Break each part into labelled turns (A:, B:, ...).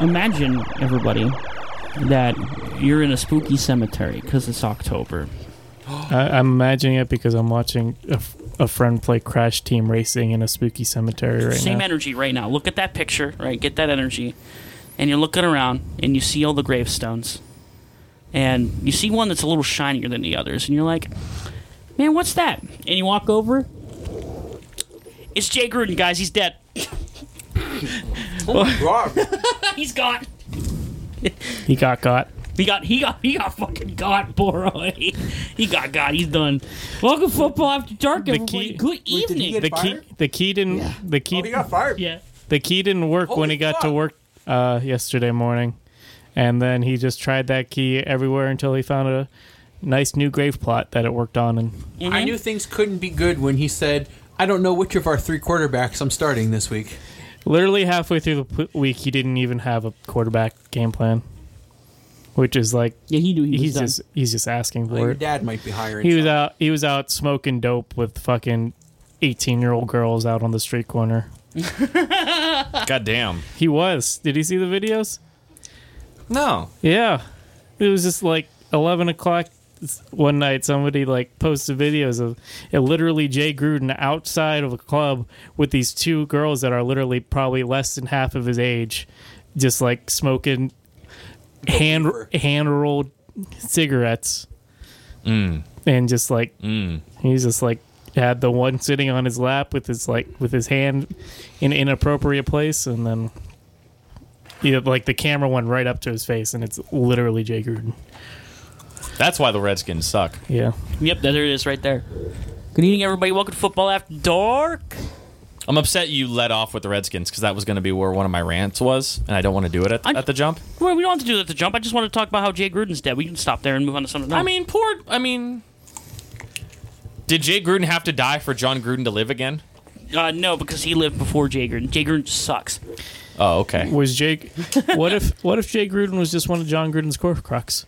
A: imagine everybody that you're in a spooky cemetery because it's October.
B: I, I'm imagining it because I'm watching a, f- a friend play Crash Team Racing in a spooky cemetery right
A: Same
B: now.
A: energy right now. Look at that picture, right? Get that energy. And you're looking around and you see all the gravestones. And you see one that's a little shinier than the others. And you're like, man, what's that? And you walk over. It's Jay Gruden, guys. He's dead.
C: God.
A: He's gone.
B: he got got.
A: He got he got he got fucking got boy. He, he got got. He's done. Welcome football after dark, everybody.
B: key-
A: Good
C: did he
A: evening.
C: get-
B: The key,
C: Fired?
B: the key didn't. The key,
C: Oh, he got fired.
A: yeah.
B: the key didn't work
C: Holy
B: when he got to
C: fuck.
B: work uh, yesterday morning, and then he just tried that key everywhere until he found a nice new grave plot that it worked on. And
C: I knew things couldn't be good when he said, I don't know which of our three quarterbacks I'm starting this week.
B: literally halfway through the p- week, he didn't even have a quarterback game plan, which is like
A: Yeah, he knew he was
B: he's
A: done.
B: just he's just asking
C: Well,
B: for
C: your
B: it.
C: dad might be hiring.
B: He was
C: some-
B: out. He was out smoking dope with fucking eighteen-year-old girls out on the street corner.
D: Goddamn.
B: He was. Did you see the videos?
D: No.
B: Yeah. It was just like 11 o'clock one night. Somebody like posted videos of it literally Jay Gruden outside of a club with these two girls that are literally probably less than half of his age, just like smoking hand
C: Believer.
B: hand rolled cigarettes. And just like, he's just like, had the one sitting on his lap with his like with his hand in an inappropriate place and then yeah, like the camera went right up to his face, and it's literally Jay Gruden.
D: That's why the Redskins suck.
B: Yeah,
A: Yep, there it is right there. Good evening, everybody. Welcome to Football After Dark.
D: I'm upset you let off with the Redskins because that was going to be where one of my rants was, and I don't want to do it at,
A: I-
D: at the jump.
A: Well, we don't have to do that to jump. I just want to talk about how Jay Gruden's dead. We can stop there and move on to something else.
D: I mean, poor. I mean, did Jay Gruden have to die for John Gruden to live again?
A: uh, no, because he lived before Jay Gruden. Jay Gruden sucks.
D: Oh, okay.
B: was Jake? What if? What if Jay Gruden was just one of John Gruden's core crux?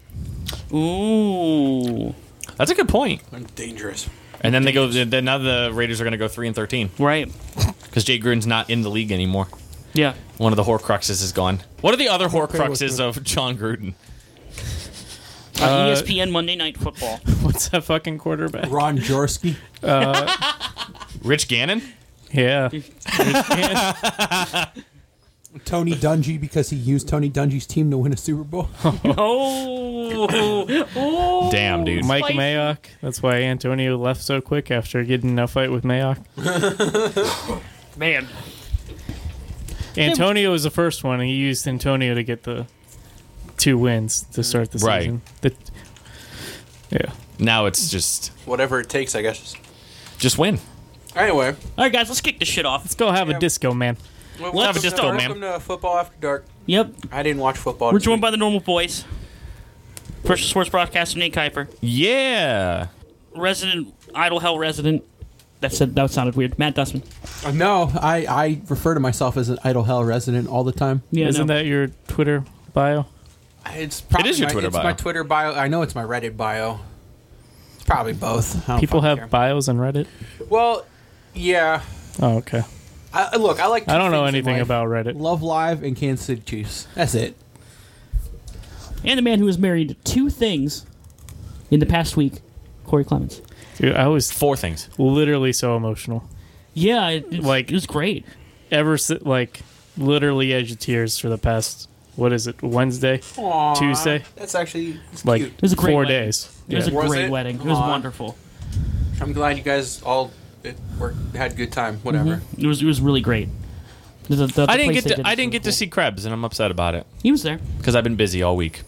A: Ooh.
D: That's a good point.
C: I'm dangerous.
D: And then they go. Then now the Raiders are going to go three and thirteen
A: Right.
D: because Jay Gruden's not in the league anymore.
A: Yeah.
D: One of the Horcruxes is gone. What are the other Horcruxes of John Gruden?
A: Uh, ESPN Monday Night Football.
B: What's that fucking quarterback?
C: Ron Jorski.
D: Rich Gannon.
B: Yeah,
C: Tony Dungy because he used Tony Dungy's team to win a Super Bowl.
A: oh. oh.
D: Damn, dude.
B: Mike
A: Spicy.
B: Mayock. That's why Antonio left so quick after getting in a fight with Mayock.
A: Man.
B: Antonio was the first one. and He used Antonio to get the two wins to start the
D: Right.
B: season. The, yeah,
D: now it's just
C: Whatever it takes, I guess.
D: just win.
C: Anyway,
A: All right, guys, let's kick this shit off.
B: let's go have
C: Yeah.
B: a disco, man.
C: welcome,
D: have a disco,
C: to,
D: ma'am.
C: welcome to Football After Dark.
A: Yep.
C: I didn't watch football.
A: We're joined by the normal boys. First sports broadcaster, Nate Kuiper.
D: Yeah.
A: Resident, Idle Hell resident. That said, that sounded weird. Matt Dustman.
C: No, I, I refer to myself as an Idle Hell resident all the time.
A: Yeah,
B: Isn't
A: no.
B: that your Twitter bio?
C: It's probably
D: It is your
C: my,
D: Twitter
C: it's
D: bio.
C: my Twitter bio. I know it's my Reddit bio. It's probably both. I don't
B: People
C: fucking
B: have bios on Reddit.
C: care. well, yeah.
B: Oh, okay.
C: I, I- look, I like. two
B: I don't know
C: things in
B: anything
C: life.
B: about Reddit.
C: Love Live and Kansas City Chiefs. That's it.
A: and the man who has married two things in the past week, Corey Clemens.
B: Dude, I was
D: Four things.
B: literally so emotional.
A: Yeah, it, it's-
B: Like-
A: it was great.
B: Ever since, like, literally edge of tears for the past, what is it, Wednesday?
C: Aw,
B: Tuesday?
C: That's actually it's
B: Like,
C: cute.
A: was a great
B: four
A: wedding.
B: days.
A: It was
B: Yeah.
A: a
C: Was
A: great
C: it?
A: wedding. It was
C: Aw.
A: wonderful.
C: I'm glad you guys all it worked, had a good time. Whatever.
A: It was it was really great. The- the- the
D: I didn't
A: place they did was
D: get to. I didn't
A: really
D: get to
A: cool.
D: see Krebs, and I'm upset about it
A: He was there.
D: because I've been busy all week.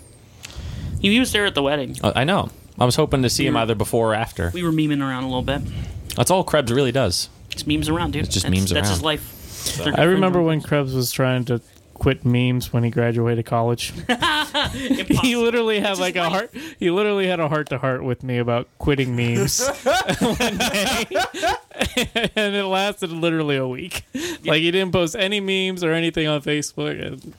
A: He, he was there at the wedding.
D: Uh, I know. I was hoping to see him either before or after.
A: We were memeing around a little bit.
D: That's all Krebs really does.
A: Just memes around, dude.
D: It's just
A: that's,
D: memes
A: That's his
D: around.
A: life.
B: I remember when Krebs was trying to quit memes when he graduated college. he literally had like a heart. He literally had a heart to heart with me about quitting memes one day, and it lasted literally a week. Like he didn't post any memes or anything on Facebook. and-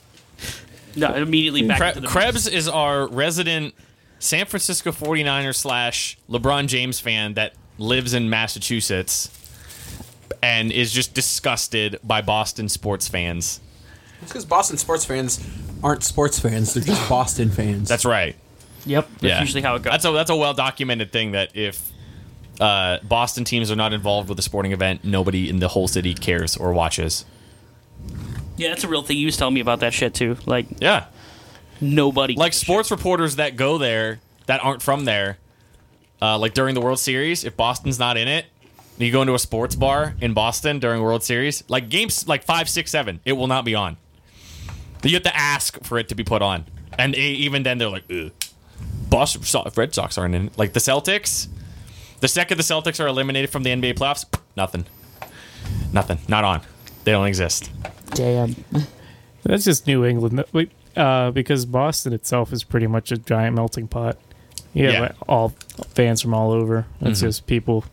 A: No, immediately back
D: Kre-
A: to the
D: Krebs is our resident San Francisco 49er slash LeBron James fan that lives in Massachusetts and is just disgusted by Boston sports fans.
C: It's because Boston sports fans aren't sports fans; they're just Boston fans.
D: That's right.
A: Yep. That's
D: yeah.
A: usually how it goes.
D: That's a that's a well documented thing that if uh, Boston teams are not involved with a sporting event, nobody in the whole city cares or watches.
A: yeah, that's a real thing. You was telling me about that shit too. Like
D: Yeah,
A: nobody.
D: like
A: gives a
D: sports reporters that go there that aren't from there, uh, like during the World Series, if Boston's not in it, and you go into a sports bar in Boston during World Series, like games like five, six, seven, it will not be on. You have to ask for it to be put on, and e- even then they're like, Ugh. Boston So- Red Sox aren't in. it." Like the Celtics, the second the Celtics are eliminated from the NBA playoffs, nothing, nothing, not on. They don't exist.
E: Damn.
B: That's just New England, Like, uh, because Boston itself is pretty much a giant melting pot. You have
D: Yeah.
B: like, all fans from all over. It's just people,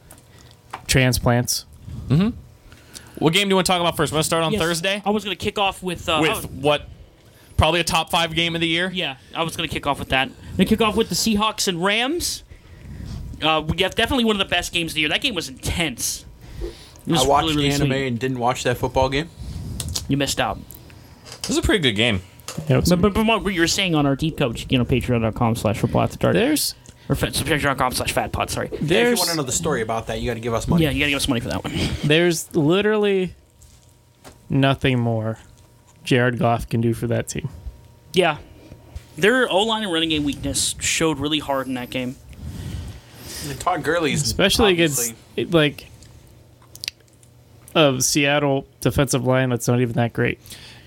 B: transplants.
D: What game do you want to talk about first? Want to start on
A: Yes.
D: Thursday?
A: I was gonna kick off with. Uh, I was-
D: with what probably a top five game of the year.
A: yeah, I was gonna kick off with that. They kick off with the Seahawks and Rams. Uh, we got definitely one of the best games of the year. That game was intense. It was
C: I watched
A: really, really
C: the anime
A: sweet.
C: and didn't watch that football game.
A: You missed out.
D: This is a pretty good game.
B: Yeah, it's-
A: But, but, but what you were saying on our deep coach, you know, patreon.com slash football at the dark.
B: there's
A: Or fa- patreon.com slash fat pod, sorry.
C: Yeah, if
B: there's
C: you want to know the story about that, you got to give us money.
A: Yeah, you gotta give us money for that one.
B: there's literally nothing more Jared Goff can do for that team.
A: Yeah. Their O line and running game weakness showed really hard in that game.
C: And Todd Gurley's
B: especially
C: obviously-
B: against it- like a Seattle defensive line that's not even that great.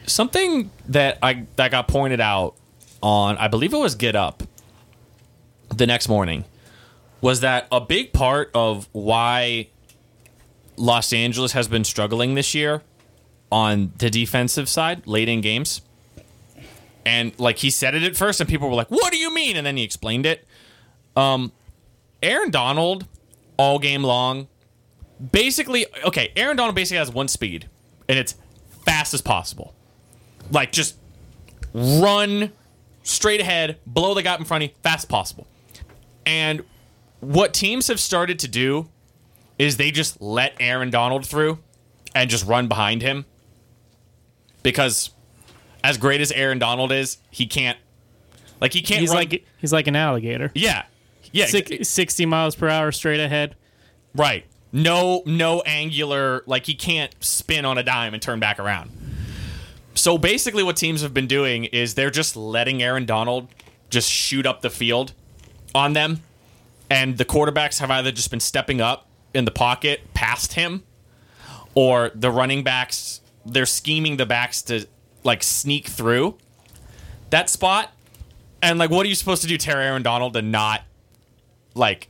D: Something that I that got pointed out on I believe it was Get Up the next morning was that a big part of why Los Angeles has been struggling this year on the defensive side late in games. And like he said it at first and people were like, "What do you mean?" and then he explained it. Um Aaron Donald all game long basically okay, Aaron Donald basically has one speed, and it's fast as possible. Like just run straight ahead, blow the gap in front of you, fast as possible. And what teams have started to do is they just let Aaron Donald through and just run behind him. Because as great as Aaron Donald is, he can't like he can't
B: He's
D: run
B: like he's like an alligator.
D: yeah. Yeah,
B: Six, 60 miles per hour straight ahead.
D: Right. No no angular like he can't spin on a dime and turn back around. So basically what teams have been doing is they're just letting Aaron Donald just shoot up the field on them and the quarterbacks have either just been stepping up in the pocket past him or the running backs they're scheming the backs to like sneak through that spot and like what are you supposed to do tear Aaron Donald to not like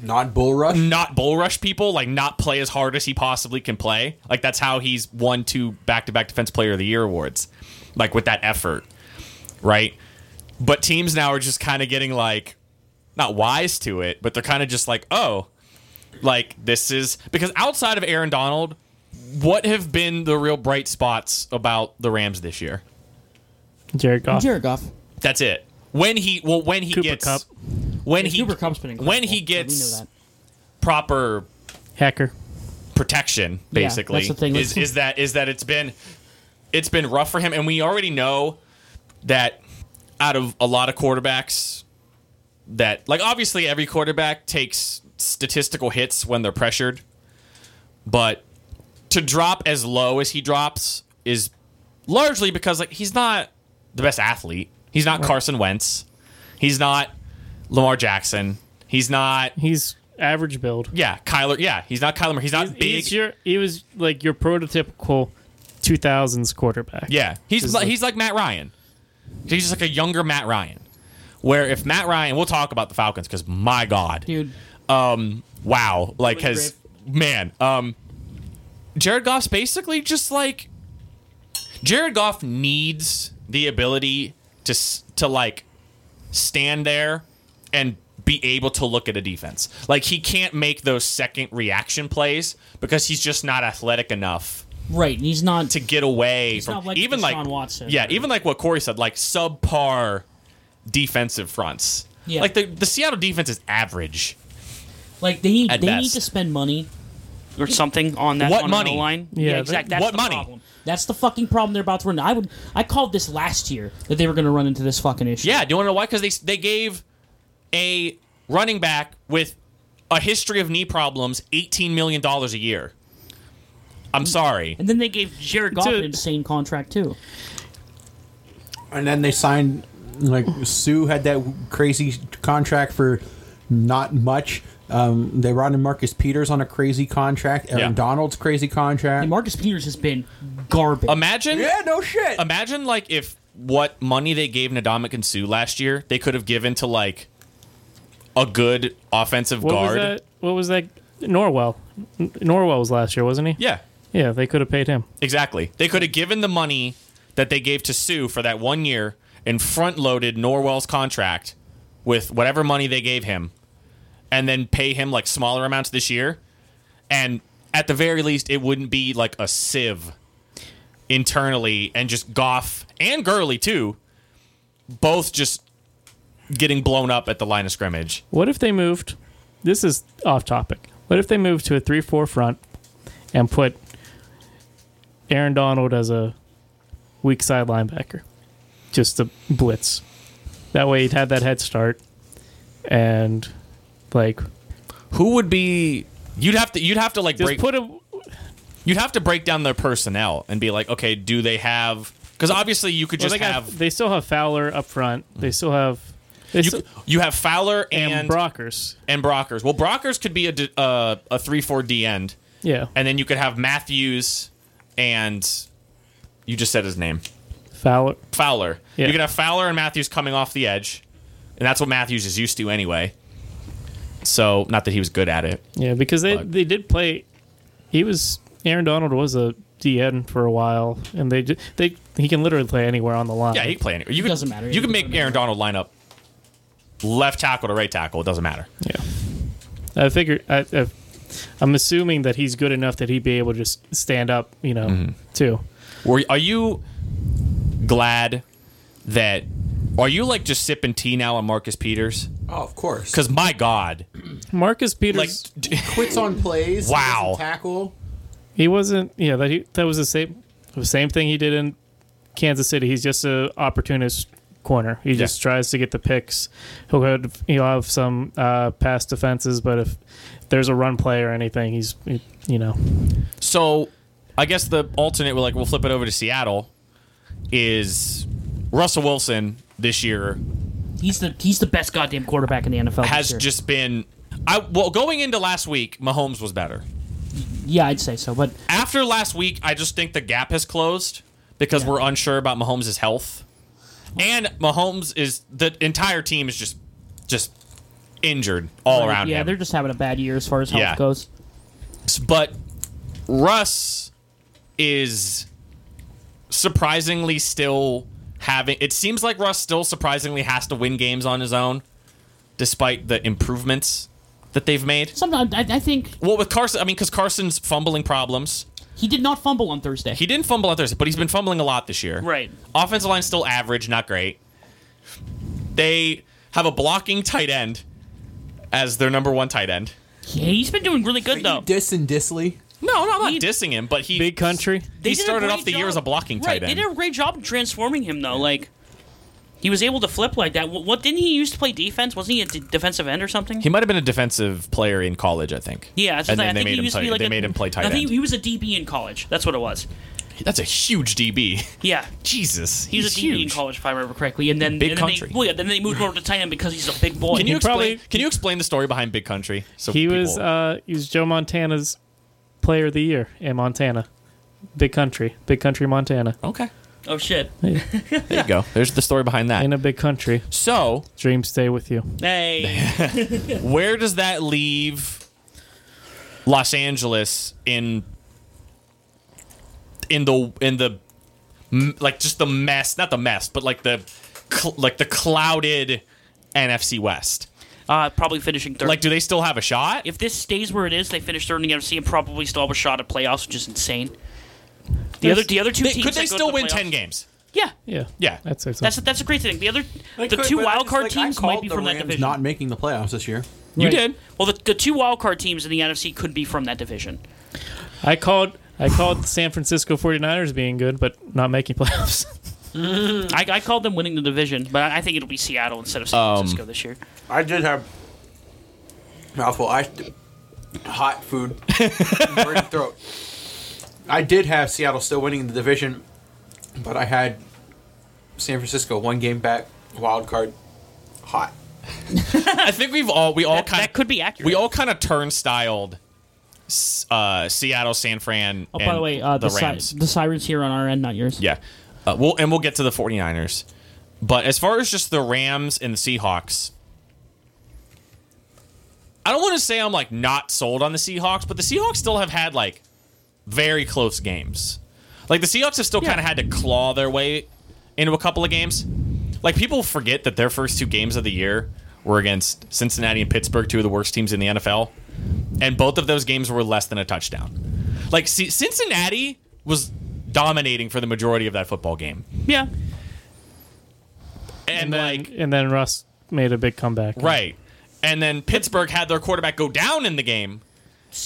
C: not Bull Rush.
D: not bull rush people, like not play as hard as he possibly can play. Like that's how he's won two back to back defense player of the year awards. Like with that effort. Right? But teams now are just kind of getting like not wise to it, but they're kind of just like, oh, like this is because outside of Aaron Donald, what have been the real bright spots about the Rams this year?
B: Jared Goff.
E: Jared Goff.
D: That's it. When he well when he
B: Cooper
D: gets
B: Cup.
D: when
E: Yeah,
D: he
E: Cooper Cup's been
D: when
E: incredible,
D: he
E: so we
D: gets
E: know that.
D: proper
B: Hacker.
D: protection
E: Yeah,
D: basically
E: that's the thing.
D: is, is that is that it's been it's been rough for him and we already know that out of a lot of quarterbacks that like obviously every quarterback takes statistical hits when they're pressured but to drop as low as he drops is largely because like he's not the best athlete he's not Carson Wentz he's not Lamar Jackson he's not
B: He's average build.
D: yeah Kyler yeah he's not Kyler Murray. he's not big
B: He's your, he was like your prototypical 2000s quarterback.
D: Yeah, he's
B: Just
D: like,
B: like-
D: he's like Matt Ryan. He's just like a younger Matt Ryan. Where if Matt Ryan, we'll talk about the Falcons because my God,
E: Dude,
D: wow, like
E: Really
D: has man, um, Jared Goff's basically just like Jared Goff needs the ability to s- to like stand there and be able to look at a defense. Like he can't make those second reaction plays because he's just not athletic enough
E: right. and He's not.
D: to get away from
E: not like
D: even
E: Deshaun
D: like
E: Watson.
D: Yeah, even like what Corey said, like subpar defensive fronts.
E: Yeah.
D: Like the the Seattle defense is average.
E: Like they
D: At
E: they
D: best.
E: need to spend money
A: or something on that
D: What
A: on
D: money?
A: the line.
B: Yeah, that-
A: exactly. That's
D: what
A: the
D: money?
A: problem.
E: That's the fucking problem they're about to run. I would. I called this last year that they were going to run into this fucking issue.
D: Yeah, do you want to know why? Because they they gave a running back with a history of knee problems eighteen million dollars a year. I'm sorry.
E: And then they gave Jared Goff
B: Dude.
E: an insane contract too.
C: And then they signed, like, Sue had that crazy contract for not much. Um, they brought in Marcus Peters on a crazy contract. Aaron
D: Yeah.
C: Donald's crazy contract.
E: And Marcus Peters has been garbage.
D: Imagine
C: yeah, no shit.
D: imagine like if what money they gave Nadamik and Sue last year they could have given to like a good offensive
B: What was
D: guard.
B: that? What was that? Norwell. N- Norwell was last year, wasn't he?
D: Yeah,
B: Yeah, they could have paid him.
D: exactly. They could have given the money that they gave to Sue for that one year and front loaded Norwell's contract with whatever money they gave him and then pay him like smaller amounts this year. And at the very least, it wouldn't be like a sieve internally and just Goff and Gurley too, both just getting blown up at the line of scrimmage.
B: What if they moved? This is off topic. What if they moved to a three-four front and put Aaron Donald as a weak side linebacker, just a blitz. That way, he'd have that head start, and like
D: Who would be? You'd have to. You'd have to like
B: just
D: break.
B: put a
D: You'd have to break down their personnel and be like, okay, do they have? Because obviously you could
B: Well,
D: just
B: they got-
D: have Mm.
B: they still have Fowler up front. They still have they
D: you,
B: still-
D: you have Fowler
B: and,
D: and and,
B: Brockers.
D: Brockers. Well, Brockers could be a d- uh, a three four D end,
B: Yeah,
D: and then you could have Matthews and you just said his name
B: Fowler.
D: Fowler.
B: Yeah.
D: You could have Fowler and Matthews coming off the edge, and that's what Matthews is used to anyway. So not that he was good at it.
B: Yeah, because they
D: But-
B: they did play. He was Aaron Donald was a DN for a while, and they ju- they he can literally play anywhere on the line.
D: Yeah, he can play anywhere. You could,
E: doesn't matter.
D: You
E: He can
D: can make
E: throw it
D: Aaron Donald line up left tackle to right tackle. It doesn't matter.
B: Yeah. I figure I, I I'm assuming that he's good enough that he'd be able to just stand up, you know,
D: Mm-hmm.
B: too.
D: Were are you glad that are you like just sipping tea now on Marcus Peters?
C: oh, of course.
D: Because my God,
B: Marcus Peters,
D: like d-
C: quits on plays.
D: Wow.
C: doesn't Tackle.
B: he wasn't. Yeah, that he, that was the same the same thing he did in Kansas City. He's just a opportunist corner. He just tries to get the picks. He'll have he'll have some uh, pass defenses, but if there's a run play or anything, he's he- you know
D: so I guess the alternate we're like we'll flip it over to Seattle is Russell Wilson this year
E: He's the he's the best goddamn quarterback in the NFL. this
D: has
E: year.
D: just been I well going into last week Mahomes was better.
E: yeah, I'd say so. But
D: After last week, I just think the gap has closed because we're unsure about Mahomes' health. And Mahomes is the entire team is just just injured all around
E: yeah,
D: him.
E: they're just having a bad year as far as health
D: Yeah.
E: goes.
D: but Russ is surprisingly still having it seems like Russ still surprisingly has to win games on his own despite the improvements that they've made.
E: Sometimes I, I think
D: Well, with Carson, I mean cuz Carson's fumbling problems.
E: he did not fumble on Thursday.
D: He didn't fumble on Thursday, but he's been fumbling a lot this year.
A: Right.
D: Offensive line's still average, not great. They have a blocking tight end as their number one tight end.
A: Yeah, he's been doing really good though.
C: Diss and Disley.
D: No, no, I'm not
A: He-
D: dissing him, but he
B: big country.
A: They
D: he
A: did a
D: started
A: great
D: off the year
A: job-
D: as a blocking
A: right,
D: tight end.
A: They did a great job transforming him though. Like he was able to flip like that. What, what didn't he used to play defense? Wasn't he a d- defensive end or something?
D: He might have been a defensive player in college, I think.
A: yeah, that's
D: and
A: what
D: then
A: I
D: they
A: think
D: made
A: he
D: him
A: used to
D: play.
A: be like
D: they
A: a,
D: made him play tight
A: I think
D: end.
A: he was a DB in college. That's what it was.
D: That's a huge DB.
A: Yeah,
D: Jesus,
A: he
D: he's,
A: was a DB in
D: huge.
A: college if I remember correctly. And then
D: Big
A: and then
D: country.
A: They, well, yeah, then they moved him over to tight end because he's a big boy.
D: Can you explain?
B: probably-
D: can you explain the story behind Big Country? So
B: He was
D: people-
B: uh, he was Joe Montana's player of the year in Montana, big country, big country Montana
D: okay.
A: oh shit!
D: There you go. There's the story behind that.
B: in a big country.
D: So
B: Dreams stay with you.
A: Hey,
D: where does that leave Los Angeles in in the in the m- like just the mess, not the mess, but like the cl- like the clouded NFC West.
A: uh, probably finishing third.
D: Like, do they still have a shot?
A: if this stays where it is, they finish third in the NFC and probably still have a shot at playoffs, which is insane. The other, the other two
D: They-
A: teams
D: could
A: that
D: they
A: go to
D: still
A: the
D: win
A: playoffs-
D: ten games?
A: Yeah,
B: Yeah,
D: Yeah.
B: That's
A: that's that's a great thing. The other, the
C: Like,
A: two
C: but I
A: wild
C: just,
A: card
C: like, I
A: teams
C: called
A: might be
C: the
A: from that
C: Rams
A: division.
C: Not making the playoffs this year.
D: You did.
A: Well, the, the two wild card teams in the NFC could be from that division.
B: I called I called San Francisco 49ers being good, but not making playoffs.
A: I, I called them winning the division, but I think it'll be Seattle instead of
E: Um,
A: San Francisco this year.
C: I did have mouthful. I hot food burning throat. I did have Seattle still winning the division, but I had San Francisco one game back, wild card, hot.
D: I think we've all we all
A: That,
D: kind
A: that could be accurate.
D: we all kind of turnstiled s- uh, Seattle, San Fran.
E: Oh, by
D: and
E: the way, uh, the, si-
D: Rams.
E: the sirens here on our end, not yours.
D: yeah, uh, we'll and we'll get to the 49ers. But as far as just the Rams and the Seahawks, I don't want to say I'm like not sold on the Seahawks, but the Seahawks still have had like very close games. Like the Seahawks have still kind of had to claw their way into a couple of games. Like people forget that their first two games of the year were against Cincinnati and Pittsburgh, two of the worst teams in the NFL, and both of those games were less than a touchdown. Like C- Cincinnati was dominating for the majority of that football game,
A: yeah.
D: and,
B: then-
D: like
B: and then Russ made a big comeback.
D: right, and then Pittsburgh had their quarterback go down in the game,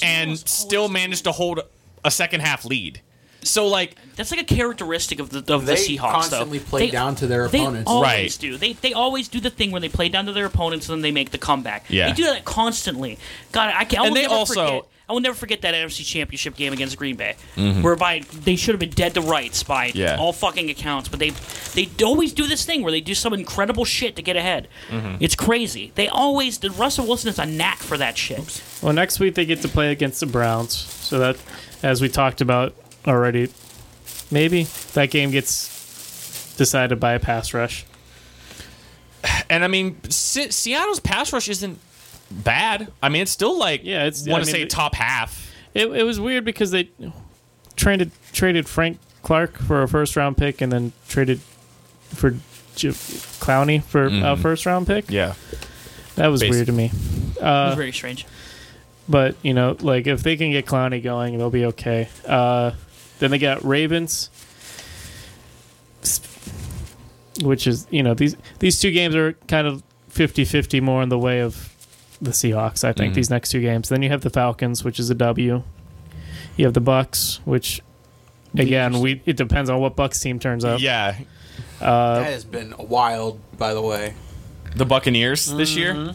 D: and still managed to hold a second half lead. So like
A: That's like a characteristic of the of
C: They
A: the Seahawks.
C: constantly
A: though.
C: play down to their
A: they
C: opponents.
A: Always
D: Right.
A: do. They they always do the thing where they play down to their opponents and then they make the comeback.
D: Yeah.
A: They do that constantly. God, I can. I
D: And
A: will
D: they
A: never
D: also-
A: Forget, I will never forget that NFC Championship game against Green Bay, whereby they should have been dead to rights by
D: Mm-hmm. Yeah.
A: all fucking accounts. But they they always do this thing where they do some incredible shit to get ahead.
D: Mm-hmm.
A: It's crazy. They always. The Russell Wilson is a knack for that shit.
B: Well, next week they get to play against the Browns, so that, as we talked about already, maybe that game gets decided by a pass rush.
D: And I mean, Se- Seattle's pass rush isn't bad. I mean, it's still like
B: Yeah, it's-
D: want
B: I
D: to
B: mean,
D: say
B: it-
D: top half.
B: It, it was weird because they traded traded Frank Clark for a first round pick, and then traded for J- Clowney for a first round pick.
D: Mm-hmm. Yeah,
B: that was
D: Basi-
B: weird to me.
A: it
D: Uh,
A: was very strange.
B: But you know, like if they can get Clowney going, they'll be okay. Uh, then they got Ravens, which is you know these these two games are kind of 50-50 more in the way of the Seahawks. I think
C: Mm-hmm.
B: these next two games. Then you have the Falcons, which is a W. You have the Bucks, which again we it depends on what Bucks team turns up.
D: yeah.
C: that has been wild, by the way.
D: The Buccaneers
B: Mm-hmm.
D: this year.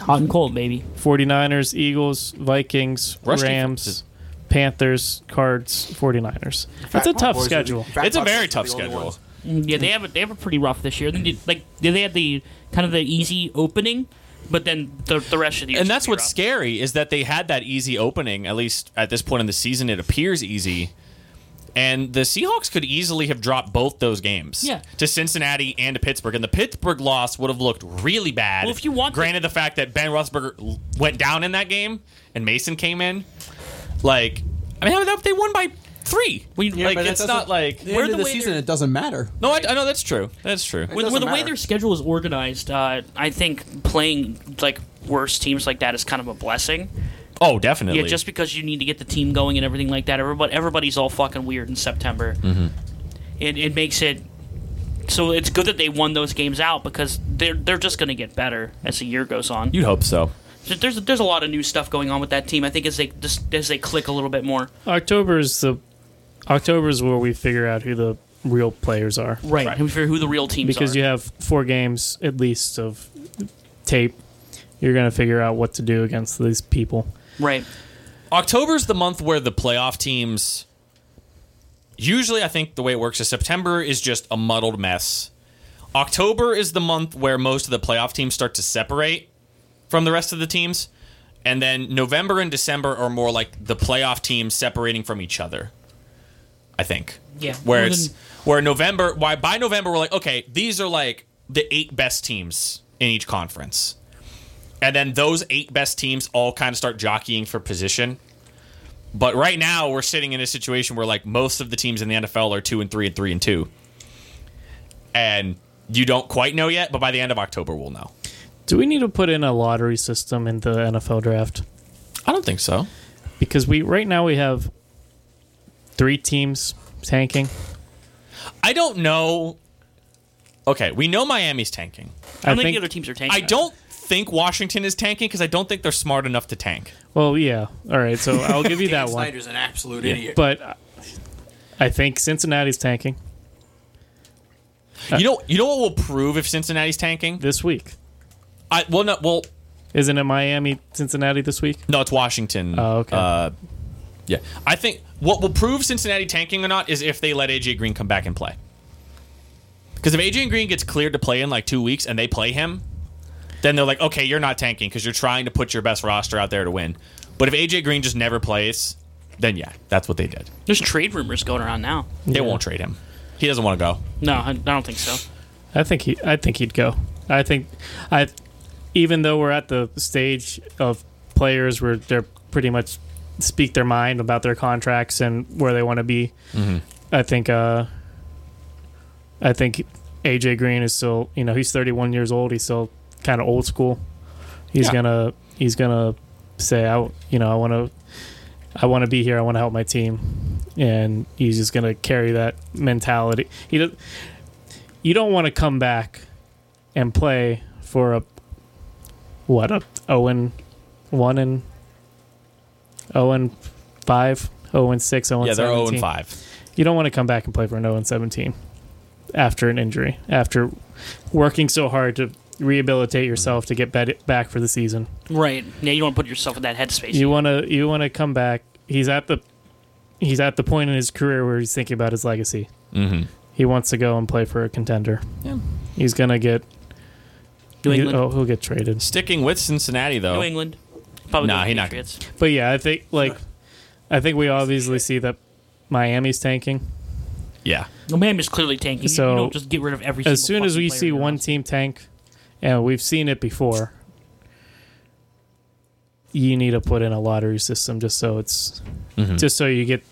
A: Hot and cold, baby.
B: 49ers, Eagles, Vikings,
D: Rush
B: Rams,
D: defenses.
B: Panthers, Cards, 49ers. That's
C: Fat
B: a
C: Boys
B: tough
C: are the-
B: schedule.
C: Fat
D: It's a
C: Bucks
D: very
C: are
D: tough
C: the only
D: schedule.
C: ones.
A: Yeah, they have a, they have a pretty rough this year. They did, like they had the kind of the easy opening, but then the, the rest of the year
D: And that's what's
A: scary.
D: scary is that they had that easy opening. At least at this point in the season, it appears easy. And the Seahawks could easily have dropped both those games
A: Yeah.
D: to Cincinnati and to Pittsburgh, and the Pittsburgh loss would have looked really bad.
A: Well, if you want to-
D: granted the fact that Ben Roethlisberger l- went down in that game and Mason came in, like I mean, that- they won by three.
A: We- Yeah,
D: like
C: but that
D: it's not
C: doesn't-
D: like
C: The
A: We're
C: end
A: the
C: of the
A: way
C: season,
A: they're-
C: it doesn't matter.
D: no, I, I know that's true. That's true.
A: with,
C: doesn't
A: with the way
C: matter.
A: their schedule is organized, uh, I think playing like worse teams like that is kind of a blessing.
D: Oh, definitely.
A: Yeah, just because you need to get the team going and everything like that. Everybody, everybody's all fucking weird in September. It, it makes it so it's good that they won those games out because they're they're just going to get better as the year goes on.
D: you'd hope so.
A: There's there's a lot of new stuff going on with that team. I think as they just as they click a little bit more.
B: October is the October is where we figure out who the real players are
A: Right. And for who the real teams
B: because
A: are.
B: you have four games at least of tape. You're gonna figure out what to do against these people.
A: right.
D: October's the month where the playoff teams usually I think the way it works is September is just a muddled mess. October is the month where most of the playoff teams start to separate from the rest of the teams. And then November and December are more like the playoff teams separating from each other. I think.
A: Yeah.
D: Where
A: Well,
D: it's
A: then-
D: where November why by November we're like, okay, these are like the eight best teams in each conference. And then those eight best teams all kind of start jockeying for position. But right now we're sitting in a situation where like most of the teams in the NFL are two and three and three and two. And you don't quite know yet, but by the end of October we'll know.
B: Do we need to put in a lottery system in the NFL draft?
D: I don't think so.
B: Because we right now we have three teams tanking.
D: I don't know. Okay, we know Miami's tanking.
A: I,
B: I
A: don't think,
B: think
A: the other teams are tanking.
D: I don't think Washington is tanking because I don't think they're smart enough to tank.
B: Well, yeah. All right. So I'll give you
C: Dan
B: that one.
C: Snyder's an absolute idiot.
B: But I- I think Cincinnati's tanking
D: you know, you know what will prove if Cincinnati's tanking?
B: this week.
D: I well, no, well,
B: Isn't it Miami, Cincinnati this week?
D: no, it's Washington.
B: Oh, okay.
D: Uh, yeah, I think what will prove Cincinnati tanking or not is if they let AJ Green come back and play. Because if AJ Green gets cleared to play in like two weeks and they play him, then they're like, okay, you're not tanking because you're trying to put your best roster out there to win. But if AJ Green just never plays, then yeah, that's what they did.
A: There's trade rumors going around now.
D: They
B: Yeah.
D: won't trade him. He doesn't want to go.
A: No, I I don't think so.
B: I think he. I think he'd go. I think, I, even though we're at the stage of players where they're pretty much speak their mind about their contracts and where they want to be. I think. Uh, I think AJ Green is still. You know, he's 31 years old. He's still kind of old school. He's
D: Yeah.
B: gonna. He's gonna say, I. w- You know, I want to. I want to be here. I want to help my team, and he's just gonna carry that mentality. He does. You don't want to come back and play for a what a zero and one and zero and five, zero and six, zero and
D: yeah, they're 0
B: 17.
D: and 5.
B: You don't want to come back and play for an 0 and 17 after an injury, after working so hard to rehabilitate yourself to get bet- back for the season.
A: Right. Yeah, you don't want to put yourself in that headspace.
B: You want to you want to come back. He's at the he's at the point in his career where he's thinking about his legacy.
D: Mm-hmm.
B: He wants to go and play for a contender.
D: Yeah.
B: He's gonna get
A: New
B: he-
A: England.
B: oh he'll get traded.
D: Sticking with Cincinnati,
B: oh.
D: though.
A: New England. Probably
D: Nah,
A: go with
D: he
A: the
D: not-
A: Patriots.
B: But yeah, I think like I think we obviously see that Miami's tanking.
D: Yeah.
A: Well, Miami's clearly tanking. You-
B: So,
A: you don't just get rid of every.
B: as
A: single
B: soon as
A: fucking
B: we
A: player
B: see
A: in your
B: one
A: roster.
B: team tank, and we've seen it before, you need to put in a lottery system just so it's
D: Mm-hmm.
B: just so you get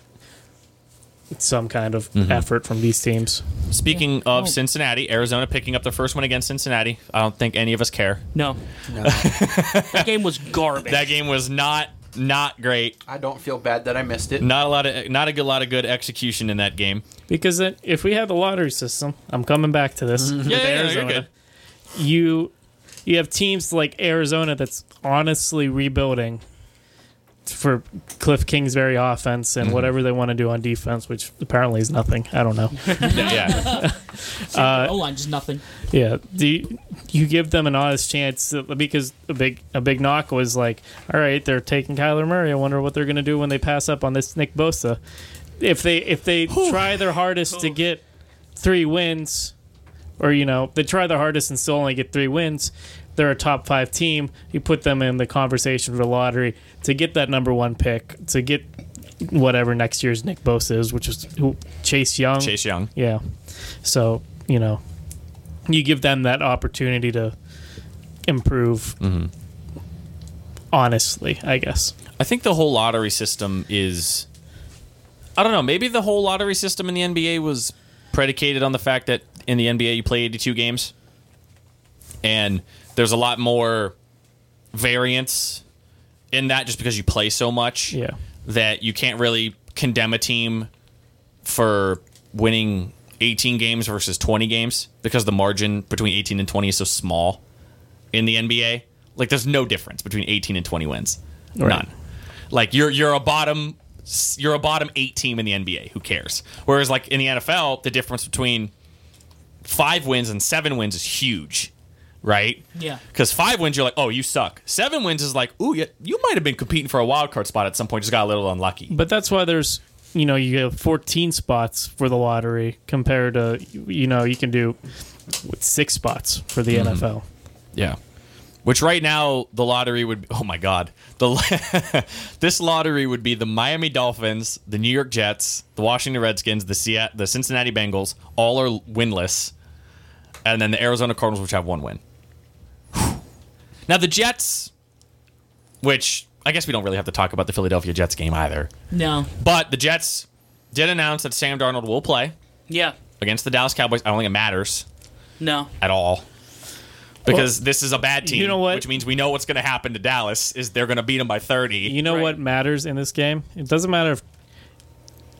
B: some kind of
D: Mm-hmm.
B: effort from these teams.
D: Speaking
E: Oh.
D: of Cincinnati, Arizona picking up the first one against Cincinnati. I don't think any of us care.
A: no, that game was garbage.
D: That game was not not great.
C: I don't feel bad that I missed it.
D: Not a lot of not a good lot of good execution in that game.
B: Because then, if we had the lottery system, I'm coming back to this. with
D: Mm-hmm. Yeah, yeah, yeah, you're
B: Arizona,
D: good.
B: you you have teams like Arizona that's honestly rebuilding for Cliff Kingsbury offense
D: Mm-hmm.
B: and whatever they want to do on defense, which apparently is nothing. I don't know.
D: yeah.
E: O line just nothing.
B: Yeah, do you, you give them an honest chance uh, because a big a big knock was like, all right, they're taking Kyler Murray. I wonder what they're going to do when they pass up on this Nick Bosa. If they if they try their hardest to get three wins, or you know they try their hardest and still only get three wins, they're a top five team. You put them in the conversation for the lottery to get that number one pick to get whatever next year's Nick Bosa is, which is who Chase Young.
D: Chase Young.
B: Yeah. So, you know, you give them that opportunity to improve honestly, I guess.
D: I think the whole lottery system is I don't know, maybe the whole lottery system in the NBA was predicated on the fact that in the NBA you play 82 games and there's a lot more variance in that just because you play so much.
B: Yeah.
D: that you can't really condemn a team for winning 18 games versus 20 games because the margin between 18 and 20 is so small in the NBA. Like there's no difference between 18 and 20 wins. None. Like you're you're a bottom you're a bottom 8 team in the NBA. Who cares? Whereas like in the NFL, the difference between 5 wins and 7 wins is huge, right?
E: Yeah.
D: Because five wins, you're like, oh, you suck. Seven wins is like, ooh, you, you might have been competing for a wild card spot at some point. Just got a little unlucky.
B: But that's why there's, you know, you have 14 spots for the lottery compared to, you know, you can do what, six spots for the NFL.
D: Yeah. Which right now the lottery would. Oh my God, the this lottery would be the Miami Dolphins, the New York Jets, the Washington Redskins, the Seattle, the Cincinnati Bengals. All are winless, and then the Arizona Cardinals, which have one win. Whew. Now the Jets, which I guess we don't really have to talk about the Philadelphia Jets game either.
E: No.
D: But the Jets did announce that Sam Darnold will play
A: yeah,
D: against the Dallas Cowboys. I don't think it matters
A: no.
D: at all. Because this is a bad team,
B: you know what?
D: which means we know what's going to happen to Dallas is they're going to beat them by 30.
B: You know what matters in this game? It doesn't matter if.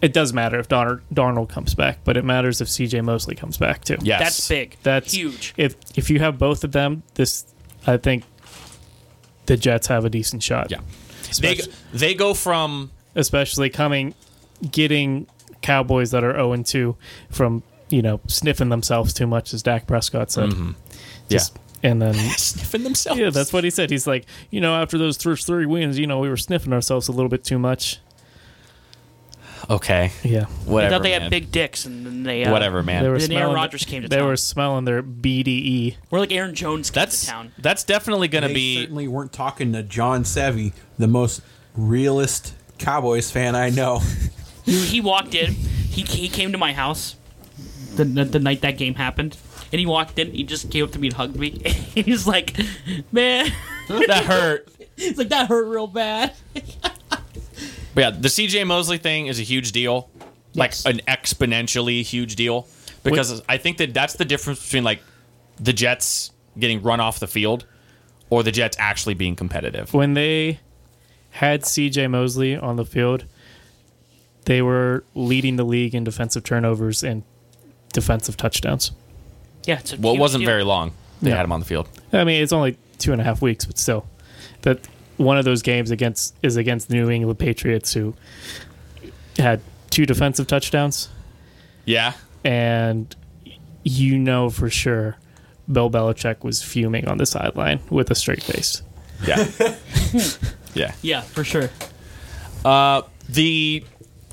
B: It does matter if Donner, Darnold comes back, but it matters if CJ Mosley comes back too.
D: yes.
A: That's big.
B: That's
A: huge.
B: If if you have both of them, this I think the Jets have a decent shot.
D: Yeah. They,
B: Especially-
D: they go from
B: especially coming getting Cowboys that are 0 and 2 from, you know, sniffing themselves too much as Dak Prescott said.
D: Mm-hmm.
B: Just- And then
D: sniffing themselves.
B: yeah, that's what he said. He's like, you know, after those first three wins, you know, we were sniffing ourselves a little bit too much.
D: okay.
B: Yeah.
A: I
D: Whatever.
A: thought they
D: man.
A: had big dicks, and then they uh,
D: Whatever, man.
B: They were
A: Then Aaron
B: smelling
A: Rodgers came to
B: They
A: town.
B: were smelling their E. BDE.
A: We're like Aaron Jones came
D: that's
A: to town.
D: that's definitely going to
C: they
D: be
C: certainly weren't talking to John Savvy, the most realist Cowboys fan I know.
A: Dude, he walked in. He, he came to my house the, the, the night that game happened. And he walked in. He just came up to me and hugged me. He's like, man.
D: that hurt.
E: It's like that hurt real bad.
D: But yeah, the CJ Mosley thing is a huge deal,
E: Yes.
D: like an exponentially huge deal, because I think that that's the difference between like the Jets getting run off the field or the Jets actually being competitive.
B: When they had CJ Mosley on the field, they were leading the league in defensive turnovers and defensive touchdowns.
A: Yeah, it's a
D: Well, it
A: huge
D: wasn't
A: deal.
D: very long they
B: Yeah.
D: had him on the field.
B: I mean, it's only two and a half weeks, but still, that one of those games against is against the New England Patriots, who had two defensive touchdowns,
D: Yeah,
B: and you know for sure Bill Belichick was fuming on the sideline with a straight face.
D: yeah, yeah.
A: Yeah, for sure.
D: The,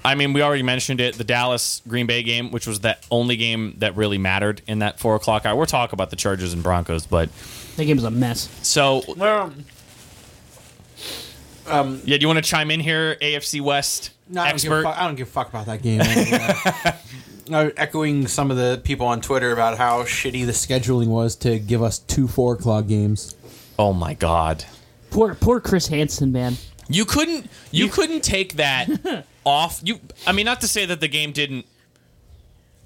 D: I mean, we already mentioned it. The Dallas Green Bay game, which was the only game that really mattered in that four o'clock hour. We're talking about the Chargers and Broncos, but
E: That game was a mess.
D: so
A: Well,
D: yeah. Do you want to chime in here, AFC West
C: No, I don't, give a
D: expert?
C: fuck, I don't give a fuck about that game. I'm Uh, echoing some of the people on Twitter about how shitty the scheduling was to give us two four o'clock games.
D: Oh my god.
E: Poor poor Chris Hansen, man.
D: You couldn't you, couldn't take that off. You I mean not to say that the game didn't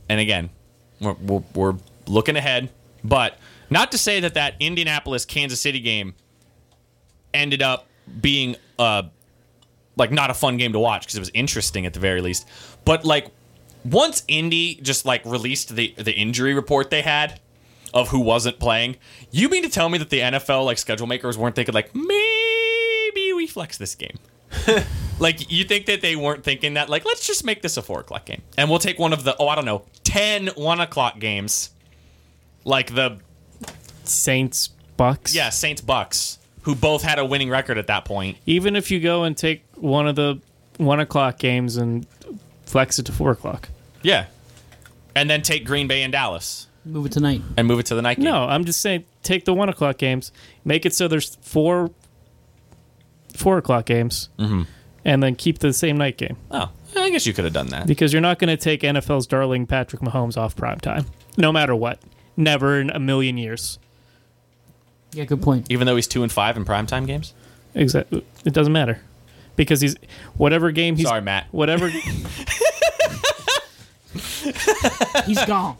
D: and again, we're, we're, we're looking ahead, but not to say that that Indianapolis Kansas City game ended up being uh like not a fun game to watch because it was interesting at the very least. But like once Indy just like released the the injury report they had of who wasn't playing, you mean to tell me that the NFL like schedule makers weren't thinking like maybe we flex this game? like you think that they weren't thinking that like let's just make this a four o'clock game and we'll take one of the oh I don't know 10 one o'clock games like the
B: Saints Bucks.
D: yeah Saints Bucks who both had a winning record at that point
B: Even if you go and take one of the one o'clock games and flex it to four o'clock.
D: yeah and then take Green Bay and Dallas
E: Move it tonight.
D: and move it to the night game
B: No, I'm just saying take the one o'clock games, make it so there's four four o'clock games,
D: Mm-hmm.
B: and then keep the same night game
D: Oh, I guess you could have done that.
B: because you're not going to take NFL's darling Patrick Mahomes off prime time, no matter what. Never in a million years.
E: Yeah, good point.
D: Even though he's two and five in primetime games.
B: Exactly. It doesn't matter because he's whatever game he's
D: Sorry, Matt.
B: whatever
E: He's gone.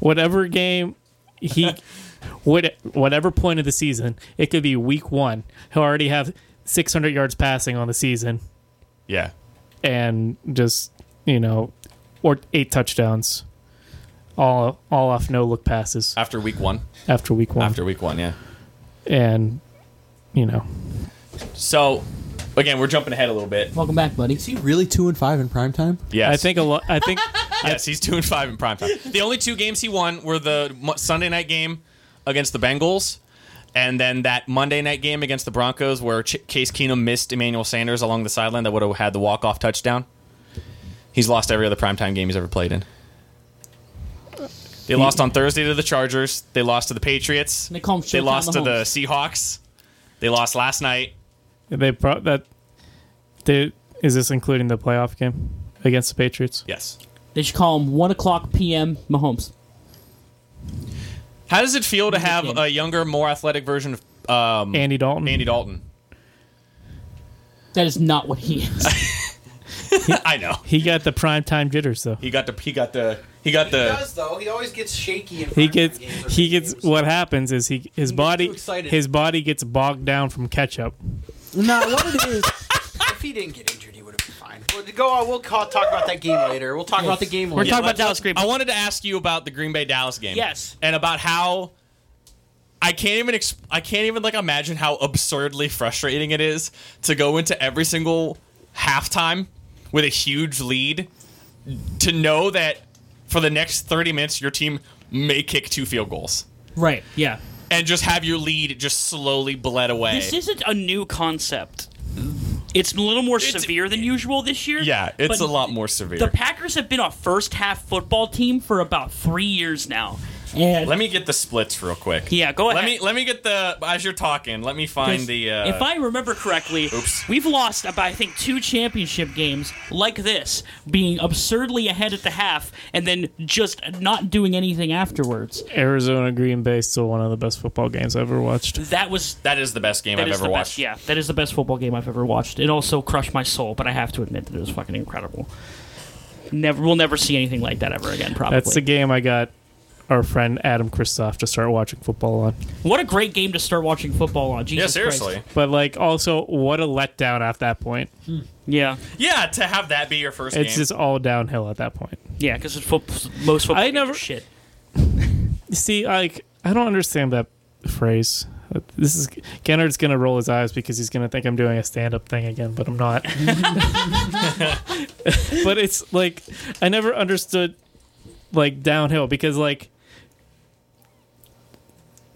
B: whatever game he what whatever point of the season it could be week one he'll already have 600 yards passing on the season
D: Yeah.
B: and just you know or eight touchdowns all all off no look passes
D: After week one.
B: after week one
D: After week one, yeah.
B: and you know
D: So, again, we're jumping ahead a little bit.
E: Welcome back, buddy.
C: Is he really two and five in prime time?
D: Yes.
B: i think a lot i think
D: Yes, he's two and five in primetime. The only two games he won were the Mo- Sunday night game against the Bengals, and then that Monday night game against the Broncos, where Ch- Case Keenum missed Emmanuel Sanders along the sideline that would have had the walk off touchdown. He's lost every other primetime game he's ever played in. They lost on Thursday to the Chargers. They lost to the Patriots.
E: They call him
D: They
E: Showtime
D: lost to the
E: Mahomes.
D: Seahawks. They lost last night.
B: they brought that they, is this including the playoff game against the patriots
D: Yes.
E: They should call him one o'clock p.m. Mahomes.
D: How does it feel to have a younger, more athletic version of um,
B: andy dalton
D: Andy Dalton?
E: That is not what he is.
D: I know.
B: he got the prime time jitters though
D: He got the he got the he got the
C: though. He always gets shaky. In
B: He gets he gets what happens is he his
C: gets
B: body
C: too excited.
B: his body gets bogged down from ketchup.
C: No, what it is. if he didn't get injured, he would have been fine. We'll go on. We'll call, talk about that game later. We'll talk about the game later.
A: talking about Dallas Green Bay.
D: I wanted to ask you about the Green Bay Dallas game.
A: Yes.
D: And about how I can't even exp- I can't even like imagine how absurdly frustrating it is to go into every single halftime with a huge lead to know that for the next 30 minutes your team may kick two field goals
E: Right. Yeah.
D: and just have your lead just slowly bled away.
A: This isn't a new concept. It's a little more severe than usual this year.
D: yeah, it's a
A: but
D: lot more severe.
A: The Packers have been a first half football team for about three years now.
E: And
D: let me get the splits real quick.
A: Yeah, go
D: Let
A: ahead.
D: me let me get the as you're talking. Let me find the. Uh,
A: if I remember correctly,
D: Oops.
A: we've lost about I think two championship games like this, being absurdly ahead at the half and then just not doing anything afterwards.
B: Arizona Green Bay still one of the best football games I've ever watched.
A: That was
D: that is the best game
A: that is
D: I've ever
A: the best.
D: watched.
A: Yeah, that is the best football game I've ever watched. It also crushed my soul, but I have to admit that it was fucking incredible. Never, we'll never see anything like that ever again. Probably.
B: That's the game I got our friend Adam Kristoff to start watching football on.
A: What a great game to start watching football on. Jesus
D: Yeah, seriously.
A: Christ.
B: But like also what a letdown at that point.
A: Yeah,
D: Yeah, to have that be your first
B: It's
D: game.
B: just all downhill at that point.
A: yeah, because most football.
B: I
A: games
B: never-
A: are shit.
B: See, like I don't understand that phrase. This is Kennard's gonna roll his eyes because he's gonna think I'm doing a stand-up thing again, but I'm not. but it's like I never understood like downhill because like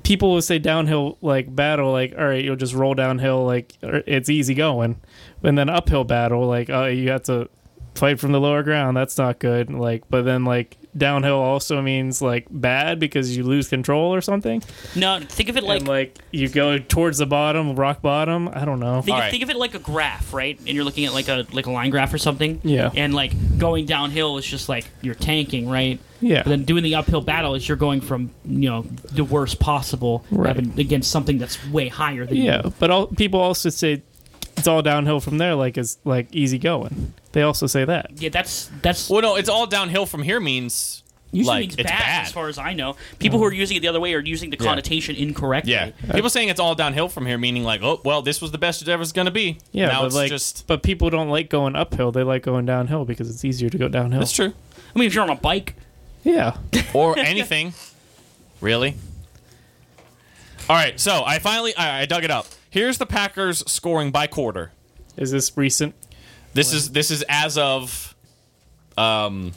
B: people would say downhill like battle like all right you'll just roll downhill like or it's easy going, and then uphill battle like oh you have to fight from the lower ground that's not good like but then like downhill also means like bad because you lose control or something
A: No, think of it like
B: and like you go towards the bottom rock bottom i don't know
A: Think,
D: All right.
A: think of it like a graph, right? And you're looking at like a like a line graph or something.
B: Yeah.
A: And like going downhill is just like you're tanking, right?
B: Yeah.
A: But then doing the uphill battle is you're going from you know the worst possible
B: Right.
A: having- against something that's way higher than
B: yeah
A: you.
B: but all people also say it's all downhill from there like it's like easy going they also say that
A: Yeah, that's that's
D: well, no, it's all downhill from here means
A: usually
D: like
A: means
D: it's
A: bad,
D: bad.
A: as far as I know. People who are using it the other way are using the connotation incorrectly.
D: yeah, people saying it's all downhill from here meaning like, oh, well, this was the best it ever was gonna be.
B: yeah
D: now
B: but
D: it's
B: like
D: just
B: but people don't like going uphill they like going downhill because it's easier to go downhill
D: that's true.
A: I mean, if you're on a bike,
B: yeah
D: or anything. really? All right, so I finally I, I dug it up. Here's the Packers scoring by quarter.
B: is this recent
D: This is this is as of um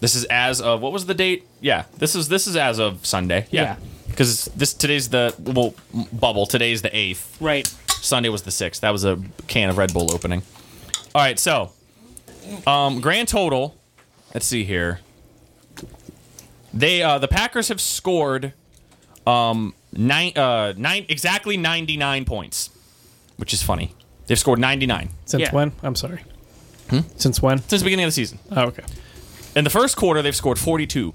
D: this is as of what was the date? Yeah. This is this is as of Sunday. Yeah. Cuz this today's the well m- bubble today's the 8th.
A: right?
D: Sunday was the 6th. That was a can of Red Bull opening. All right, so um grand total, let's see here. They uh the Packers have scored um nine uh nine exactly 99 points, which is funny. They've scored 99
B: since
A: Yeah.
B: when i'm sorry
D: Hmm?
B: since when
D: since the beginning of the season.
B: oh okay
D: In the first quarter, they've scored 42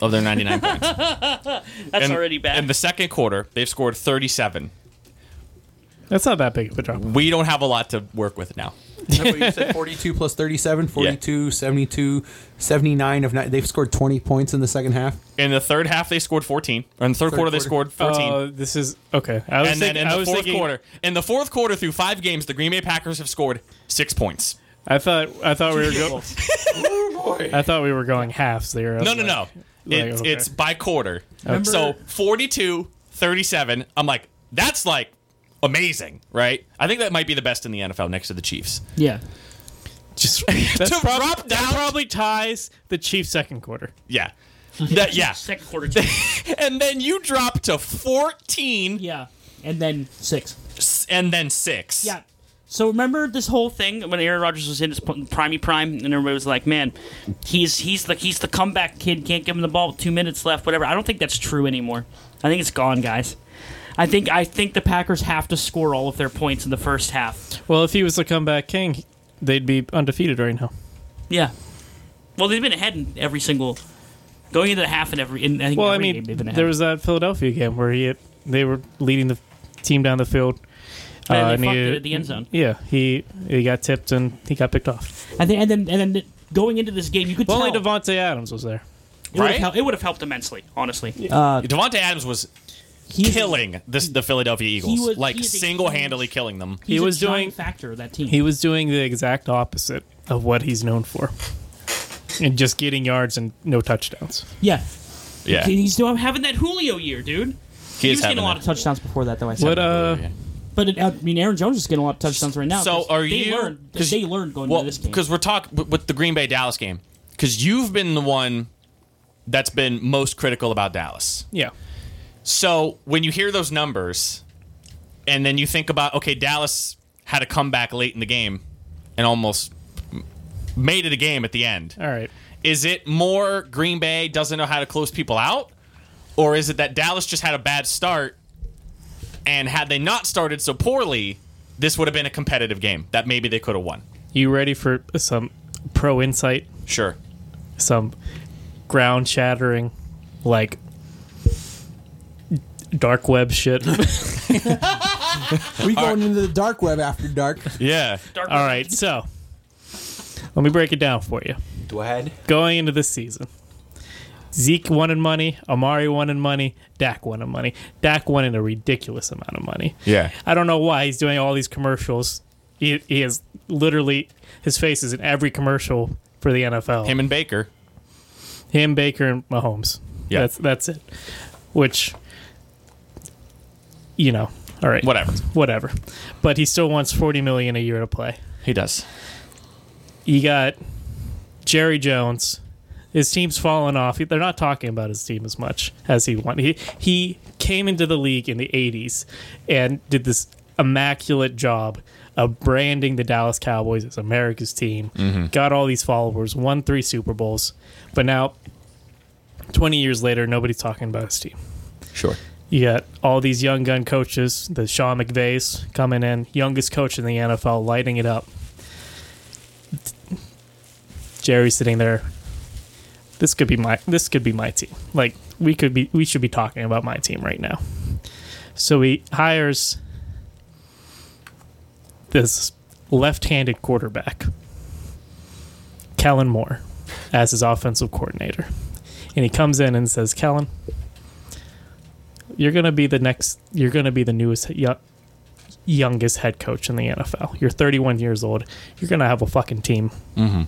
D: of their 99 points.
A: That's
D: In-
A: already bad.
D: In the second quarter, they've scored 37.
B: that's not that big of a drop
D: We don't have a lot to work with now.
C: Remember you said 42 plus 37, 42, 72, 79 of nine. They've scored 20 points in the second half.
D: In the third half, they scored 14. Or in the third,
C: Third
D: quarter, they
C: quarter.
D: scored 14.
B: Oh, this is okay. I was
D: and
B: thinking,
D: then in
B: I
D: the
B: was
D: fourth
B: thinking-
D: quarter, in the fourth quarter through five games, the Green Bay Packers have scored six points.
B: I thought I thought we were going.
C: boy.
B: I thought we were going halves there. I
D: No,
B: was
D: no,
B: like-
D: no.
B: like,
D: It's,
B: okay.
D: it's by quarter.
B: Remember-
D: So 42, 37. I'm like, that's like amazing, right? I think that might be the best in the NFL next to the Chiefs.
E: yeah.
B: Just
D: To
B: that's prob-
D: drop
B: that
D: down-
B: probably ties the Chiefs' second quarter.
D: Yeah. That, yeah.
A: second quarter. too.
D: and then you drop to 14
E: Yeah. And then six.
D: s- and then 6
E: Yeah. So remember this whole thing.
A: thing when Aaron Rodgers was in his p- primey prime, and everybody was like, "Man, he's he's the he's the comeback kid. Can't give him the ball. with Two minutes left. Whatever." I don't think that's true anymore. I think it's gone, guys. I think I think the Packers have to score all of their points in the first half.
B: Well, if he was the comeback king, they'd be undefeated right now.
A: Yeah. Well, they've been ahead in every single going into the half in every. In, I think
B: Well, I
A: every game
B: mean,
A: they've been ahead.
B: there was that Philadelphia game where he they were leading the team down the field.
A: and
B: uh,
A: they
B: and
A: fucked
B: he-
A: it at the end zone.
B: Yeah, he he got tipped and he got picked off.
E: And then and then and then going into this game, you could
B: If only
E: tell.
B: Devonte Adams was there.
A: It would have
D: Right?
A: helped, it would have helped immensely, honestly.
E: Uh,
D: Devonte Adams was
E: he is-
D: killing this the Philadelphia Eagles
E: was-
D: like
E: he is a
D: single-handily
E: huge-
D: killing them
E: he's
B: He
E: a
B: was
E: giant
B: doing-
E: factor of that team.
B: He was doing the exact opposite of what he's known for, and just getting yards and no touchdowns.
E: yeah.
D: Yeah.
E: He's
A: He's still having that Julio year, dude.
D: He
A: He
D: is
A: was getting
D: having
A: a lot
D: it.
A: of touch.
E: touchdowns before that, though. I said.
B: What uh?
E: But it, I mean, Aaron Jones is getting a lot of touchdowns right now.
D: So
E: 'cause
D: are
E: they
D: you-
E: Learned,
D: 'cause-
E: they learned going
D: Well,
E: into this game.
D: because we're talking with the Green Bay Dallas game, because you've been the one that's been most critical about Dallas.
B: Yeah.
D: So when you hear those numbers, and then you think about okay, Dallas had a comeback late in the game, and almost m- made it a game at the end.
B: All right.
D: Is it more Green Bay doesn't know how to close people out, or is it that Dallas just had a bad start, and had they not started so poorly, this would have been a competitive game that maybe they could have won.
B: You ready for some pro insight?
D: Sure.
B: Some ground shattering, like dark web shit.
F: We going into the dark web after dark.
D: Yeah.
B: All right, so let me break it down for you.
C: Go ahead.
B: Going into this season, Zeke won in money, Amari won in money, Dak won in money. Dak won in a ridiculous amount of money.
D: Yeah.
B: I don't know why he's doing all these commercials. He, he is literally his face is in every commercial for the NFL.
D: Him and Baker.
B: Him, Baker, and Mahomes.
D: Yeah.
B: that's that's it. Which, you know, all right,
D: Whatever.
B: whatever. But he still wants forty million a year to play.
D: He does.
B: you got Jerry Jones. His team's fallen off. They're not talking about his team as much as he wanted. He he came into the league in the '80s and did this immaculate job of branding the Dallas Cowboys as America's team. Got all these followers. Won three Super Bowls. But now, 20 years later, nobody's talking about his team.
D: Sure.
B: You got all these young gun coaches, the Sean McVays coming in, youngest coach in the NFL, lighting it up. Jerry's sitting there. This could be my this could be my team. Like we could be we should be talking about my team right now. So he hires this left-handed quarterback, Kellen Moore, as his offensive coordinator. And he comes in and says, "Kellen, you're gonna be the next you're gonna be the newest yo- youngest head coach in the NFL. You're 31 years old. You're gonna have a fucking team. Mm-hmm.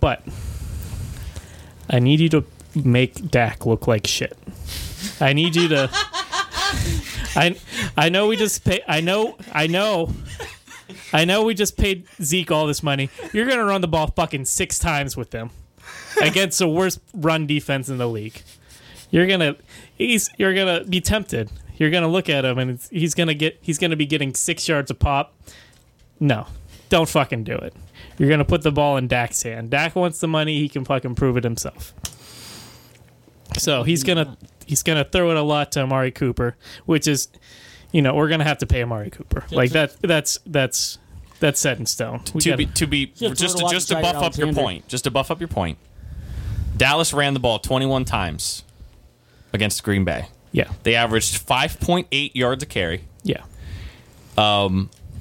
B: But I need you to make Dak look like shit. I need you to. I I know we just pay. I know I know. I know we just paid Zeke all this money. You're gonna run the ball fucking six times with them against the worst run defense in the league you're gonna he's you're gonna be tempted. You're gonna look at him and it's, he's gonna get he's gonna be getting six yards a pop. No, don't fucking do it. You're gonna put the ball in Dak's hand. Dak wants the money. He can fucking prove it himself. So he's gonna he's gonna throw it a lot to Amari Cooper, which is, you know, we're gonna have to pay Amari Cooper. Like that. That's that's that's set in stone. We
D: to
B: gotta-
D: be to be
E: Should've
D: just
E: thrown
D: to,
E: it
D: just to
E: off
D: buff
E: Jair
D: up your
E: Alexander.
D: point, just to buff up your point. Dallas ran the ball 21 times against Green Bay.
B: yeah,
D: They averaged 5.8 yards a carry.
B: yeah,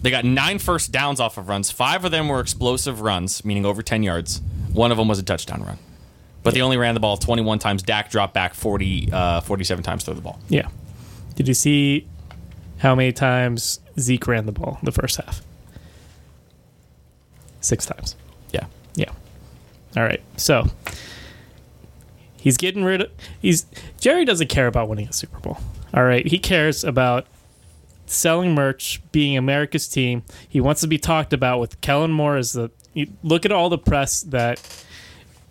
D: They got nine first downs off of runs. Five of them were explosive runs, meaning over 10 yards. One of them was a touchdown run. But they only ran the ball 21 times. Dak dropped back 40, uh, 47 times through the ball.
B: yeah. Did you see how many times Zeke ran the ball in the first half? Six times.
D: Yeah.
B: Yeah. All right. So he's getting rid of he's Jerry doesn't care about winning a Super Bowl. All right. He cares about selling merch, being America's team. He wants to be talked about with Kellen Moore as the you look at all the press that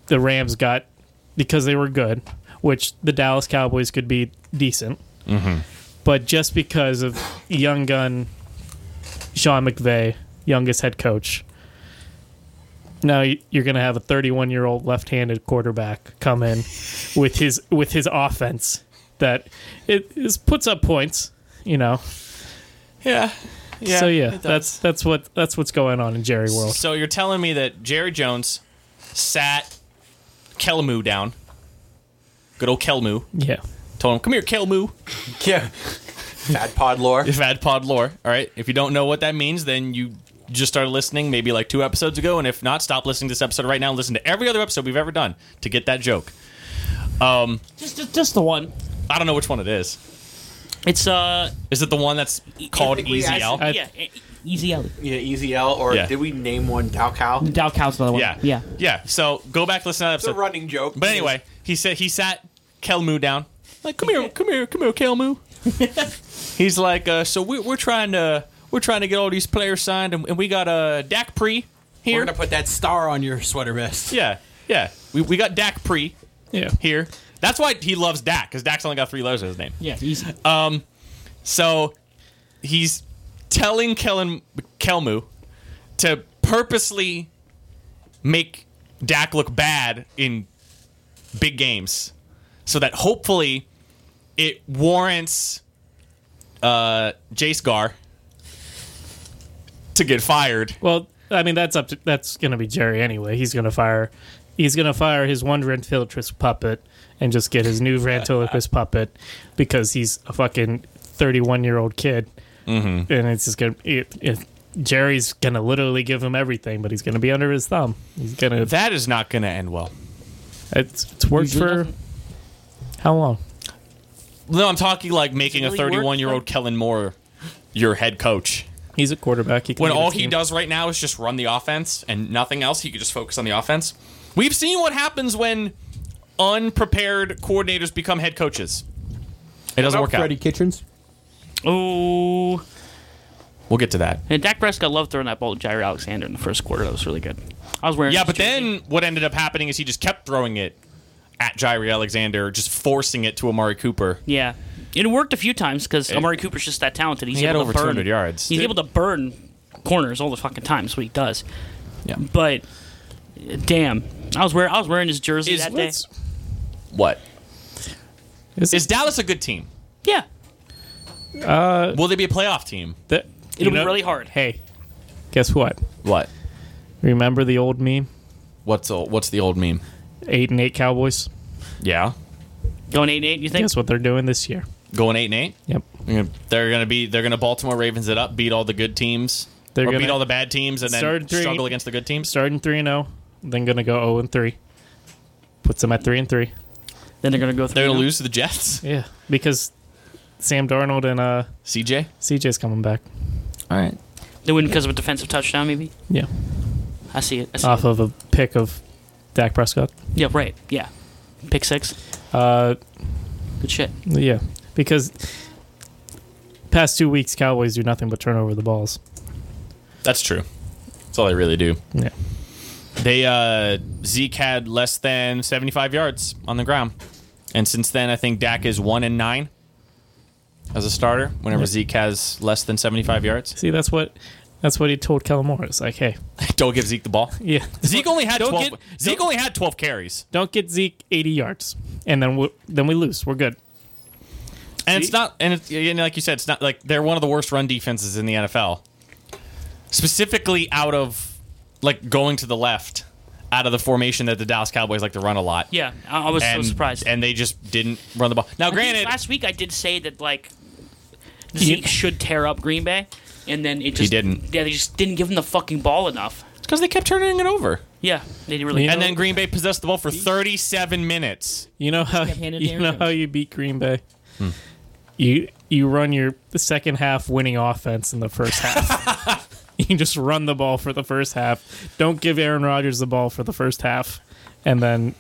B: the Rams got because they were good, which the Dallas Cowboys could be decent. But just because of young gun Sean McVay, youngest head coach, now y- you're going to have a 31 year old left-handed quarterback come in with his with his offense that it is puts up points, you know.
D: Yeah.
B: so yeah, that's that's what that's what's going on in Jerry world.
D: So you're telling me that Jerry Jones sat Kelmu down. Good old Kelmu.
B: Yeah.
D: Told him, come here, Kelmu.
C: Yeah. Fat pod lore.
D: If ad pod lore. All right. If you don't know what that means, then you just started listening maybe like two episodes ago. And if not, stop listening to this episode right now and listen to every other episode we've ever done to get that joke.
A: Just, just, just the one.
D: I don't know which one it is.
A: It's uh,
D: Is it the one that's called
C: think we
D: E- Easy
C: actually-
D: L?
B: I-
A: yeah, e- easy out.
C: Yeah, Easy L, or
D: Yeah.
C: did we name one Dow Cow? It's
E: Dow Cows, by the way.
D: Yeah.
E: Yeah.
D: Yeah. So go back, listen to that
C: a
D: episode.
C: running joke.
D: But anyway, he said he sat Kelmu down. Like, come here, come here, come here, Kelmu. He's like, uh, so we're, we're trying to we're trying to get all these players signed, and, and we got uh, Dak Pre
C: We're
D: here.
C: gonna put that star on your sweater vest.
D: yeah, yeah, we, we got Dak Pre
B: Yeah.
D: here. That's why he loves Dak because Dak's only got three letters in his name.
E: Yeah, easy.
A: Um,
D: So he's telling Kellen Kelmu to purposely make Dak look bad in big games, so that hopefully it warrants uh, Jace Gar to get fired.
B: Well, I mean that's up to that's gonna be Jerry anyway. He's gonna fire he's gonna fire his one ventriloquist puppet and just get his new ventriloquist puppet because he's a fucking thirty one year old kid. Mm-hmm. And it's just gonna it, it, Jerry's gonna literally give him everything, but he's gonna be under his thumb. He's gonna
D: That is not going to end well.
B: it's it's worked
E: Usually
B: for
E: doesn't.
B: how long?
D: No, I'm talking like making a
A: really work?
D: 31 year old Kellen Moore your head coach.
B: He's a quarterback. He can
D: when
B: lead a
D: all he
B: team.
D: does right now is just run the offense and nothing else. He could just focus on the offense. We've seen what happens when unprepared coordinators become head coaches. It doesn't work
F: Freddie
D: out.
F: Kitchens.
A: Oh,
D: We'll get to that.
A: and Dak Prescott loved throwing that ball to Jair Alexander in the first quarter. That was really good. I was wearing
D: Yeah,
A: his
D: but
A: jersey.
D: then what ended up happening is he just kept throwing it at Jairi Alexander, just forcing it to Amari Cooper.
A: yeah, it worked a few times because Amari Cooper's just that talented. He's
D: He had
A: able
D: over
A: to burn,
D: 200 yards.
A: He's able to burn corners all the fucking time. That's what he does.
D: Yeah.
A: but damn, I was wearing I was wearing his jersey
D: Is
A: that day.
D: what's- what?
B: Eh. Is-
D: Is Dallas a good team?
A: Yeah,
D: Will they be a playoff team?
B: That-
A: it'll
B: you
A: be
B: know-
A: really hard.
B: Hey, guess what?
D: What?
B: Remember the old meme?
D: What's the, what's the old meme?
B: Eight and eight Cowboys.
D: Yeah,
A: Going eight and eight, you think?
B: Guess what they're doing this year?
D: going eight and eight.
B: Yep.
D: They're gonna be they're gonna Baltimore Ravens it up, beat all the good teams,
B: They're
D: or
B: gonna-
D: beat all the bad teams, and then
B: Start three-
D: struggle against the good teams.
B: Starting three and zero, then gonna go zero and three. Puts them at three and three.
A: Then they're gonna go.
D: They're
A: three
D: gonna
A: now.
D: lose to the Jets.
B: Yeah, because Sam Darnold and uh,
D: CJ.
B: CJ's coming back.
D: All right.
A: They win because of a defensive touchdown, maybe.
B: Yeah,
A: I see it. I see
B: off
A: it.
B: of a pick of Dak Prescott.
A: Yeah, right. Yeah, pick six.
B: Uh,
A: Good shit.
B: yeah, because past two weeks Cowboys do nothing but turn over the balls.
D: That's true. That's all they really do.
B: Yeah,
D: They uh, Zeke had less than seventy five yards on the ground, and since then I think Dak is one and nine as a starter. Whenever
B: Yeah.
D: Zeke has less than seventy five yards,
B: see that's what that's what he told Kellen Moore. It's like, hey,
D: don't give Zeke the ball.
B: yeah,
D: Zeke only had
B: Don't
D: twelve.
B: get-
D: Zeke
B: don't-
D: only had twelve carries,
B: don't get Zeke eighty yards, and then we then we lose. We're good.
D: and
B: Zeke-
D: it's not. And it's, and like you said, it's not like they're one of the worst run defenses in the NFL. Specifically, out of like going to the left, out of the formation that the Dallas Cowboys like to run a lot.
A: Yeah, I, I was
D: and,
A: so surprised.
D: And they just didn't run the ball. Now,
A: I think
D: granted,
A: last week I did say that like Zeke should tear up Green Bay, and then it just
D: didn't.
A: Yeah, they just didn't give him the fucking ball enough.
D: it's because they kept turning it over.
A: Yeah, they really.
B: Yeah.
D: And then Green Bay possessed the ball for 37 minutes.
B: You know how
E: got handed to
B: you know
E: Aaron
B: how
E: Jones.
B: you beat Green Bay.
D: Hmm.
B: You you run your the second half winning offense in the first half. you just run the ball for the first half. Don't give Aaron Rodgers the ball for the first half, and then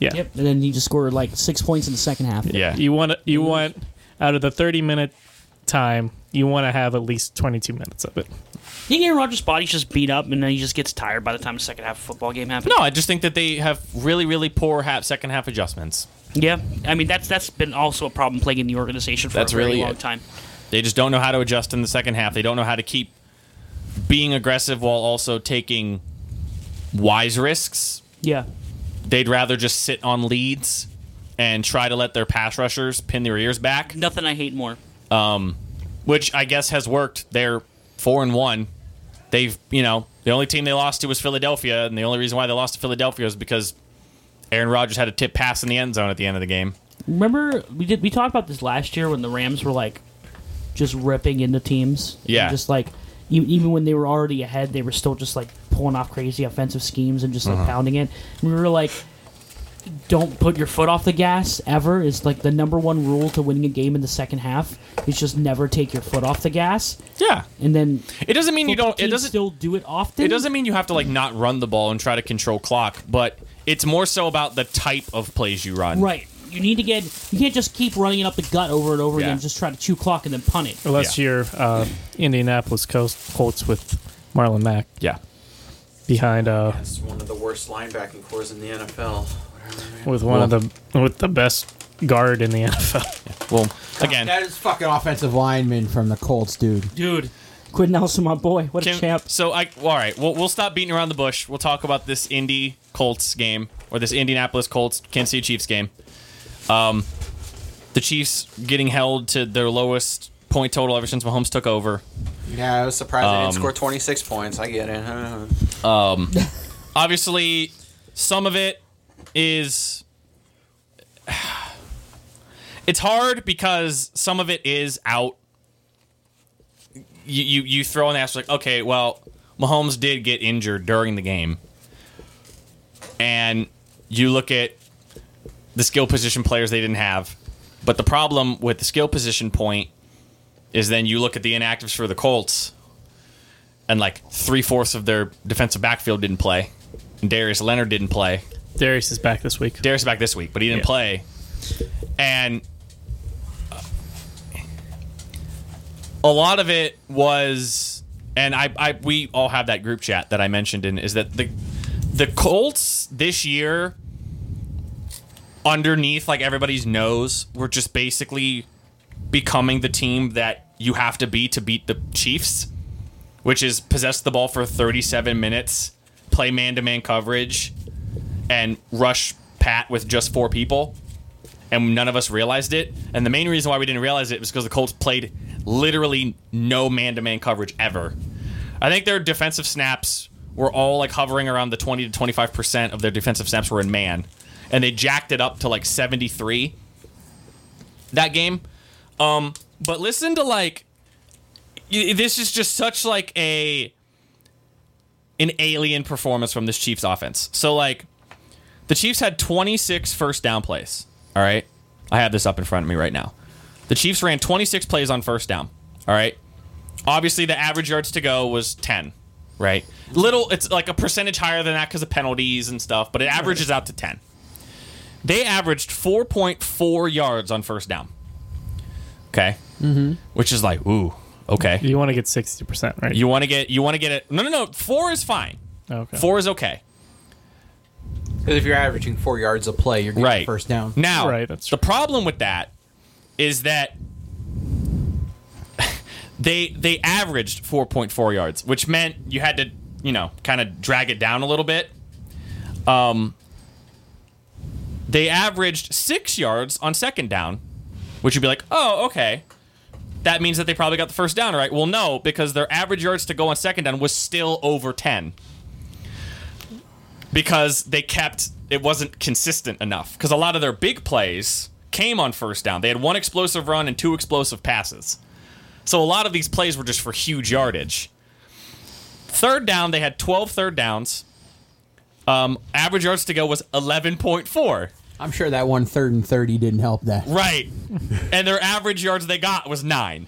B: yeah,
E: Yep, and then he just scored like six points in the second half.
D: Yeah.
B: you want you want out of the thirty minute time, you want to have at least twenty two minutes of it.
A: I think Aaron Rodgers' body's just beat up, and then he just gets tired by the time the second half of football game happens.
D: No, I just think that they have really, really poor half, second half adjustments.
A: Yeah, I mean that's that's been also a problem plaguing the organization for
D: That's
A: a very
D: really
A: long
D: it.
A: time.
D: They just don't know how to adjust in the second half. They don't know how to keep being aggressive while also taking wise risks.
A: Yeah,
D: They'd rather just sit on leads and try to let their pass rushers pin their ears back,
A: nothing I hate more.
D: which I guess has worked. They're four and one. They've, you know, the only team they lost to was Philadelphia, and the only reason why they lost to Philadelphia is because Aaron Rodgers had a tip pass in the end zone at the end of the game.
E: Remember we did we talked about this last year when the Rams were like just ripping into teams.
D: Yeah.
E: And Just like e- even when they were already ahead, they were still just like pulling off crazy offensive schemes and just like
D: Uh-huh.
E: pounding it. And we were like, don't put your foot off the gas ever. Is like the number one rule to winning a game in the second half is just never take your foot off the gas.
D: Yeah.
E: And then
D: It doesn't mean you don't. It
E: teams
D: doesn't.
E: still do it often.
D: it doesn't mean you have to like not run the ball and try to control clock, but it's more so about the type of plays you run.
E: Right. You need to get. You can't just keep running it up the gut over and over
D: Yeah.
E: again. Just try to chew clock and then punt it.
F: Oh,
B: Unless
D: Yeah.
B: you're uh, Indianapolis Coast Colts with Marlon Mack
D: Yeah.
B: behind uh,
C: That's one of the worst linebacking cores in the NFL.
B: with one
D: Well-
B: of the with the best guard in the NFL.
D: Well, again,
C: that is fucking
F: Offensive lineman from the Colts, dude.
E: Dude, Quinn Nelson, my boy, what
D: Can-
E: a champ!
D: So I well, all right, we'll we'll stop beating around the bush. We'll talk about this Indy Colts game or this Indianapolis Colts Kansas City Chiefs game. Um, the Chiefs getting held to their lowest point total ever since Mahomes took over.
C: Yeah, I was surprised I didn't
D: Um,
C: score 26 points. I get it.
D: Obviously, some of it is it's hard because some of it is out. You you, you throw an asterisk like, okay, well, Mahomes did get injured during the game. and you look at the skill position players they didn't have. But the problem with the skill position point is then you look at the inactives for the Colts, and like three fourths of their defensive backfield didn't play. And Darius Leonard didn't play.
B: Darius is back this week.
D: Darius is back this week, but he didn't
B: Yeah.
D: play. And uh, a lot of it was, and I, I, we all have that group chat that I mentioned in, is that the, the Colts this year, underneath like everybody's nose, were just basically becoming the team that you have to be to beat the Chiefs, which is possess the ball for 37 minutes, play man to man coverage, and rush Pat with just four people, and none of us realized it. And the main reason why we didn't realize it was because the Colts played literally no man to man coverage ever. I think their defensive snaps were all like hovering around the 20 to 25% of their defensive snaps were in man, and they jacked it up to like 73 that game. Um, but listen to like y- this is just such like a an alien performance from this Chiefs offense. So like the Chiefs had 26 first down plays. All right. I have this up in front of me right now. The Chiefs ran 26 plays on first down. All right. Obviously, the average yards to go was 10, right? Little, it's like a percentage higher than that because of penalties and stuff, but it averages out to 10. They averaged 4.4 yards on first down. Okay. Mm-hmm. Which is like, ooh, okay.
B: You want to get sixty percent, right?
D: You want to get, you want to get it. No, no, no. Four is fine.
B: okay.
D: Four is okay.
C: Because if you're averaging four yards a play, you're getting
D: right.
C: a first down.
D: Now,
B: Right, that's
D: the problem with that is that they they averaged 4.4 yards, which meant you had to, you know, kind of drag it down a little bit. Um they averaged 6 yards on second down, which would be like, "Oh, okay." That means that they probably got the first down, right? Well, no, because their average yards to go on second down was still over 10 because they kept it wasn't consistent enough because a lot of their big plays came on first down. They had one explosive run and two explosive passes. So a lot of these plays were just for huge yardage. Third down, they had 12 third downs. Um, average yards to go was 11.4.
F: I'm sure that one third and thirty didn't help that.
D: Right. and their average yards they got was nine.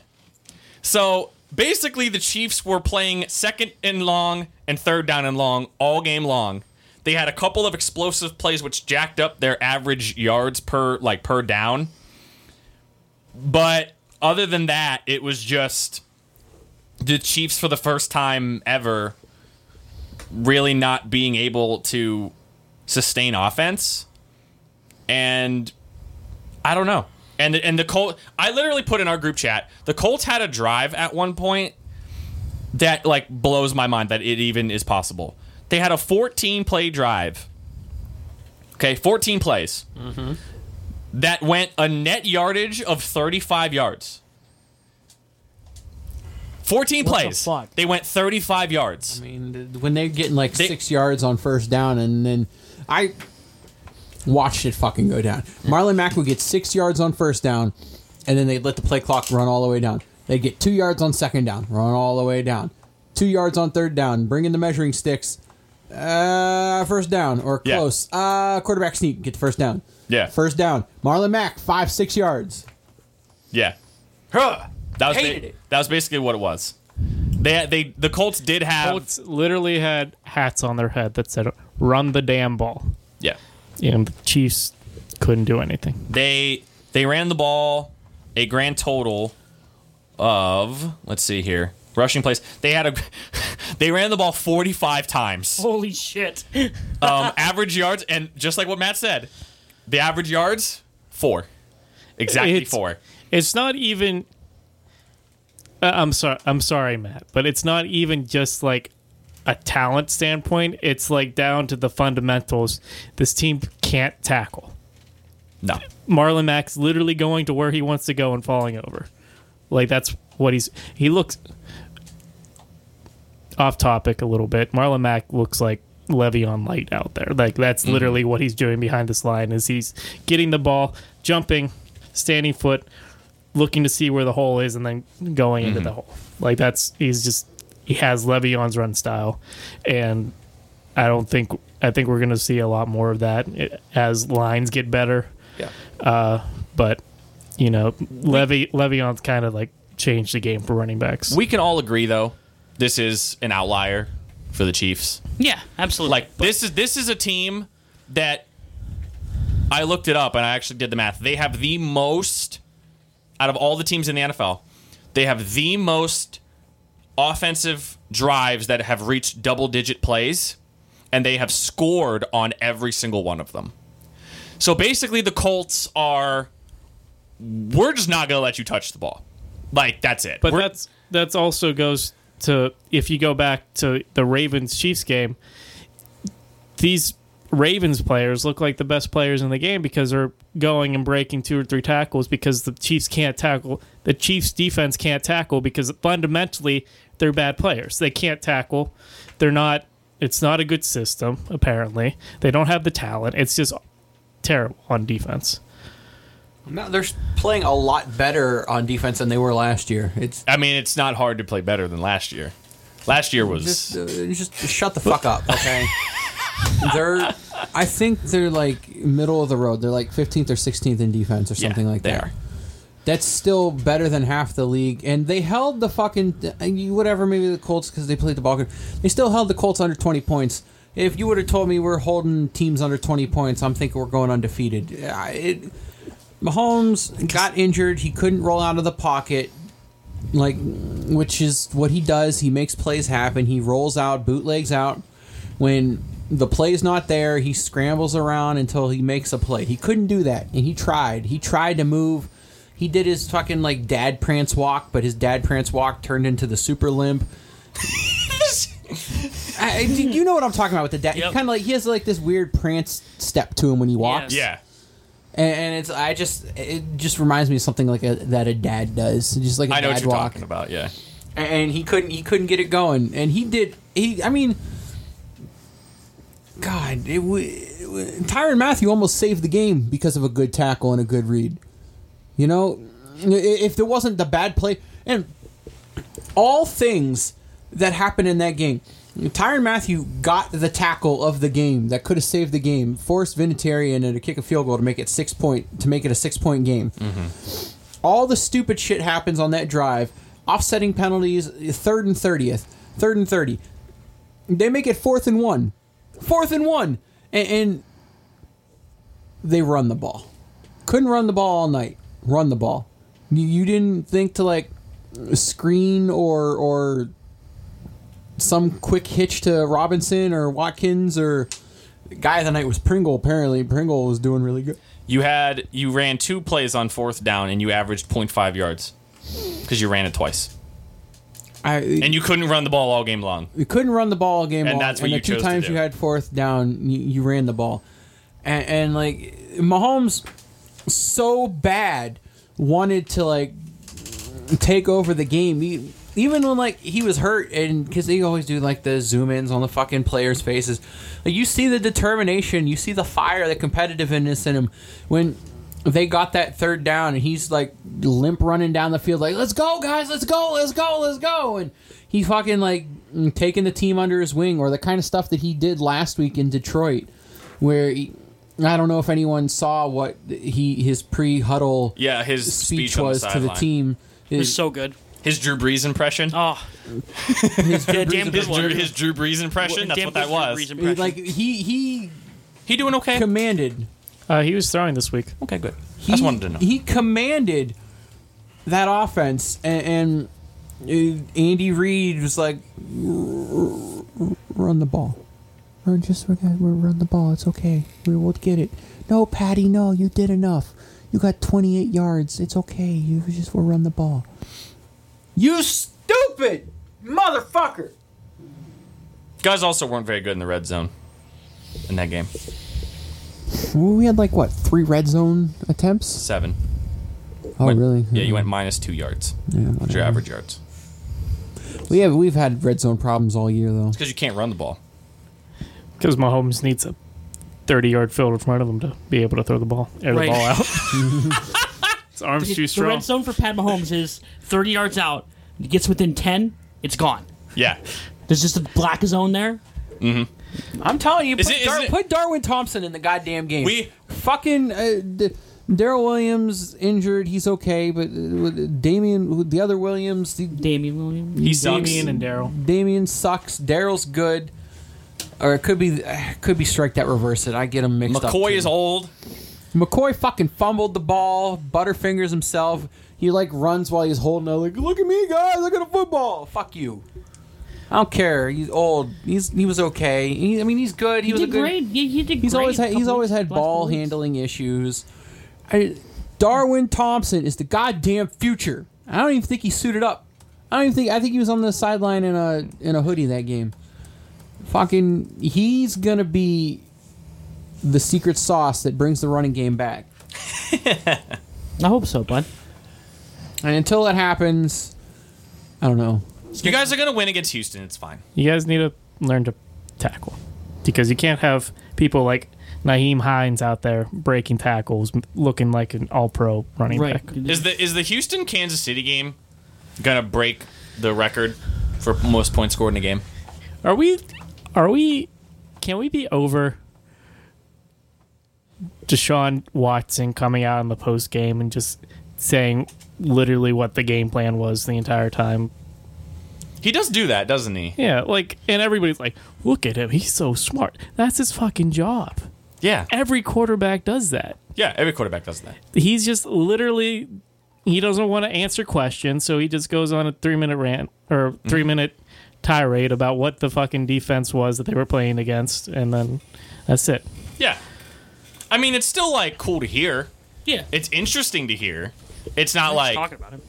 D: So basically, the Chiefs were playing second and long and third down and long all game long. They had a couple of explosive plays which jacked up their average yards per like per down. But other than that, it was just the Chiefs for the first time ever really not being able to sustain offense. And I don't know. And and the Colt, I literally put in our group chat. The Colts had a drive at one point that like blows my mind that it even is possible. They had a 14 play drive. Okay, 14 plays.
E: Mm-hmm.
D: That went a net yardage of 35 yards.
E: What
D: 14
E: the
D: plays.
E: fuck?
D: They went 35 yards.
F: I mean, th- when they're getting like
D: They-
F: six yards on first down, and then I watched it fucking go down. Marlon Mack would get six yards on first down, and then they'd let the play clock run all the way down. They'd get two yards on second down, run all the way down. Two yards on third down, bring in the measuring sticks. Uh, first down or
D: Yeah.
F: close. Uh, quarterback sneak, get the first down.
D: Yeah.
F: First down. Marlon Mack, five, six yards.
D: Yeah.
C: Huh.
D: That was
C: Hated
D: ba-
C: it.
D: that was basically what it was. They they the Colts did have
B: Colts literally had hats on their head that said "Run the damn ball,"
D: yeah.
B: and the Chiefs Couldn't do anything.
D: They they ran the ball a grand total of let's see here rushing plays. They had a they ran the ball 45 times.
E: Holy shit.
D: Um, average yards and just like what Matt said, the average yards four, exactly
B: It's-
D: four.
B: It's not even. Uh, I'm sorry. I'm sorry, Matt, but it's not even just like a talent standpoint. It's like down to the fundamentals. This team can't tackle.
D: No,
B: Marlon Mack's literally going to where he wants to go and falling over. Like that's what he's he looks off topic a little bit. Marlon Mack looks like Le'Veon Light out there. Like that's literally what he's doing behind this line is he's getting the ball, jumping, standing foot, looking to see where the hole is and then going into the hole. Like that's he's just he has Le'Veon's run style and I don't think I think we're going to see a lot more of that eh, as lines get better
D: yeah.
B: but you know, Levy Le'Veon's kind of like changed the game for running backs.
D: We can all agree though, this is an outlier for the Chiefs.
A: Yeah, absolutely.
D: Like this is this is a team that I looked it up and I actually did the math. They have the most out of all the teams in the NFL. They have the most offensive drives that have reached double digit plays and they have scored on every single one of them. So basically the Colts are we're just not going to let you touch the ball. Like that's it.
B: but
D: We're-
B: that's that's also goes to if you go back to the Ravens Chiefs game, these Ravens players look like the best players in the game because they're going and breaking two or three tackles because the Chiefs can't tackle. The Chiefs defense can't tackle because fundamentally they're bad players. They can't tackle. They're not. It's not a good system. Apparently, they don't have the talent. It's just terrible on defense.
F: No, they're playing a lot better on defense than they were last year. It's
D: I mean, it's not hard to play better than last year. Last year was
F: just, uh, just shut the fuck up, okay? they're, I think they're like middle of the road. They're like 15th or 16th in defense or
D: Yeah,
F: something like
D: they
F: that.
D: are.
F: That's still better than half the league, and they held the fucking uh, you- whatever. Maybe the Colts because they played the ball. good. They still held the Colts under 20 points. If you would have told me we're holding teams under 20 points, I'm thinking we're going undefeated. Yeah, It, Mahomes got injured. He couldn't roll out of the pocket like which is what he does he makes plays happen he rolls out bootlegs out when the play's not there he scrambles around until he makes a play he couldn't do that and he tried he tried to move he did his fucking like dad prance walk but his dad prance walk turned into the super limp I, I- you know what i'm talking about with the dad
A: Yep.
F: kind of like he has like this weird prance step to him when he walks
A: Yes.
D: yeah.
F: and, and it's i just it just reminds me of something like a, that a dad does just like a
D: I know
F: dad
D: what you're
F: walk
D: talking about. Yeah,
F: and he couldn't he couldn't get it going and he did he i mean god it, wa- it, wa- Tyrann matthew almost saved the game because of a good tackle and a good read you know i- if there wasn't the bad play and all things that happened in that game Tyron Matthew got the tackle of the game that could have saved the game, forced Vinatieri into a kick a field goal to make it six point to make it a six point game all the stupid shit happens on that drive. Offsetting penalties, third and thirtieth, third and thirty. They make it fourth and one, fourth and one, and, and they run the ball. Couldn't run the ball all night. Run the ball. You, you didn't think to like screen or or some quick hitch to Robinson or Watkins or guy of the night was Pringle. Apparently, Pringle was doing really good.
D: you had you ran two plays on fourth down and you averaged 0.5 yards because you ran it twice
F: I,
D: and you couldn't run the ball all game long.
F: you couldn't run the ball all game
D: And
F: long,
D: that's what
F: and the
D: you
F: two
D: chose to
F: times
D: do.
F: you had fourth down, you, you ran the ball, and, and like Mahomes, so bad wanted to like take over the game. He, even when like he was hurt, and because they always do like the zoom ins on the fucking players' faces, like you see the determination, you see the fire, the competitiveness in him. When they got that third down, and he's like limp running down the field, like "Let's go, guys! Let's go! Let's go! Let's go!" and he fucking like mm, taking the team under his wing, or the kind of stuff that he did last week in Detroit, where. He, I don't know if anyone saw what he his pre huddle
D: Yeah, his speech,
F: speech,
D: on the
F: was to the
D: sideline.
F: team.
A: it
F: His,
A: was so good.
D: His Drew Brees impression.
A: Oh, yeah, damn
D: his,
A: good
D: Drew,
A: one.
D: his Drew Brees impression. That's
A: Damn
D: what that
A: good Drew
D: was.
A: Brees impression.
F: like he he
D: He doing okay?
F: commanded
B: Uh, he was throwing this week.
D: Okay, good. I
F: He,
D: just wanted to know.
F: He commanded that offense, and, and uh, Andy Reid was like, "Run the ball, run just run, run the ball. It's okay. We will get it." No, Patty, no, you did enough. You got 28 yards. It's okay. You just will run the ball.
C: You stupid motherfucker!
D: Guys also weren't very good in the red zone in that game.
F: We had like what three red zone attempts?
D: Seven.
F: Oh,
D: Went-
F: really?
D: Yeah, you went minus two yards.
F: Yeah,
D: What's
F: whatever.
D: your average yards?
F: We have we've had red zone problems all year though.
D: Because you can't run the ball.
B: Because Mahomes needs a 30 yard field in front of him to be able to throw the ball, air
A: Right.
B: the ball out. His arm's too
E: The
B: strong.
E: red zone for Pat Mahomes is 30 yards out. He gets within 10, it's gone.
D: Yeah.
E: There's just a black zone there.
F: I'm telling you,
D: Is
F: put,
D: it- is
F: Dar-
D: it-
F: put Darwin Thompson in the goddamn game.
D: We-
F: fucking uh, D- Daryl Williams injured. He's okay, but uh, with Damian, the other Williams, the,
E: Damian Williams.
D: He sucks.
B: Damian and Daryl.
F: Damian sucks. Daryl's good, or it could be uh, could be strike that reverse it. I get him mixed up.
D: McCoy
F: too.
D: is old.
F: McCoy fucking fumbled the ball. Butterfingers himself. He like runs while he's holding out. Like, look at me, guys! Look at the football. Fuck you. I don't care. He's old. He's he was okay. He, I mean, he's good. He,
E: He
F: was a
E: did
F: good.
E: great. Yeah, he did
F: He's
E: great
F: always had,
E: couple
F: he's always
E: weeks-
F: had
E: last couple
F: ball
E: weeks.
F: handling issues. I, Darwin Thompson is the goddamn future. I don't even think he suited up. I don't even think I think he was on the sideline in a in a hoodie that game. Fucking, he's gonna be the secret sauce that brings the running game back.
E: I hope so, bud.
F: And until that happens, I don't know.
D: You guys are going to win against Houston. It's fine.
B: You guys need to learn to tackle because you can't have people like Naheem Hines out there breaking tackles, m- looking like an all pro running
E: Right.
B: back.
D: Is the is the Houston Kansas City game going to break the record for most points scored in a game?
B: Are we, are we, can we be over Deshaun Watson coming out in the post game and just saying literally what the game plan was the entire time?
D: He does do that, doesn't he?
B: Yeah, like, and everybody's like, look at him. He's so smart. That's his fucking job.
D: Yeah.
B: Every quarterback does that.
D: Yeah, every quarterback does that.
B: he's just literally he doesn't want to answer questions, so he just goes on a three minute rant or 3 minute tirade about what the fucking defense was that they were playing against, and then that's it.
D: Yeah. I mean, it's still like cool to hear.
E: Yeah.
D: It's interesting to hear. It's not like
E: talking about him.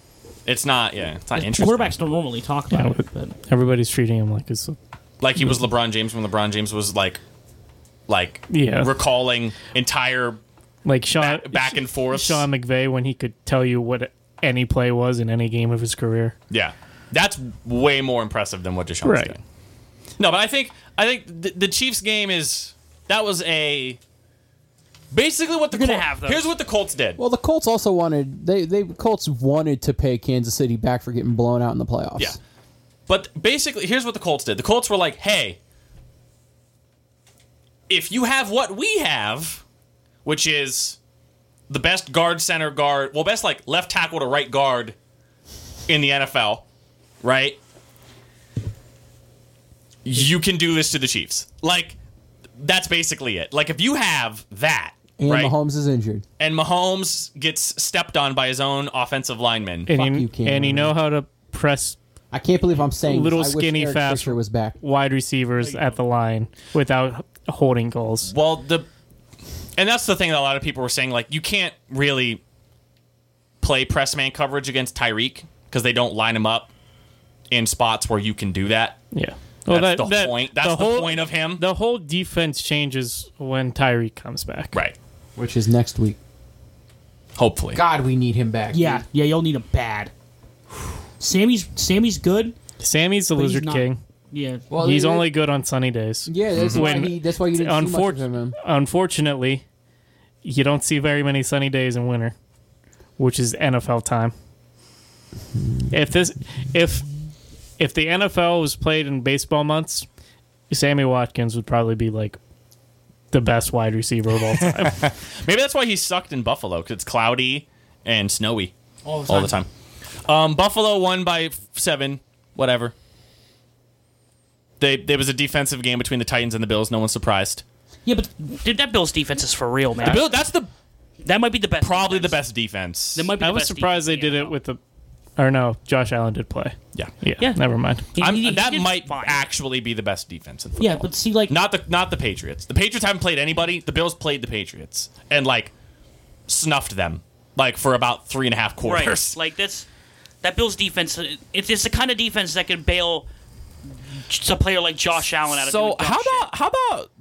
D: it's not yeah, it's not interesting.
E: Quarterbacks don't normally talk about it, but
B: Everybody's treating him like it's
D: like he was LeBron James when LeBron James was like, like
B: Yeah. Uh,
D: recalling entire
B: like Sean
D: back, back and forth.
B: Sean McVay when he could tell you what any play was in any game of his career.
D: Yeah, that's way more impressive than what Deshaun's
B: Right.
D: doing. No, but I think I think the, the Chiefs game is that was a basically what the
E: You're gonna
D: Col-
E: have those.
D: here's what the Colts did.
F: Well, the Colts also wanted they they Colts wanted to pay Kansas City back for getting blown out in the playoffs.
D: Yeah. But basically, here's what the Colts did. The Colts were like, hey, if you have what we have, which is the best guard, center guard, well, best like left tackle to right guard in the NFL, right? You can do this to the Chiefs. Like, that's basically it. Like, if you have that,
F: and
D: right?
F: Mahomes is injured.
D: And Mahomes gets stepped on by his own offensive lineman.
B: And
F: Fuck
B: you,
F: you, Cam
B: and you
F: Newton.
B: know how to press
F: I can't believe I'm saying
B: Little
F: this. I
B: skinny,
F: wish Eric
B: fast-
F: Fisher was back.
B: wide receivers at the line without holding goals.
D: Well, the and that's the thing that a lot of people were saying. Like, you can't really play press man coverage against Tyreek because they don't line him up in spots where you can do that.
B: Yeah. Well,
D: that's
B: that-
D: the
B: that-
D: point. That's the,
B: whole-
D: point of him.
B: The whole defense changes when Tyree comes back.
D: right.
F: which is next week.
D: Hopefully.
F: God, we need him back.
E: yeah, yeah, you'll need him bad. Sammy's Sammy's good.
B: Sammy's the
E: he's
B: lizard
E: not-
B: king.
E: Yeah.
F: Well,
B: he's
F: it-
B: only good on sunny days.
F: Yeah, that's
B: When-
F: why he. That's why you didn't see much
B: Unfor-
F: of him. man.
B: unfortunately, you don't see very many sunny days in winter, which is NFL time. If this, if if the NFL was played in baseball months, Sammy Watkins would probably be like the best wide receiver of all time.
D: Maybe that's why he sucked in Buffalo because it's cloudy and snowy
E: all the
D: all the time. Um, Buffalo won by f- seven. Whatever. They there was a defensive game between the Titans and the Bills. No one's surprised.
A: Yeah, but dude, that Bills defense is for real, man.
D: The Bill, that's the
A: that might be the best.
D: probably the
A: defense.
D: best defense.
A: That might be
B: I
A: the
B: was
A: best
B: surprised they
A: defense
B: did
A: in
B: it
A: the
B: with the. Or no, Josh Allen did play.
D: yeah.
B: Yeah,
A: Yeah.
B: never mind.
A: NFL.
D: I'm,
A: He- he- he
D: that
A: did
D: might
A: fine.
D: actually be the best defense in football.
E: Yeah, but see, like,
D: not the not the Patriots. The Patriots haven't played anybody. The Bills played the Patriots and like snuffed them like for about three and a half quarters.
A: Right. Like this, that Bills defense. it- It's, it's the kind of defense that can bail j- a player like Josh Allen out of
D: so
A: doing dumb
D: how
A: shit.
D: about how about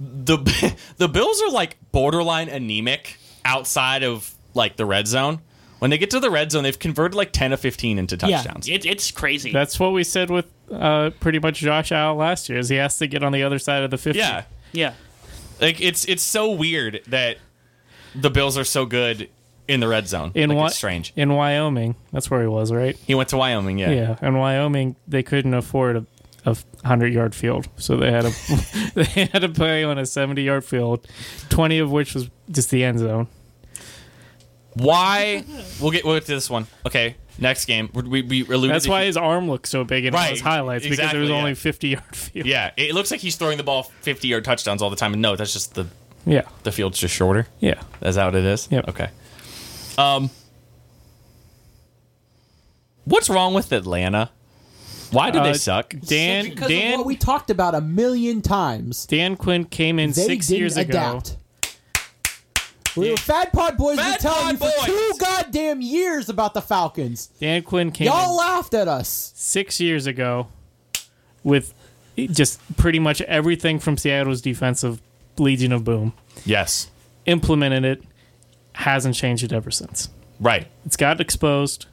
D: the the Bills are like borderline anemic outside of like the red zone. When they get to the red zone, they've converted like ten to fifteen into
E: Yeah.
D: touchdowns.
A: It, it's crazy.
B: That's what we said with uh, pretty much Josh Allen last year. Is he has to get on the other side of the fifty?
D: yeah.
A: yeah.
D: Like it's it's so weird that the Bills are so good in the red zone.
B: in
D: like,
B: Wy-
D: it's strange.
B: in Wyoming. That's where he was, right?
D: He went to Wyoming, yeah.
B: Yeah, in Wyoming they couldn't afford a, a hundred yard field, so they had a they had to play on a seventy yard field, twenty of which was just the end zone.
D: Why? We'll get we'll get to this one. Okay, next game. We we alluded
B: That's
D: to-
B: why his arm looked so big in all
D: Right,
B: his highlights because there was
D: exactly,
B: only
D: yeah.
B: fifty yard field.
D: Yeah, it looks like he's throwing the ball fifty yard touchdowns all the time, and no, that's just the
B: yeah,
D: the field's just shorter.
B: yeah.
D: That's how it is.
B: Yep.
D: Okay. Um, what's wrong with Atlanta? Why do
B: Uh,
D: they suck?
B: Dan
F: because of
B: Dan
F: what we talked about a million times.
B: Dan Quinn came in
F: They
B: 6
F: didn't
B: years
F: adapt.
B: ago.
F: We were Fat Pod Boys were
D: Fat
F: telling you
D: Pod
F: for
D: Boys.
F: two goddamn years about the Falcons.
B: Dan Quinn came
F: Y'all
B: in
F: laughed at us.
B: 6 years ago with just pretty much everything from Seattle's defensive legion of boom.
D: Yes.
B: implemented it, hasn't changed it ever since.
D: Right.
B: It's got exposed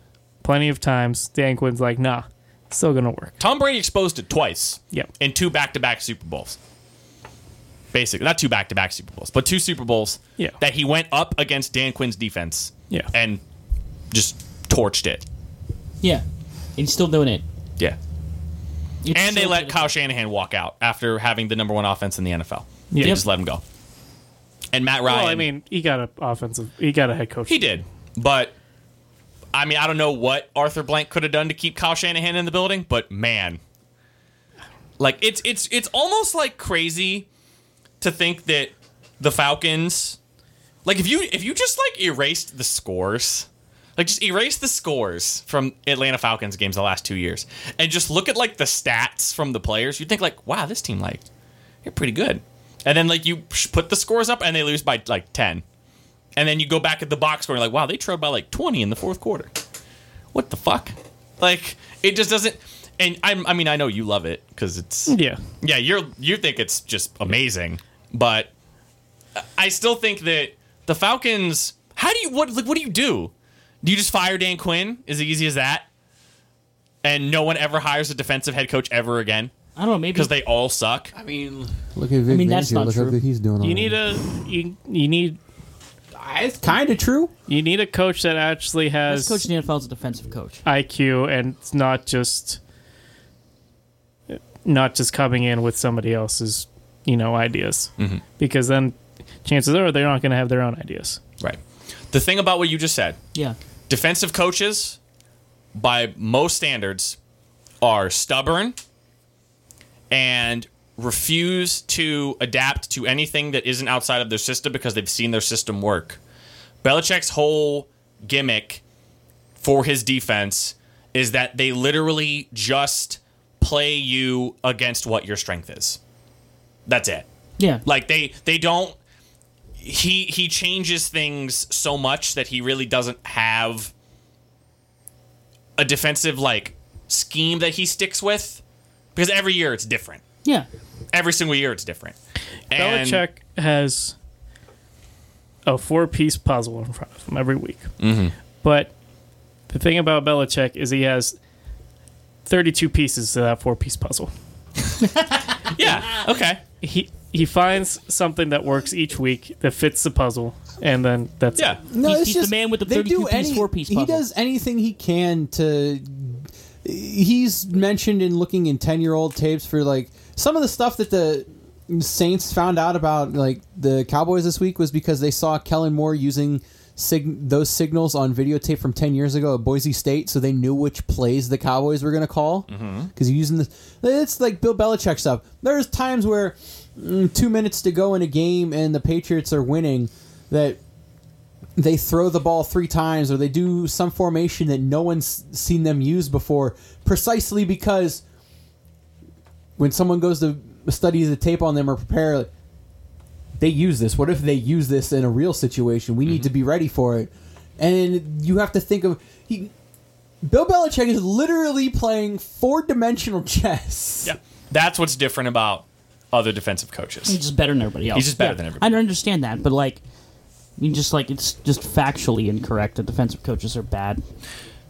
B: plenty of times. Dan Quinn's like, nah, it's still gonna work.
D: Tom Brady exposed it twice.
B: Yep.
D: In two back to back Super Bowls. Basically, not two back to back Super Bowls, but two Super Bowls
B: Yeah.
D: that he went up against Dan Quinn's defense
B: Yeah.
D: and just torched it.
E: yeah, and he's still doing it.
D: Yeah.
E: It's
D: And they
E: so
D: let
E: good.
D: Kyle Shanahan walk out after having the number one offense in the NFL.
B: Yeah.
D: They just let him go. And Matt Ryan.
B: Well, I mean, he got an offensive, he got a head coach.
D: he did. But, I mean, I don't know what Arthur Blank could have done to keep Kyle Shanahan in the building, but man. Like, it's, it's, it's almost like crazy to think that the Falcons. Like if you if you just like erased the scores, like just erase the scores from Atlanta Falcons games the last two years, and just look at like the stats from the players, you'd think like, wow, this team like you're pretty good. And then like you sh- put the scores up and they lose by like ten, and then you go back at the box score and you're like, wow, they trailed by like twenty in the fourth quarter. What the fuck? Like it just doesn't. And I'm, I mean, I know you love it because it's
B: Yeah.
D: yeah, you're you think it's just amazing, but I still think that the Falcons. How do you what like what do you do? Do you just fire Dan Quinn? Is it easy as that? And no one ever hires a defensive head coach ever again
E: I don't know, maybe
D: because they all suck.
C: I mean,
F: Look at Vic
E: I mean, that's Fangio. not Look how true. good
F: he's doing.
B: You need a, you, you need, Ah,
F: It's kind of true.
B: you need a coach that actually
E: this
B: has
E: coach in the NFL is a defensive coach.
B: IQ and it's not just, not just coming in with somebody else's, you know, ideas.
D: Mm-hmm.
B: Because then chances are they're not going to have their own ideas.
D: Right. The thing about what you just said,
E: Yeah,
D: defensive coaches, by most standards, are stubborn and refuse to adapt to anything that isn't outside of their system because they've seen their system work. Belichick's whole gimmick for his defense is that they literally just play you against what your strength is. That's it.
E: yeah,
D: Like they they don't he he changes things so much that he really doesn't have a defensive like scheme that he sticks with because every year it's different.
E: yeah.
D: Every single year it's different. And
B: Belichick has a four piece puzzle in front of him every week. But the thing about Belichick is he has 32 pieces to that four piece puzzle.
D: Yeah. Okay.
B: He he finds something that works each week that fits the puzzle, and then that's
D: Yeah.
B: it.
F: No,
E: He's-
F: it's
E: he's the
F: just
E: man with the
F: they do
E: 32 piece,
F: any-
E: four piece
F: He
E: puzzle.
F: does anything he can to. He's mentioned in looking in ten year old tapes for like some of the stuff that the Saints found out about like the Cowboys this week was because they saw Kellen Moore using sig- those signals on videotape from 10 years ago at Boise State so they knew which plays the Cowboys were going to call. Because
E: Mm-hmm.
F: mm using the. It's like Bill Belichick stuff. There's times where mm, two minutes to go in a game and the Patriots are winning that they throw the ball three times or they do some formation that no one's seen them use before precisely because when someone goes to study the tape on them or prepare like, they use this what if they use this in a real situation we
D: Mm-hmm.
F: need to be ready for it and you have to think of he, bill belichick is literally playing four-dimensional chess
D: Yeah. That's what's different about other defensive coaches.
E: He's just better than everybody else.
D: He's just better than everybody.
E: I don't understand that, but like, I mean, just like it's just factually incorrect that defensive coaches are bad.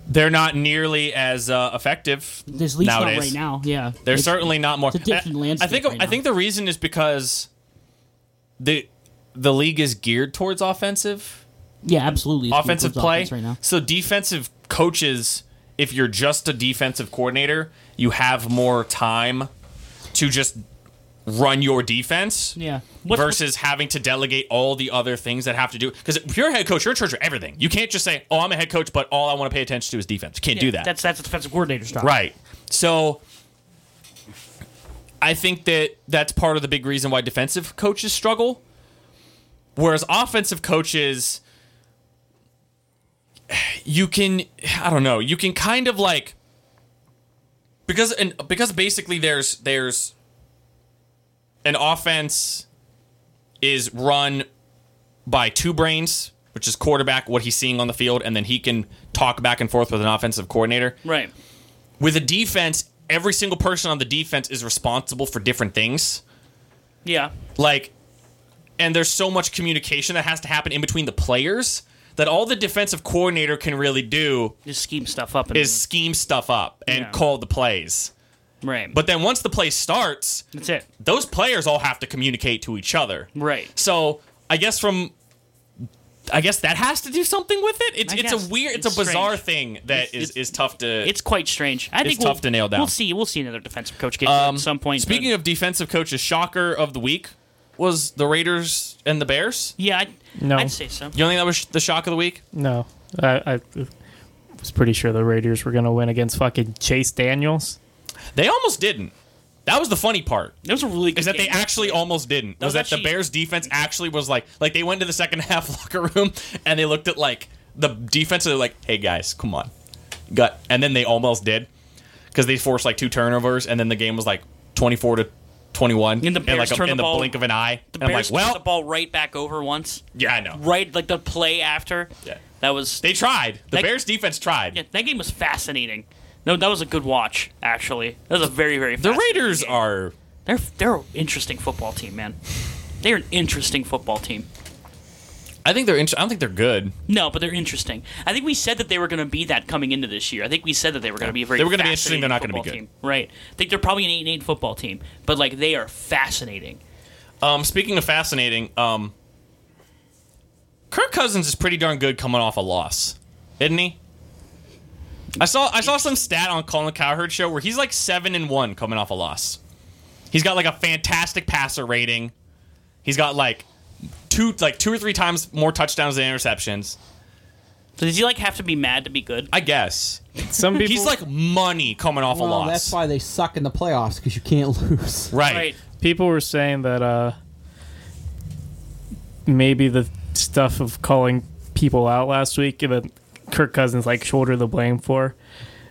D: They're not nearly as uh, effective
E: There's at least not
D: nowadays.
E: right now. Yeah,
D: They're
E: It's-
D: certainly not more.
E: it's a different
D: I-
E: landscape
D: I think.
E: right
D: I
E: now.
D: think the reason is because the the league is geared towards offensive
E: Yeah, absolutely. It's
D: offensive
E: Cleveland's
D: play
E: offense right now.
D: So defensive coaches, if you're just a defensive coordinator, you have more time to just run your defense.
E: Yeah.
A: What's-
D: versus having to delegate all the other things that have to do because if you're a head coach, you're in charge of everything. You can't just say, "Oh, I'm a head coach, but all I want to pay attention to is defense." You can't do that.
A: That's that's a defensive coordinator stuff.
D: Right. So I think that that's part of the big reason why defensive coaches struggle. Whereas offensive coaches, you can, I don't know, you can kind of like, because and because basically there's there's an offense is run by two brains, which is quarterback, what he's seeing on the field, and then he can talk back and forth with an offensive coordinator
A: Right.
D: with a defense, every single person on the defense is responsible for different things.
A: Yeah.
D: Like, and there's so much communication that has to happen in between the players that all the defensive coordinator can really do
A: Just scheme stuff up and
D: is scheme stuff up and
A: Mm-hmm. Yeah.
D: call the plays.
A: right.
D: But then once the play starts,
A: that's it.
D: those players all have to communicate to each other.
A: Right.
D: So I guess from I guess that has to do something with it. It's
A: I
D: it's
A: guess.
D: a weird, it's,
A: It's
D: a bizarre
A: strange.
D: thing that
A: It's-
D: is
A: it's-
D: is tough to
A: It's quite strange. I
D: It's
A: think
D: tough
A: we'll,
D: to nail down. Um,
A: We'll see. We'll see another defensive coach get at some point. but-
D: Speaking of defensive coaches, shocker of the week was the Raiders and the Bears.
A: yeah, I'd,
B: No.
A: I'd say so.
D: You don't think that was the shock of the week?
B: No, I, I was pretty sure the Raiders were going to win against fucking Chase Daniels.
D: They almost didn't. That was the funny part.
A: That was a really good
D: Is that they
A: game.
D: actually almost didn't? Was
A: was
D: that the
A: actually-
D: Bears defense actually was like like they went to the second half locker room and they looked at like the defense and they're like, "Hey guys, come on." Got and then they almost did cuz they forced like two turnovers and then the game was like 24 to 21
A: And the
D: in
A: Bears
D: like a,
A: turned
D: in
A: the
D: the
A: ball-
D: blink of an eye.
A: The
D: and I'm
A: Bears
D: like,
A: turned the
D: "Well,
A: ball right back over once.
D: yeah, I know."
A: Right, like the play after.
D: Yeah.
A: That was
D: They tried. The
A: Like-
D: Bears defense tried.
A: yeah, that game was fascinating. No, that was a good watch. Actually, that was a very very.
D: The
A: fascinating
D: Raiders
A: game.
D: are
A: They're they're an interesting football team, man. They're an interesting football team.
D: I think they're. Int- I don't think they're good.
A: No, but they're interesting. I think we said that they were going to be that coming into this year. I think we said that they were going to be a very.
D: They were gonna be
A: fascinating
D: interesting, they're not gonna be
A: football
D: good.
A: Team. Right. I think they're probably an eight and eight football team, but like they are fascinating.
D: Um, speaking of fascinating, um, Kirk Cousins is pretty darn good coming off a loss, isn't he? I saw I saw some stat on Colin Cowherd show where he's like seven and one coming off a loss. He's got like a fantastic passer rating. He's got like two like two or three times more touchdowns than interceptions.
A: So does he like have to be mad to be good?
D: I guess
B: Some people
D: he's like money coming off a
F: Well,
D: loss.
F: that's why they suck in the playoffs because you can't lose.
D: right.
B: people were saying that uh maybe the stuff of calling people out last week that Kirk Cousins like shoulder the blame for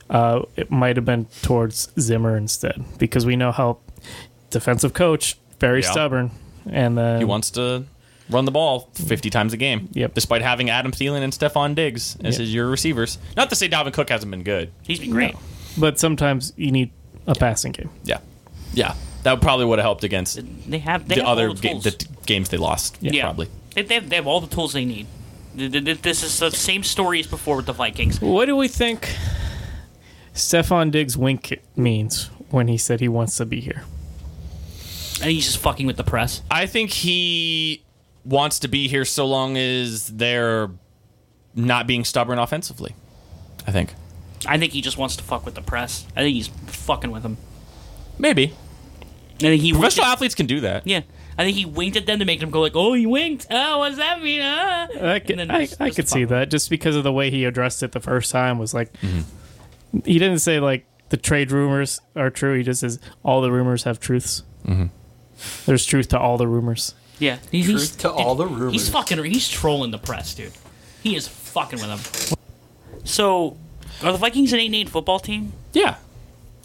B: uh it might have been towards Zimmer instead because we know how defensive coach very
D: Yeah.
B: stubborn and then
D: He wants to run the ball 50 times a game.
B: Um, Yep.
D: Despite having Adam Thielen and Stephon Diggs as
B: Yep.
D: his, your receivers. Not to say Dalvin Cook hasn't been good.
A: He's been great.
B: but sometimes you need a passing game
D: Yeah. Yeah. That probably would have helped against
A: They have they
D: the
A: have all
D: other
A: the
D: ga-
A: tools.
D: the t- games they lost.
A: yeah.
D: Probably.
A: They, they, have, they have all the tools they need. Th- th- th- This is the same story as before with the Vikings.
B: what do we think Stefan Diggs wink means when he said he wants to be here
A: And he's just fucking with the press.
D: I think he wants to be here so long as they're not being stubborn offensively. I think.
A: I think he just wants to fuck with the press. I think he's fucking with them.
D: Maybe.
A: I think he
D: Professional athletes can do that.
A: Yeah. I think he winked at them to make them go like, "Oh, he winked. Oh, what does that mean?" Ah.
B: I, could, I, I could see that just because of the way he addressed it the first time was like he didn't say like the trade rumors are true. He just says all the rumors have truths. There's truth to all the rumors.
A: Yeah, he's, he's-
C: to all the rumors.
A: He's fucking. He's trolling the press, dude. He is fucking with them. So, are the Vikings an eight and eight football team?
D: Yeah.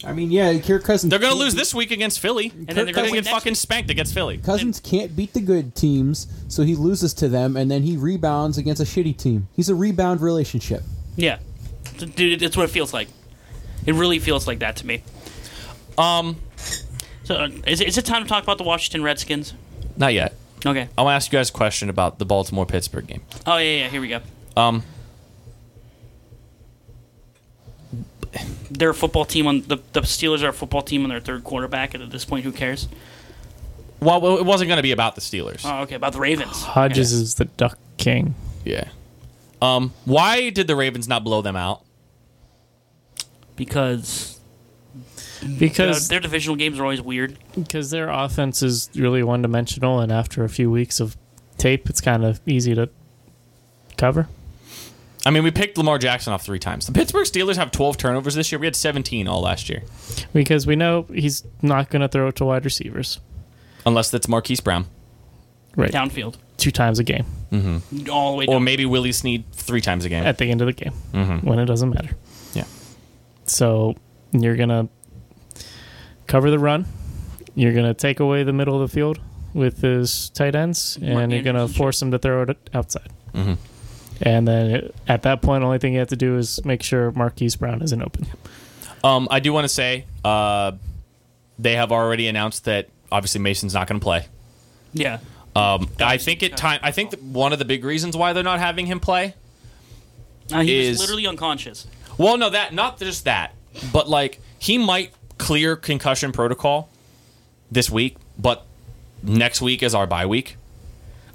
F: I mean, yeah, Kirk Cousins.
D: They're going to
F: can't
D: lose
F: beat-
D: this week against Philly. And
A: then they're
D: they're
A: gonna
D: going to
A: win
D: get
A: next
D: fucking
A: week.
D: spanked against Philly.
F: Cousins can't beat the good teams, so he loses to them, and then he rebounds against a shitty team. He's a rebound relationship.
A: Yeah, dude, that's what it feels like. It really feels like that to me.
D: Um,
A: So, uh, is, it- is it time to talk about the Washington Redskins?
D: Not yet.
A: Okay.
D: I want to ask you guys a question about the Baltimore Pittsburgh game.
A: Oh yeah, yeah. Here we go.
D: Um,
A: They're a football team on the the Steelers are a football team on their third quarterback, and at this point, who cares?
D: well, it wasn't going to be about the Steelers.
A: Oh, okay. About the Ravens.
B: Hodges is the Duck King.
D: yeah. Um, why did the Ravens not blow them out?
A: because you know,
B: Because
A: their divisional games are always weird.
B: because their offense is really one dimensional, and after a few weeks of tape, it's kind of easy to cover.
D: I mean, we picked Lamar Jackson off three times. The Pittsburgh Steelers have 12 turnovers this year. We had 17 all last year,
B: Because we know he's not going to throw it to wide receivers
D: unless that's Marquise Brown
B: right
A: Downfield,
B: two times a game
A: all the way down.
D: or maybe Willie Sneed three times a game.
B: at the end of the game when it doesn't matter.
D: yeah.
B: So you're gonna cover the run. You're gonna take away the middle of the field with his tight ends, and you're gonna
A: Anderson.
B: force him to throw it outside. And then it, at that point, the only thing you have to do is make sure Marquise Brown isn't open.
D: Um, I do want to say uh, they have already announced that obviously Mason's not going to play.
A: yeah,
D: Um, I think it time. I think that one of the big reasons why they're not having him play.
A: uh, he was
D: is-
A: literally unconscious.
D: Well, no, that not just that, but like he might clear concussion protocol this week, but next week is our bye week,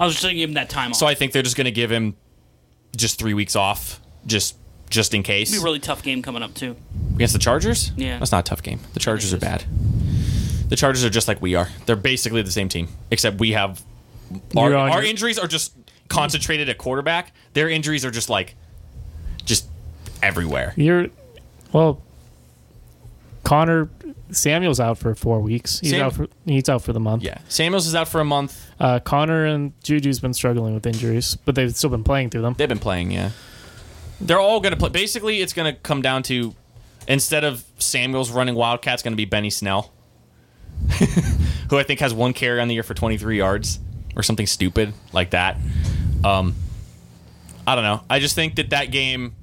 A: I was just giving him that time off.
D: so I think they're just going to give him just three weeks off, just just in case.
A: It'll be a really tough game coming up too.
D: Against the Chargers?
A: Yeah.
D: That's not a tough game. The Chargers
A: it
D: are
A: is.
D: bad. The Chargers are just like we are. They're basically the same team, except we have our,
B: You're on
D: our
B: your-
D: injuries are just concentrated at quarterback. Their injuries are just like just everywhere.
B: You're well. Connor Samuel's out for four weeks. He's
D: Sam-
B: out for he's out for the month.
D: Yeah. Samuels is out for a month.
B: Uh, Connor and Juju's been struggling with injuries, but they've still been playing through them.
D: They've been playing, yeah. They're all going to play. Basically, it's going to come down to instead of Samuels running Wildcats, going to be Benny Snell, who I think has one carry on the year for 23 yards or something stupid like that. Um, I don't know. I just think that that game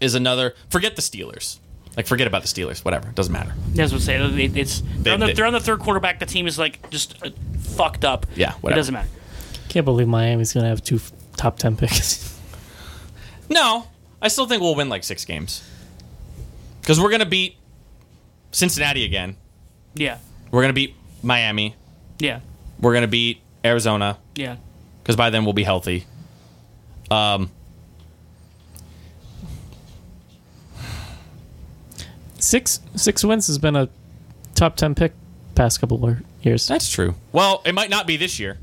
D: is another. Forget the Steelers. Like, forget about the Steelers. Whatever. It doesn't matter.
A: That's what I'm saying. It- it's they're,
D: They-
A: on the,
D: they-
A: they're on the third quarterback. The team is like just uh, fucked up.
D: Yeah,
A: it
D: whatever.
A: doesn't matter.
B: Can't believe Miami's gonna have two f- top ten picks.
D: No, I still think we'll win like six games because we're going to beat Cincinnati again.
A: Yeah,
D: We're going to beat Miami.
A: yeah,
D: We're gonna beat Arizona
A: yeah.
D: because by then we'll be healthy. Um,
B: six six wins has been a top ten pick past couple of years.
D: that's true. Well, it might not be this year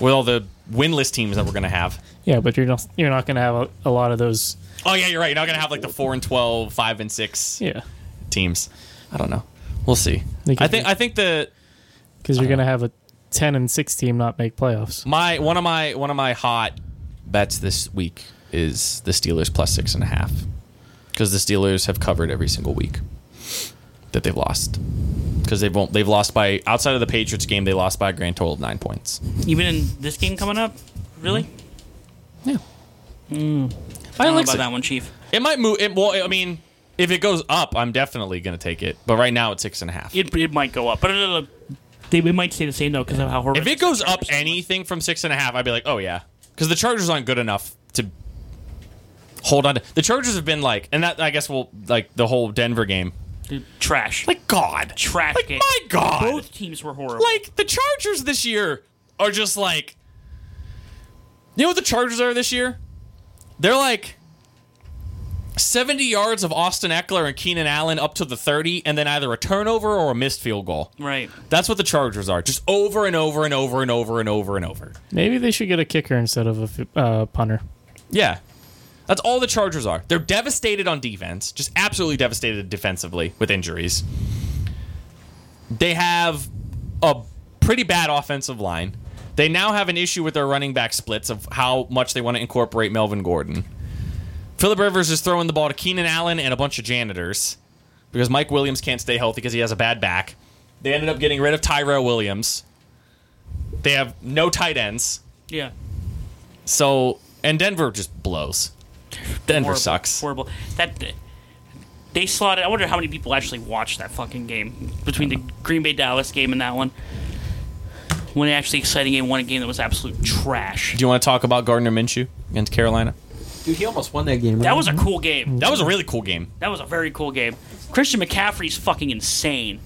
D: with all the winless teams that we're gonna have.
B: Yeah, but you're not you're not going to have a, a lot of those.
D: Oh yeah, you're right. You're not gonna have like the four and 12, 5 and six
B: Yeah,
D: teams. I don't know. We'll see.
B: They could
D: I think
B: be-
D: I think the
B: because you're going to have a ten and six team not make playoffs.
D: my one of my one of my hot bets this week is the Steelers plus six and a half because the Steelers have covered every single week that they've lost because they've won't, they've lost by outside of the Patriots game they lost by a grand total of nine points.
A: Even in this game coming up, really?
D: Yeah.
A: I don't know
D: like
A: about
D: it.
A: that one, Chief.
D: It might move. It, well, I mean, if it goes up, I'm definitely going to take it. But right now, it's six and a half.
A: It, it might go up, but uh, they it might stay the same though because of how
D: if
A: horrific.
D: it goes up anything from six and a half, I'd be like, oh yeah, because the Chargers aren't good enough to hold on. to The Chargers have been like, and that I guess will like the whole Denver game.
A: trash,
D: Like God,
A: trash
D: like
A: game.
D: my God,
A: Both teams were horrible.
D: like the Chargers this year are just like you know what the Chargers are this year? They're like 70 yards of Austin Eckler and Keenan Allen up to the 30, and then either a turnover or a missed field goal.
A: Right.
D: That's what the Chargers are. Just over and over and over and over and over and over.
B: Maybe they should get a kicker instead of a fi- uh, punter.
D: Yeah. That's all the Chargers are. They're devastated on defense, just absolutely devastated defensively with injuries. They have a pretty bad offensive line. They now have an issue with their running back splits of how much they want to incorporate Melvin Gordon. Philip Rivers is throwing the ball to Keenan Allen and a bunch of janitors because Mike Williams can't stay healthy because he has a bad back. They ended up getting rid of Tyrell Williams. They have no tight ends.
A: Yeah.
D: So and Denver just blows. Denver
A: Horrible.
D: sucks.
A: Horrible. That they slotted. I wonder how many people actually watched that fucking game between the Green Bay Dallas game and that one. One actually exciting game, one game that was absolute trash.
D: Do you want to talk about Gardner Minshew against Carolina?
F: Dude, he almost won that game.
A: That
D: Mm-hmm.
A: was a cool game.
D: That was a really cool game.
A: That was a very cool game. Christian McCaffrey's fucking insane.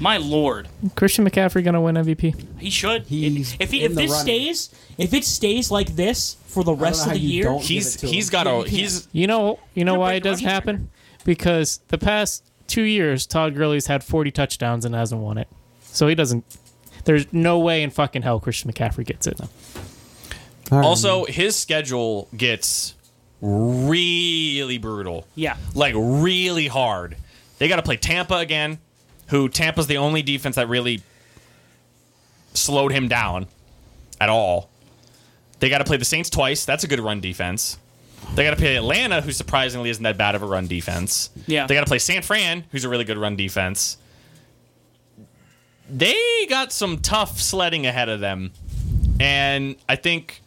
A: My lord,
B: Christian McCaffrey gonna win MVP?
A: he should.
F: He's
A: if he,
F: in
A: if
F: the
A: this
F: running.
A: stays,
E: If it stays like this for the rest
F: know
E: of the
F: how you
E: year,
F: don't- Give
D: He's
F: it to
D: he's
F: him.
D: got a he's
B: You know, you know
A: Gonna
B: why
A: break
B: it
A: the
B: doesn't
A: rushing
B: happen? Because the past two years, Todd Gurley's had 40 touchdowns and hasn't won it, so he doesn't. There's no way in fucking hell Christian McCaffrey gets it.
D: also his schedule gets really brutal.
A: yeah.
D: Like really hard. They got to play Tampa again, who Tampa's the only defense that really slowed him down at all. They got to play the Saints twice. That's a good run defense. They got to play Atlanta, who surprisingly isn't that bad of a run defense.
A: Yeah.
D: They got to play San Fran, who's a really good run defense. They got some tough sledding ahead of them. And I think,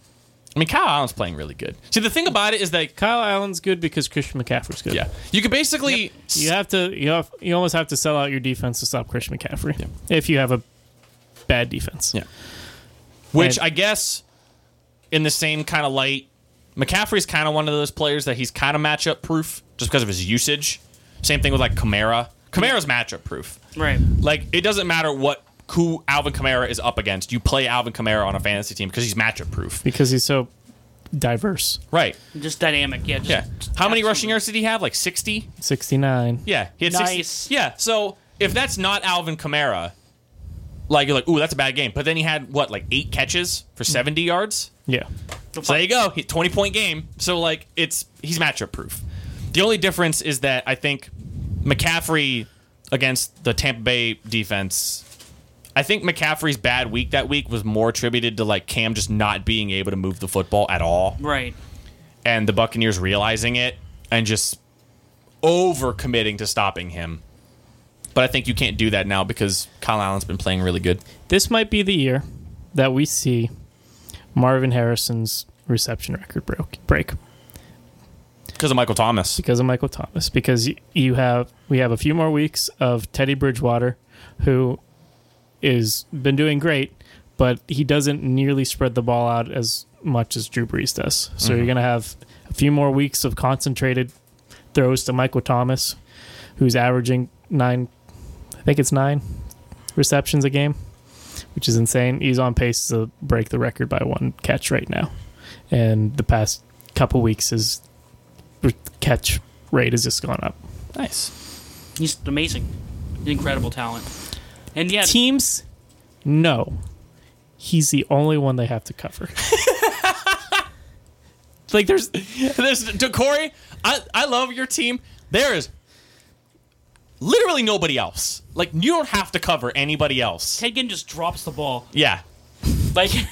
D: I mean, Kyle Allen's playing really good. See, the thing about it is that,
B: Kyle Allen's good because Christian McCaffrey's good.
D: yeah, you could basically.
B: You have to you have you almost have to sell out your defense to stop Christian McCaffrey if you have a bad defense.
D: Yeah. Which
B: And-
D: I guess, in the same kind of light, McCaffrey's kind of one of those players that he's kind of matchup proof just because of his usage. Same thing with like Kamara. Kamara's matchup proof.
A: Right.
D: Like it doesn't matter what who Alvin Kamara is up against. You play Alvin Kamara on a fantasy team because he's matchup proof.
B: Because he's so diverse.
D: Right.
A: Just dynamic. Yeah. Just,
D: Yeah. How many
A: absolutely.
D: rushing yards did he have? Like sixty.
B: 69.
D: Yeah, he had
A: Nice.
D: 60, yeah, so if that's not Alvin Kamara, like you're like, ooh, that's a bad game. But then he had what, like eight catches for seventy yards.
B: Yeah.
D: So there you go. He, 20 point game. So like it's he's matchup proof. The only difference is that I think McCaffrey against the Tampa Bay defense I think McCaffrey's bad week that week was more attributed to like Cam just not being able to move the football at all
A: Right.
D: and the Buccaneers realizing it and just overcommitting to stopping him. But I think you can't do that now because Kyle Allen's been playing really good.
B: This might be the year that we see Marvin Harrison's reception record break, break
D: Because of Michael Thomas.
B: because of Michael Thomas because y- you have we have a few more weeks of Teddy Bridgewater who is been doing great but he doesn't nearly spread the ball out as much as Drew Brees does. So you're going to have a few more weeks of concentrated throws to Michael Thomas who's averaging 9 I think it's 9 receptions a game, which is insane. He's on pace to break the record by one catch right now. And the past couple weeks his catch rate has just gone up.
D: Nice.
A: He's amazing. He's an Incredible talent. And yeah,
B: Teams, no. He's the only one they have to cover. like there's
D: There's to Corey, I, I love your team. There is literally nobody else. Like you don't have to cover anybody else.
A: Ted Ginn just drops the ball.
D: Yeah.
A: Like,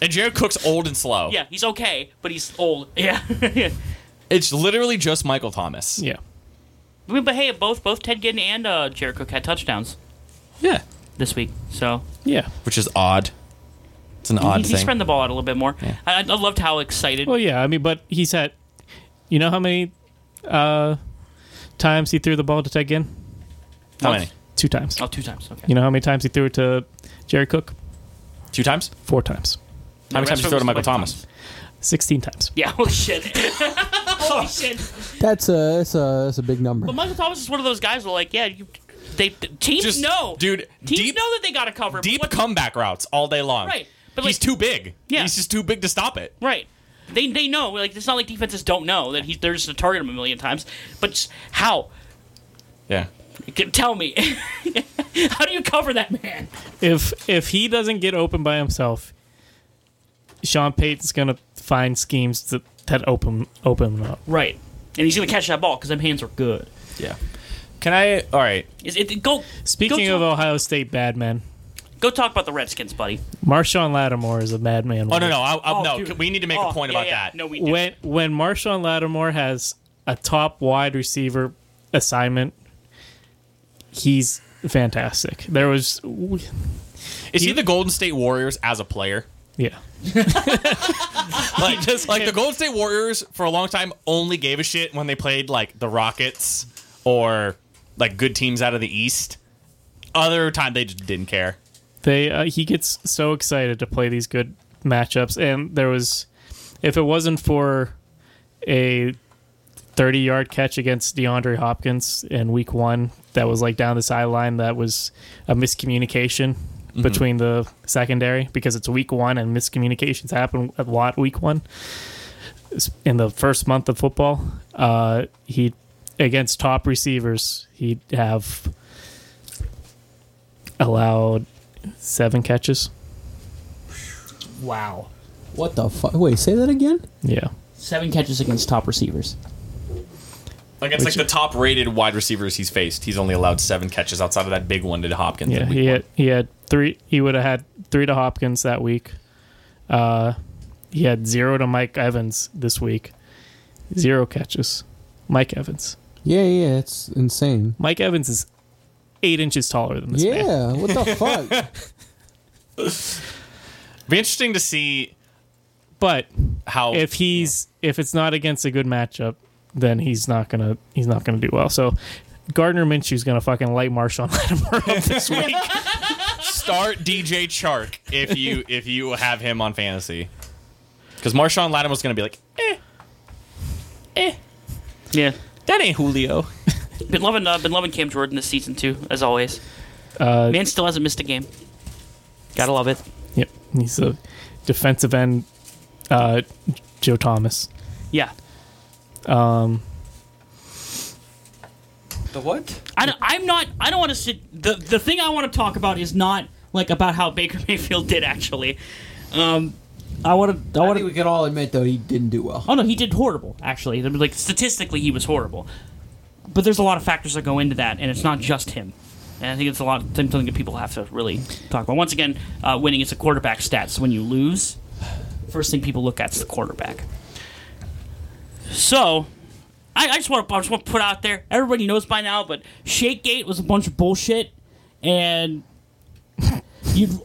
D: And Jared Cook's old and slow.
A: yeah, he's okay, but he's old. Yeah.
D: It's literally just Michael Thomas.
B: yeah.
A: I mean, but hey, both both Ted Ginn and uh, Jared Cook had touchdowns
D: Yeah.
A: this week, so
B: Yeah.
D: Which is odd. It's an
A: he,
D: odd
A: he
D: thing.
A: spread the ball out a little bit more. I, I loved how excited.
B: Well yeah, I mean but he's had you know how many uh times he threw the ball to Ted Ginn?
D: How many?
B: Two times.
A: Oh, two times. Okay.
B: You know how many times he threw it to Jared Cook?
D: Two times?
B: Four times.
D: How many
A: The
D: times
A: rest
D: you
A: of
D: throw
A: it was
D: to Michael
A: Michael
D: Thomas?
B: Sixteen times.
A: Yeah. Holy shit. holy shit.
F: That's a that's a that's a big number.
A: But Michael Thomas is one of those guys where, like, yeah, you, they the teams
D: Just-
A: know,
D: dude,
A: Teams
D: deep-
A: know that they got to cover. but
D: deep
A: what-
D: comeback routes all day long.
A: Right, but
D: he's
A: like-
D: too big.
A: Yeah.
D: He's just too big to stop it.
A: Right. They they know. Like it's not like defenses don't know that he's they're just gonna target him a million times. But just how?
D: Yeah.
A: G- Tell me. how do you cover that man?
B: If if he doesn't get open by himself, Sean Payton's gonna find schemes that that open open him up.
A: Right. And he's gonna catch that ball because them hands are good.
D: Yeah. Can I? All right.
A: Is it go?
B: Speaking
A: go
B: of
A: talk,
B: Ohio State bad men,
A: go talk about the Redskins, buddy.
B: Marshawn Lattimore is a madman.
D: Oh no no I, I,
A: Oh,
D: no.
A: dude.
D: We need to make
A: Oh,
D: a point
A: yeah,
D: about
A: yeah.
D: that.
A: No, we do.
B: When when Marshawn Lattimore has a top wide receiver assignment, he's fantastic. There was
D: Is he the Golden State Warriors as a player?
B: yeah.
D: Like just like the Golden State Warriors for a long time only gave a shit when they played like the Rockets or like good teams out of the East. Other time they just didn't care.
B: they uh, he gets so excited to play these good matchups and there was if it wasn't for a 30 yard catch against DeAndre Hopkins in week 1 that was like down the sideline that was a miscommunication between the secondary because it's week 1 and miscommunications happen a lot week 1 It's in the first month of football uh he against top receivers he'd have allowed seven catches
E: Wow.
F: What the fuck? Wait, say that again?
B: Yeah.
E: Seven catches against top receivers.
D: Like it's like the top rated wide receivers he's faced. He's only allowed seven catches outside of that big one to Hopkins.
B: Yeah.
D: in week
B: He
D: one.
B: had, he had three, he would have had three to Hopkins that week. Uh, he had zero to Mike Evans this week. Zero catches. Mike Evans.
F: Yeah, yeah, it's insane.
B: Mike Evans is eight inches taller than this man.
F: Yeah, what the fuck?
D: Be interesting to see
B: But
D: how
B: if he's, if it's not against a good matchup, then he's not going to, he's not going to do well. So Gardner Minshew's going to fucking light Marshawn Lattimore up this week.
D: start DJ Chark if you if you have him on fantasy. Because Marshawn Lattimore's gonna be like,
A: Yeah.
D: that ain't Julio.
A: Been loving uh, been loving Cam Jordan this season too, as always.
B: Uh,
A: Man still hasn't missed a game. Gotta love it.
B: yep. He's a defensive end, uh, Joe Thomas.
A: Yeah.
C: The what?
A: I don't, I'm not. I don't want to sit. The the thing I want to talk about is not like about how Baker Mayfield did actually. Um,
E: I want to. I
F: I
E: want
F: think
E: to.
F: we can all admit, though, he didn't do well.
A: oh no, he did horrible actually. I mean, Like statistically, he was horrible. But there's a lot of factors that go into that, and it's not just him. And I think it's a lot something that people have to really talk about. Once again, uh, winning is a quarterback stat. So when you lose, first thing people look at is the quarterback. So. I, I just want to I just want to put out there. Everybody knows by now, but Shakegate was a bunch of bullshit, and
E: You, do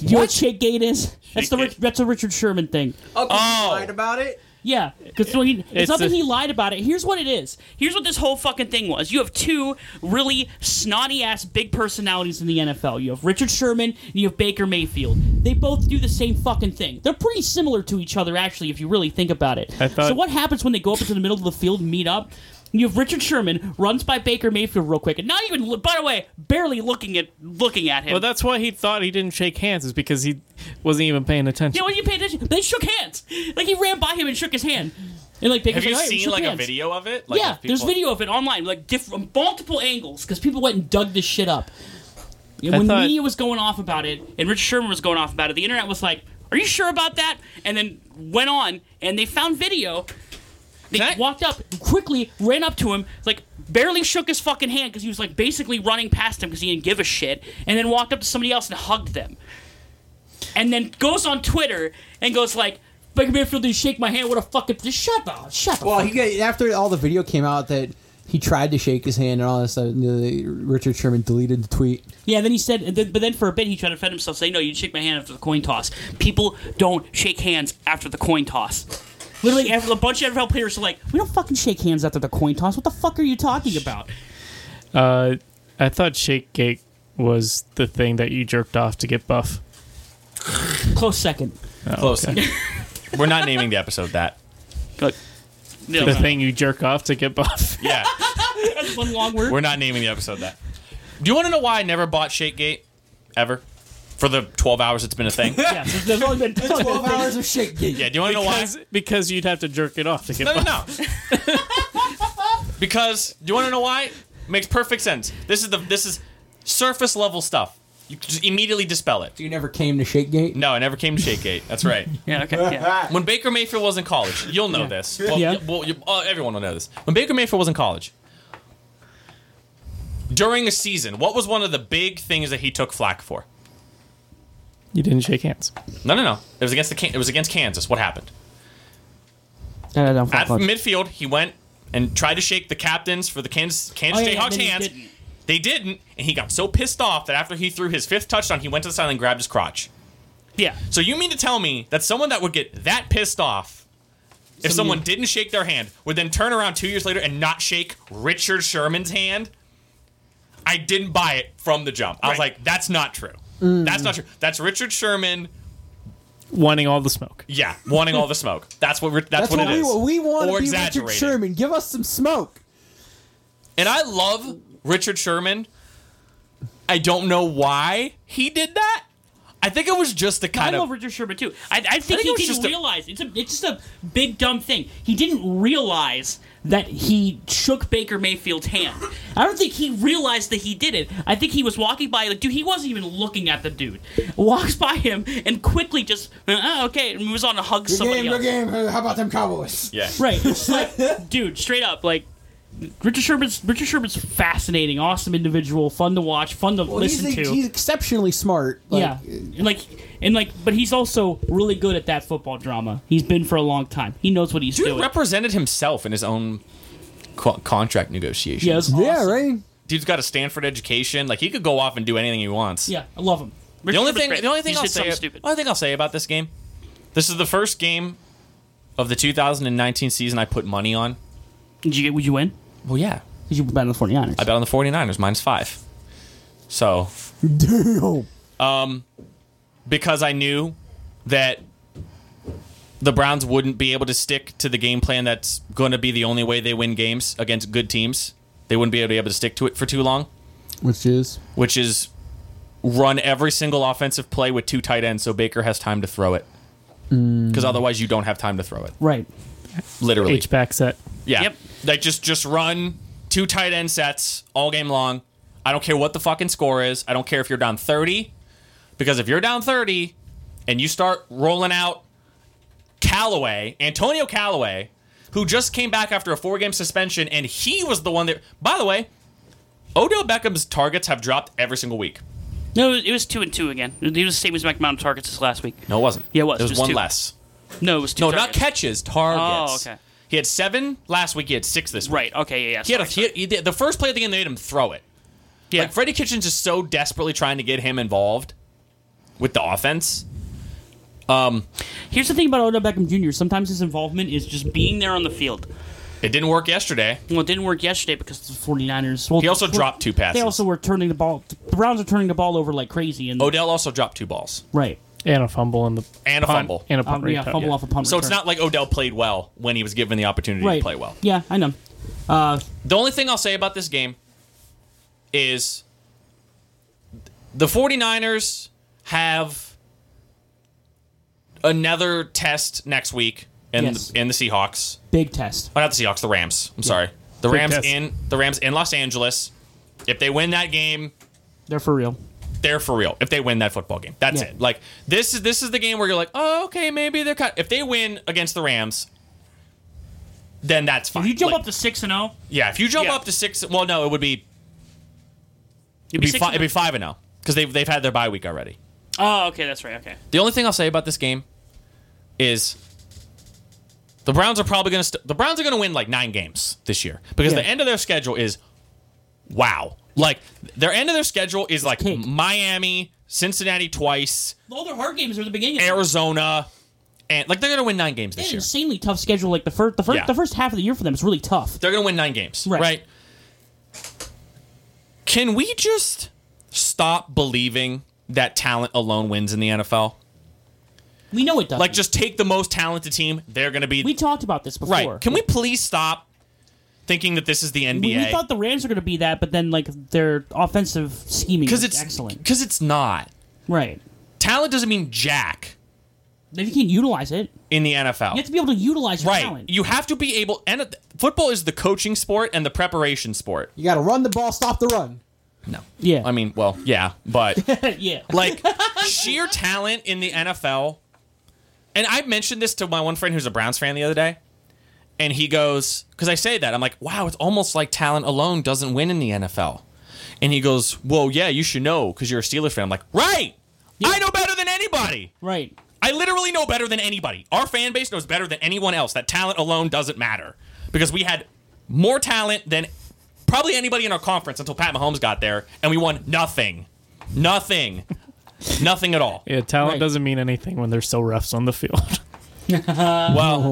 E: you know what shake gate is? That's the
A: Shake
E: Rich,
A: gate.
E: that's a Richard Sherman thing.
F: Oh,
D: Oh. lied
F: about it?
E: Yeah, because it's,
B: It's
E: not that
B: a-
E: he lied about it. Here's what it is.
A: Here's what this whole fucking thing was. You have two really snotty ass big personalities in the NFL. You have Richard Sherman and you have Baker Mayfield. They both do the same fucking thing. They're pretty similar to each other, actually, if you really think about it.
B: I thought-
A: so, what happens when they go up into the middle of the field and meet up? You have Richard Sherman runs by Baker Mayfield real quick, and not even, by the way, barely looking at looking at him.
B: Well, that's why he thought he didn't shake hands is because he wasn't even paying
A: you
B: attention.
A: know, when you pay attention, they shook hands. Like he ran by him and shook his hand, and like Baker's
D: Have you
A: like, "All right, we
D: seen
A: shook
D: like a
A: hands."
D: video of it? Like,
A: yeah,
D: of
A: there's
D: people-
A: video of it online, like different multiple angles, because people went and dug this shit up. And
B: I
A: when
B: thought-
A: the media was going off about it, and Richard Sherman was going off about it, the internet was like, "Are you sure about that?" And then went on, and they found video. They
D: Can I-
A: walked up quickly, ran up to him, like barely shook his fucking hand because he was like basically running past him because he didn't give a shit, and then walked up to somebody else and hugged them, and then goes on Twitter and goes like, "Baker Mayfield didn't shake my hand. What a fucking just shut up, shut up."
F: Well, he got, after all the video came out that he tried to shake his hand and all this stuff, and the- Richard Sherman deleted the tweet.
A: Yeah, then he said, and then, but then for a bit he tried to defend himself, saying, "No, you shake my hand after the coin toss. People don't shake hands after the coin toss." Literally, every- a bunch of NFL players are like, "We don't fucking shake hands after the coin toss. What the fuck are you talking about?"
B: Uh, I thought shake gate was the thing that you jerked off to get buff.
A: Close second.
D: Close. We're not naming the episode that.
A: No,
B: The
A: no,
B: thing you jerk off to get buff.
D: Yeah,
A: that's one long word.
D: we're not naming the episode that. Do you want to know why I never bought Shakegate ever? for the 12 hours it's been a thing.
E: Yeah, there's, there's only been there's only been-
F: Twelve hours of shake gate.
D: yeah, do you want to know why?
B: Because, because you'd have to jerk it off to get
D: No, no,
B: off.
D: no. because do you want to know why? Makes perfect sense. This is the this is surface level stuff. You just immediately dispel it.
F: You never came to shake gate.
D: No, I never came to Shakegate. That's right.
A: Yeah, okay. Yeah.
D: When Baker Mayfield was in college, you'll know this. Well,
B: Yeah.
D: yeah. well you, uh, everyone will know this. When Baker Mayfield was in college, during a season, what was one of the big things that he took flack for?
B: You didn't shake hands.
D: No, no, no. It was against the Can- it was against Kansas. What happened?
E: No, no, no, fuck
D: At
E: off.
D: midfield, he went and tried to shake the captains for the Kansas Kansas
E: Oh, yeah, yeah,
D: Jayhawks
E: then he
D: hands.
E: didn't.
D: They didn't, and he got so pissed off that after he threw his fifth touchdown, he went to the side and grabbed his crotch.
A: Yeah.
D: So you mean to tell me that someone that would get that pissed off if someone didn't shake their hand would then turn around two years later and not shake Richard Sherman's hand? I didn't buy it from the jump. I was like, that's not true.
F: Mm.
D: That's not true. That's Richard Sherman.
B: Wanting all the smoke.
D: Yeah, wanting all the smoke. That's what. Ri- That's,
F: That's what,
D: it
F: we
D: is.
F: want. We want
D: Or
F: to be Richard
D: exaggerating.
F: Sherman. Give us some smoke.
D: And I love Richard Sherman. I don't know why he did that. I think it was just the
A: I
D: kind
A: love
D: of
A: Richard Sherman too. I, I think
D: it was
A: he
D: just
A: didn't
D: a-
A: realize it's a it's just a big dumb thing. He didn't realize that he shook Baker Mayfield's hand. I don't think he realized that he did it. I think he was walking by like dude. He wasn't even looking at the dude. Walks by him and quickly just oh, okay and moves on to hug somebody else.
F: game. How about them Cowboys?
D: yeah.
A: Right. It's like, dude, straight up, like Richard Sherman's Richard Sherman's fascinating, awesome individual, fun to watch, fun to
F: Well,
A: listen
F: he's,
A: to.
F: he's exceptionally smart. Like,
A: yeah, and like and like, but he's also really good at that football drama. He's been for a long time. He knows what he's
D: Dude
A: doing.
D: represented himself in his own co- contract negotiation.
A: yeah, it's
F: Yeah,
A: awesome.
F: right.
D: Dude's got a Stanford education. Like he could go off and do anything he wants.
A: Yeah, I love him.
D: The
A: Richard
D: only
A: Sherman's
D: thing,
A: great.
D: the only
A: He
D: thing
A: just
D: I'll
A: did
D: say,
A: something stupid.
D: only thing I'll say about this game, this is the first game of the 2019 season I put money on.
A: Did you get? Would you win?
D: Well, yeah,
A: Did you bet on the 49ers?
D: I bet on the 49ers minus five. So
F: Damn.
D: because I knew that the Browns wouldn't be able to stick to the game plan that's going to be the only way they win games against good teams. They wouldn't be able to, be able to stick to it for too long,
F: Which is
D: which is run every single offensive play with two tight ends so Baker has time to throw it. Because otherwise, you don't have time to throw it.
E: right.
D: Literally,
B: H back set.
D: yeah.
A: Yep.
D: Like just just run two tight end sets all game long. I don't care what the fucking score is. I don't care if you're down 30 because if you're down 30 and you start rolling out Callaway, Antonio Callaway, who just came back after a four-game suspension and he was the one that By the way, Odell Beckham's targets have dropped every single week.
A: No, it was two and two again. It was the same as Mount targets as last week.
D: No, it wasn't.
A: Yeah, it was.
D: There was
A: Just
D: one
A: two.
D: less.
A: No, it was two.
D: No, not
A: targets.
D: catches, targets.
A: Oh, okay.
D: He had 7 last week, he had 6 this week.
A: Right. Okay. Yeah. Yeah.
D: He had a,
A: sorry,
D: he had, he did- the first play of the game they made him throw it.
A: Yeah.
D: Like Freddie Kitchens is so desperately trying to get him involved with the offense.
A: Here's the thing about Odell Beckham Jr. Sometimes his involvement is just being there on the field.
D: It didn't work yesterday.
A: Well, it didn't work yesterday because the 49ers. Well,
D: He also
A: well,
D: dropped two passes.
E: They also were turning the ball. The Browns are turning the ball over like crazy. And
D: Odell also dropped two balls
E: right,
B: And a fumble in the
D: and a
B: punt-
D: fumble.
B: And a
E: um,
B: punt
E: yeah,
B: return.
E: fumble off a punt.
D: so it's
E: return.
D: not like Odell played well when he was given the opportunity
E: right.
D: to play well.
E: Yeah, I know.
D: The only thing I'll say about this game is the 49ers have another test next week in
E: Yes.
D: the, in the Seahawks.
E: Big test.
D: Oh, not the Seahawks, the Rams. I'm sorry. The Rams
B: test.
D: in the Rams in Los Angeles. If they win that game,
E: They're for real.
D: they're for real. If they win that football game, that's
E: Yeah.
D: it. Like this is this is the game where you're like, oh, okay, maybe they're cut. If they win against the Rams, then that's fine.
A: If you jump
D: Like,
A: up to six and
E: oh?
A: zero,
D: yeah, if you jump
A: yeah.
D: up to six, well, no, it would be
A: you'd
D: it'd
A: be,
D: be,
A: six.
D: fi-
A: and
D: it'd be five and zero because they've they've had their bye week already.
A: oh, okay, that's right. Okay,
D: The only thing I'll say about this game is the Browns are probably going to st- the Browns are going to win like 9 games this year because the end of their schedule is wow. Like their end of their schedule is like
E: cake.
D: Miami, Cincinnati twice,
A: all their hard games are the beginning. Of
D: Arizona, and like they're going to win 9 games
E: They
D: this
E: had an
D: year.
E: insanely tough schedule. Like the first, the first,
D: Yeah.
E: the first half of the year for them is really tough.
D: They're going to win 9 games,
E: Right.
D: right. Can we just stop believing that talent alone wins in the NFL?
E: We know it does.
D: Like just take the most talented team, they're going to be
E: we talked about this before.
D: Right. Can we please stop thinking that this is the
E: We, we
D: NBA?
E: thought the Rams were going to be that, but then like their offensive scheming
D: Because
E: was
D: it's
E: excellent.
D: Because it's not.
E: Right.
D: talent doesn't mean jack
E: If you can't utilize it,
D: in the NFL.
E: you have to be able to utilize your
D: right.
E: talent.
D: You have to be able and football is the coaching sport and the preparation sport.
F: You got to run the ball, stop the run.
D: No.
E: yeah.
D: I mean, well, yeah, but
E: yeah.
D: like sheer talent in the NFL. And I mentioned this to my one friend who's a Browns fan the other day, and he goes, because I say that, I'm like, wow, it's almost like talent alone doesn't win in the NFL. And he goes, well, yeah, you should know because you're a Steelers fan. I'm like, right. I know better than anybody.
E: Right.
D: I literally know better than anybody. Our fan base knows better than anyone else that talent alone doesn't matter because we had more talent than probably anybody in our conference until Pat Mahomes got there, and we won nothing, nothing, nothing at all.
B: Yeah, talent
E: Right.
B: doesn't mean anything when there's so refs on the field.
D: Well,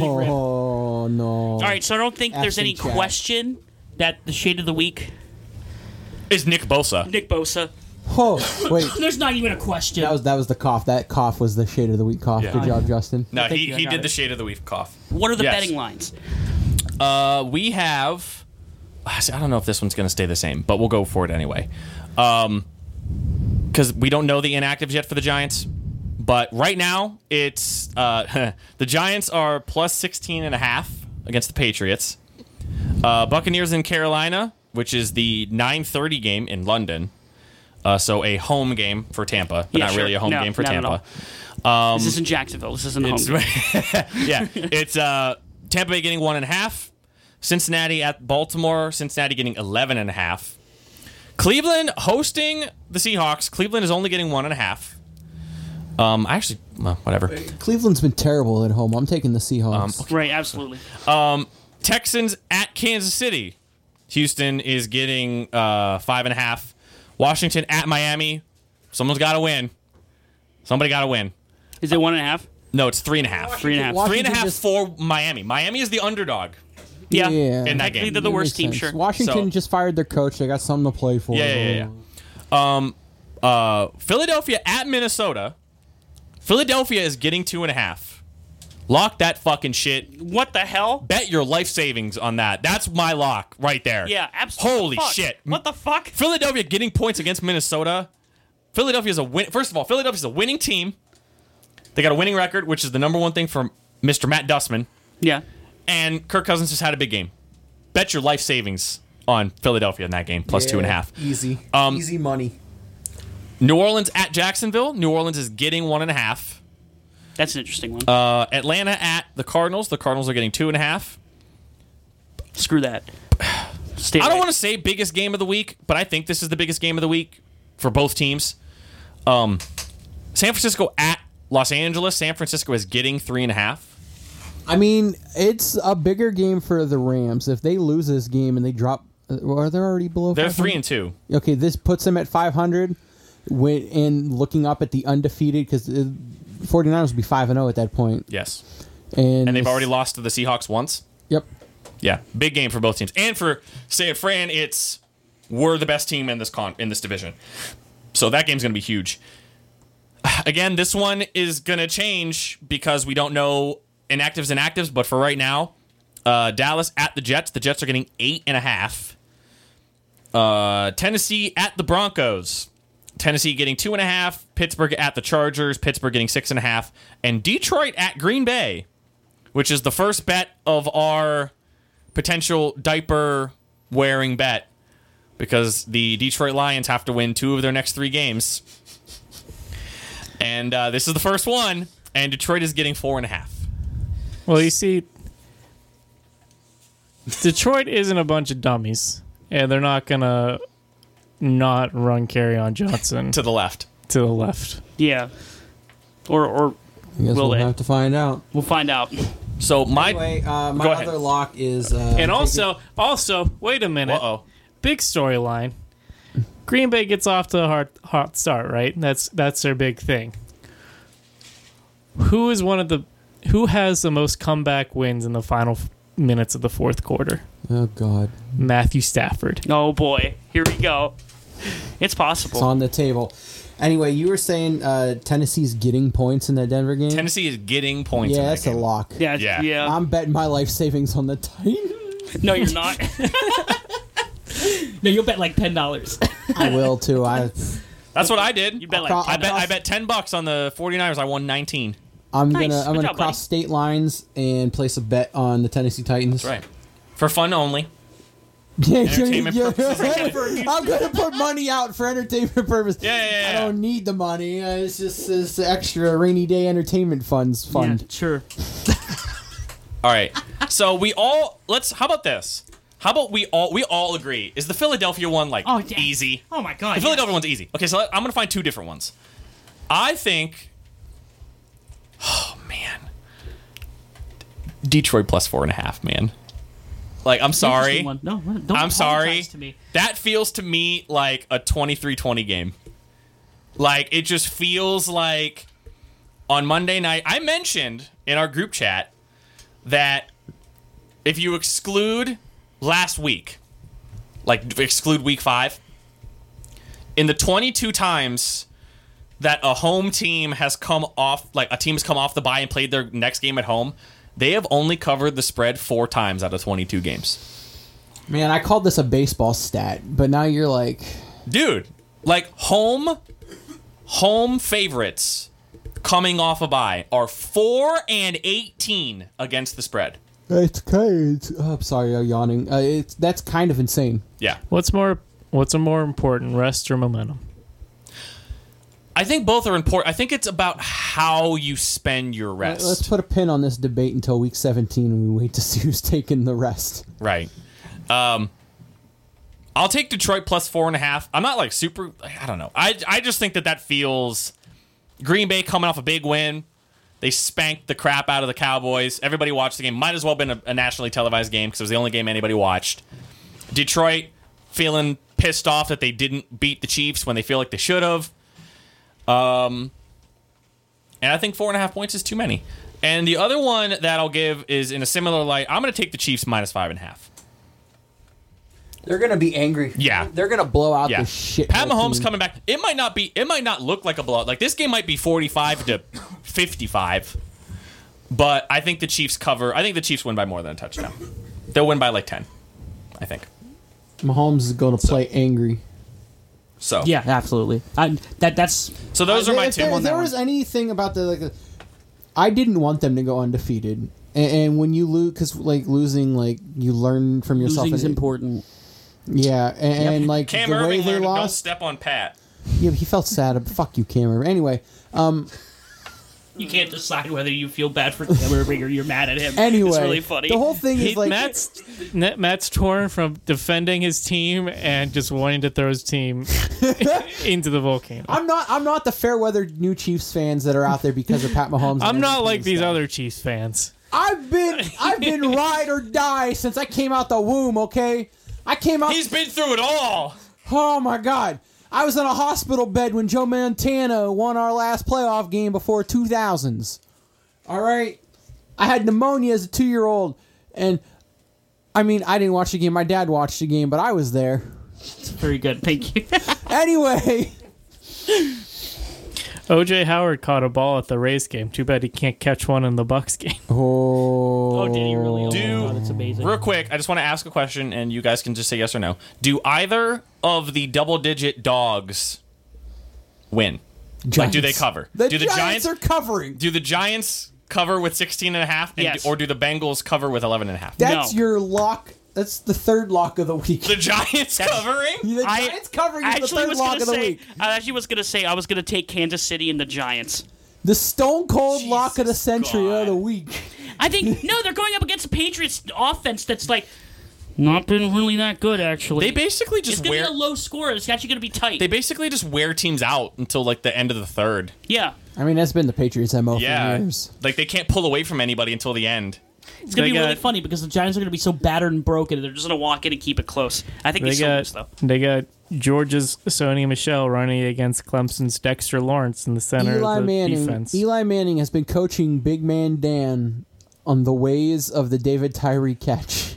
F: Oh no!
A: All right, so I don't think there's
F: Absent
A: any
F: Jack.
A: question that the shade of the week,
D: is Nick Bosa?
A: Nick Bosa.
F: Oh wait,
E: There's not even a question.
F: that was that was the cough. That cough was the shade of the week cough. Good job, Justin.
D: No,
E: Thank
D: he,
E: you, I
D: he
E: got
D: did
E: it.
D: the shade of the week cough.
A: What are the
D: Yes.
A: betting lines?
D: Uh, we have. I see, I don't know if this one's going to stay the same, but we'll go for it anyway. Um, because we don't know the inactives yet for the Giants, but right now it's uh, the Giants are plus 16 and a half against the Patriots. Uh, Buccaneers in Carolina, which is the 9:30 game in London. Uh, so a home game for Tampa, but
A: Yeah,
D: not really
A: sure.
D: a home
A: No,
D: game for
A: not at
D: Tampa.
A: this isn't Jacksonville. This isn't
D: Um, It's,
A: home.
D: yeah, it's uh, Tampa Bay getting one and a half. Cincinnati at Baltimore. Cincinnati getting 11 and a half. Cleveland hosting the Seahawks. Cleveland is only getting one and a half. Um, I actually, well, whatever.
F: Cleveland's been terrible at home. I'm taking the
D: Um,
F: Seahawks.
A: Right, absolutely.
D: Texans at Kansas City. Houston is getting uh, five and a half. Washington at Miami. Someone's got to win. Somebody got to win.
A: Is it one and a half?
D: No, it's three and a half.
A: Three and a half.
F: Washington
D: Three and a half
F: just-
D: for Miami. Miami is the underdog.
A: Yeah.
F: Yeah.
D: In that
A: Technically,
D: game.
A: they're the
F: That
A: worst
F: makes
A: team,
F: sense.
A: sure.
F: Washington
D: So-
F: just fired their coach. They got something to play for.
D: Yeah, yeah, yeah, yeah. Um, uh, Philadelphia at Minnesota. Philadelphia is getting two and a half. Lock that fucking shit.
A: What the hell?
D: Bet your life savings on that. That's my lock right there.
A: Yeah, absolutely.
D: Holy shit.
A: What the fuck?
D: Philadelphia getting points against Minnesota. Philadelphia is a win. First of all, Philadelphia's a winning team. They got a winning record, which is the number one thing for Mr. Matt Dustman.
A: Yeah.
D: And Kirk Cousins just had a big game. Bet your life savings on Philadelphia in that game, plus two and a half.
F: Easy.
D: Um,
F: Easy money.
D: New Orleans at Jacksonville. New Orleans is getting one and a half.
A: That's an interesting one.
D: Uh, Atlanta at the Cardinals. The Cardinals are getting two and a half.
A: Screw that. Stay
D: I don't
A: away.
D: want to say biggest game of the week, but I think this is the biggest game of the week for both teams. Um, San Francisco at Los Angeles. San Francisco is getting three and a half.
F: I mean, it's a bigger game for the Rams. If they lose this game and they drop, uh, are they already below?
D: They're
F: 500?
D: three and two.
F: Okay, this puts them at 500. When, and looking up at the undefeated, because 49ers would be 5 and 0 at that point.
D: Yes,
F: And,
D: and they've
F: this-
D: already lost to the Seahawks once.
F: Yep.
D: Yeah, big game for both teams. And for San Fran, it's we're the best team in this con in this division. So that game's going to be huge. Again, this one is going to change because we don't know inactives and actives. But for right now, uh, Dallas at the Jets. The Jets are getting eight and a half. Uh, Tennessee at the Broncos. Tennessee getting two and a half. Pittsburgh at the Chargers. Pittsburgh getting six and a half. And Detroit at Green Bay, which is the first bet of our potential diaper wearing bet because the Detroit Lions have to win two of their next three games. And uh, this is the first one, and Detroit is getting four and a half.
B: Well, you see, Detroit isn't a bunch of dummies, and they're not gonna not run carry on Johnson
D: To the left.
B: to the left.
A: Yeah. Or or
F: I guess
A: Will
F: we'll
A: they?
F: have to find out.
A: we'll find out.
D: So my.
F: Anyway, uh, my
D: Go ahead.
F: other lock is. Uh,
B: And also, also, wait a minute.
D: Uh oh.
B: Big storyline. Green Bay gets off to a hard, hot start, right? That's that's their big thing. Who is one of the who has the most comeback wins in the final f- minutes of the fourth quarter?
F: oh, God.
B: Matthew Stafford.
A: Oh boy. Here we go. It's possible.
D: Oh.
F: It's on the table. Anyway, you were saying uh, Tennessee's getting points in that Denver game?
D: Tennessee is getting points. in
F: yeah,
D: that
F: that's a
D: game.
F: lock.
A: yeah,
D: Yeah.
A: yeah.
E: Um,
F: I'm betting my life savings on the Titans.
A: no, you're not.
E: No, you'll bet like ten dollars.
F: I will, too. I
D: That's what I did.
A: You bet like
F: I'll-
D: I
F: I'll
D: bet I
F: cross-
D: bet ten bucks on the 49ers. I won nineteen.
F: I'm
A: Nice.
F: gonna
A: Good
F: I'm gonna
A: job, buddy.
F: cross state lines and place a bet on the Tennessee Titans.
D: Right. For fun only.
F: Yeah,
D: Entertainment
F: yeah,
D: purposes
F: yeah. I'm gonna put money out for entertainment purposes.
D: Yeah, yeah, yeah.
F: I don't need the money. Uh, It's just this extra rainy day entertainment funds fund.
E: Yeah, sure.
D: All right. So we all let's. How about this? How about we all we all agree? Is the Philadelphia one like
E: Oh, yeah.
D: easy?
E: Oh my god.
D: The Philadelphia one's easy. Okay, so let- I'm gonna find two different ones. I think. Oh man. Detroit plus four and a half, man. Like I'm sorry.
E: Interesting one. No, don't
D: I'm
E: apologize
D: sorry.
E: To me.
D: That feels to me like a 23-20 game. Like it just feels like on Monday night I mentioned in our group chat that if you exclude last week, like exclude week 5, in the 22 times that a home team has come off like a team has come off the bye and played their next game at home, they have only covered the spread 4 times out of 22 games.
F: Man, I called this a baseball stat, but now you're like,
D: dude like home home favorites coming off a bye are 4 and 18 against the spread
F: it's kind. Oh, I'm sorry, I'm yawning. Uh, it's that's kind of insane.
D: yeah
B: What's more? What's a more important, rest or momentum?
D: i think both are important i think it's about how you spend your
F: Let- Let's
D: rest
F: put a pin on this debate until week 17, and we wait to see who's taking the rest.
D: right um i'll take detroit plus four and a half i'm not like super i don't know i i just think that that feels green bay coming off a big win they spanked the crap out of the cowboys everybody watched the game might as well have been a, a nationally televised game because it was the only game anybody watched Detroit feeling pissed off that they didn't beat the Chiefs when they feel like they should have. Um, and I think four and a half points is too many. And the other one that I'll give is in a similar light. I'm going to take the Chiefs minus five and a half.
F: They're gonna be angry.
D: Yeah.
F: they're gonna blow out
D: Yeah,
F: the shit.
D: Pat
F: out of
D: Mahomes
F: team.
D: coming back. It might not be. It might not look like a blowout. Like this game might be 45 to 55. But I think the Chiefs cover. I think the Chiefs win by more than a touchdown. They'll win by like 10. I think.
F: Mahomes is gonna play angry.
D: So
E: Yeah, absolutely. I, that that's
D: So those are my
F: if
D: two.
F: Uh, There,
E: on
F: if there
E: that
F: was anything about the like, the- I didn't want them to go undefeated. And, and when you lose, because like losing, like you learn from yourself.
A: Losing is
F: and-
A: important.
F: Yeah, and, and, like
D: Cam
F: the way
D: Irving
F: they
D: learned don't
F: lost,
D: step on Pat.
F: yeah, he felt sad. ab- Fuck you, Cam Irving. Anyway,
A: You can't decide whether you feel bad for Cam Irving or you're mad at him.
F: anyway,
A: it's really funny.
F: the whole thing is
B: He-
F: like
B: Matt's Net- Matt's torn from defending his team and just wanting to throw his team into the volcano.
F: I'm not. I'm not the fair weather new Chiefs fans that are out there because of Pat Mahomes. and
B: I'm not
F: everything
B: like
F: he's
B: these
F: done.
B: other Chiefs fans.
F: I've been. I've been ride or die since I came out the womb. Okay, I came out.
D: He's been through it all.
F: Oh my God. I was in a hospital bed when Joe Montana won our last playoff game before 2000s. All right. I had pneumonia as a two year old. And I mean, I didn't watch the game. My dad watched the game, but I was there.
E: very good. Thank you.
F: Anyway,
B: OJ Howard caught a ball at the Rays game. Too bad he can't catch one in the Bucks game.
F: oh,
E: Oh, did he really? Oh,
D: Dude.
E: wow, that's amazing.
D: Real quick, I just want to ask a question, and you guys can just say yes or no. Do either of the double-digit dogs win? Like, do they
F: Giants.
D: cover?
F: The,
D: do the
F: Giants, are covering.
D: do the Giants cover with 16 and a half, and
A: Yes.
D: or do the Bengals cover with 11 and a half?
F: That's
A: No.
F: your lock. That's the third lock of the week.
D: the Giants covering?
F: the
A: I-
F: Giants covering
A: I
F: is the
A: actually
F: third
A: was
F: lock
A: gonna
F: of the
A: say,
F: week.
A: I actually was gonna say I was gonna take Kansas City and the Giants.
F: The stone cold lock of the
D: Jesus
F: century
D: God.
F: of the week.
A: I think no, they're going up against the Patriots offense that's like not been really that good actually.
D: They basically just
A: it's gonna
D: wear
A: be a low score. It's actually gonna be tight.
D: they basically just wear teams out until like the end of the third.
A: yeah,
F: I mean, that's been the Patriots' MO
D: Yeah,
F: for years.
D: like they can't pull away from anybody until the end.
A: it's gonna
B: They
A: be really
B: got-
A: funny because the Giants are gonna be so battered and broken. They're just gonna walk in and keep it close. I think they,
B: They
A: still
B: got
A: lose though.
B: they got Georgia's Sony Michelle running against Clemson's Dexter Lawrence in the center
F: Eli
B: of the
F: Manning.
B: defense.
F: Eli Manning has been coaching Big Man Dan on the ways of the David Tyree catch.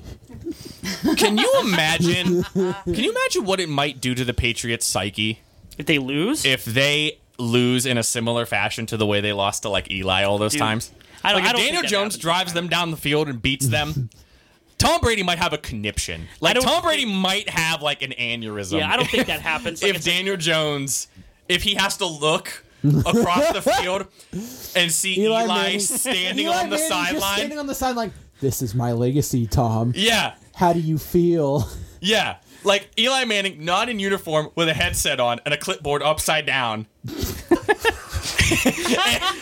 D: Can you imagine? can you imagine what it might do to the Patriots' psyche
A: If they lose,
D: if they lose in a similar fashion to the way they lost to like Eli all those
A: Dude,
D: times?
A: I don't-
D: like
A: I
D: if
A: don't
D: Daniel
A: think that
D: Jones
A: happens.
D: drives them down the field and beats them. Tom Brady might have a conniption. Like
A: don't
D: Tom Brady might have like an aneurysm.
A: yeah, I don't think that happens. Like,
D: if
A: it's like-
D: Daniel Jones if he has to look across the field and see Eli, standing,
F: Eli
D: on
F: Manning
D: the
F: just Standing
D: sideline.
F: on the sideline. This is my legacy, Tom.
D: Yeah,
F: How do you feel?
D: yeah. Like Eli Manning, not in uniform, with a headset on and a clipboard upside down.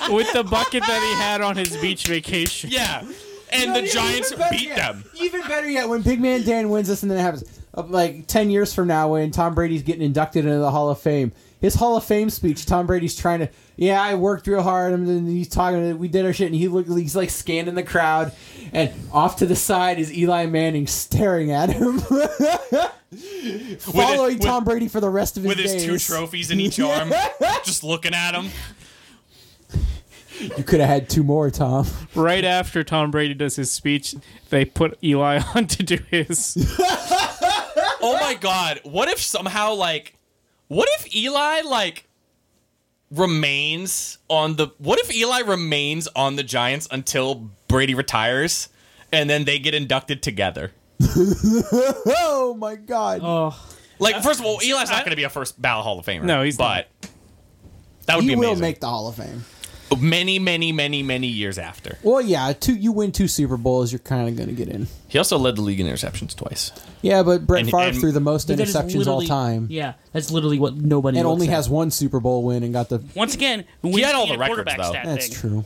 B: with the bucket that he had on his beach vacation.
D: Yeah. And the Giants
F: Even better
D: beat
F: yet-
D: them.
F: Even better yet, when Big Man Dan wins this and then it happens, uh, like 10 years from now, when Tom Brady's getting inducted into the Hall of Fame, his Hall of Fame speech, Tom Brady's trying to, yeah, I worked real hard, and then he's talking, we did our shit, and he look, he's like scanning the crowd, and off to the side is Eli Manning staring at him, following
D: with-
F: Tom Brady for the rest of his
D: with his two
F: days.
D: trophies in each arm, just looking at him.
F: You could have had two more, Tom.
B: Right after Tom Brady does his speech, they put Eli on to do his.
D: Oh my god! What if somehow like, what if Eli like remains on the? What if Eli remains on the Giants until Brady retires, and then they get inducted together?
F: Oh my God!
D: Like, first of all, Eli's not going to be a first ballot Hall of Famer.
B: No, he's
D: but that would
F: he
D: be
F: will
D: amazing.
F: make the Hall of Fame.
D: many, many, many, many years after.
F: Well, yeah, two. You win two Super Bowls, you're kind of going to get in.
D: He also led the league in interceptions twice.
F: Yeah, but Brett
D: And-
F: Favre
D: and-
F: threw the most
E: That is
F: interceptions all
E: literally-
F: time,
E: Yeah, that's literally what nobody.
F: and
E: looks
F: only
E: at.
F: has one Super Bowl win and got the.
A: Once again, we
D: had
A: need
D: all the
A: a
D: records,
A: quarterback
D: though.
A: stat
F: That's
A: thing.
F: true.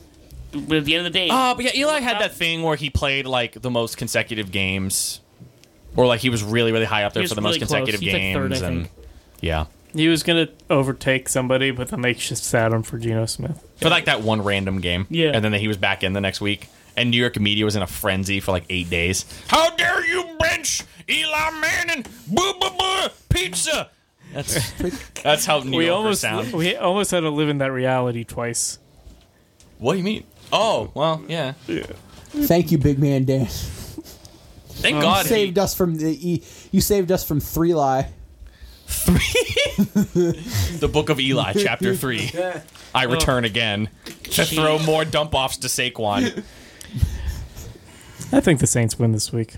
A: But at the end of the day,
D: Uh, but yeah, Eli had that thing where he played like the most consecutive games, or like he was really, really high up there
A: He was
D: for the most
A: really close.
D: consecutive
A: He's like
D: games.
A: third, I
D: and
A: think.
D: yeah,
B: He was gonna overtake somebody, but then they just sat him for Geno Smith.
D: for like that one random game.
A: Yeah.
D: and then he was back in the next week, and New York media was in a frenzy for like eight days. How dare you bench Eli Manning? Boo boo boo! Pizza. That's that's how New
B: we
D: Yorkers
B: almost
D: sound.
B: we almost had to live in that reality twice.
D: What do you mean? Oh well, yeah.
F: Thank you, Big Man Dan.
A: Um,
D: Thank God. he-
F: saved us from the. E- you saved us from three lie.
D: the Book of Eli, Chapter Three. I return again to throw more dump offs to Saquon.
B: I think the Saints win this week.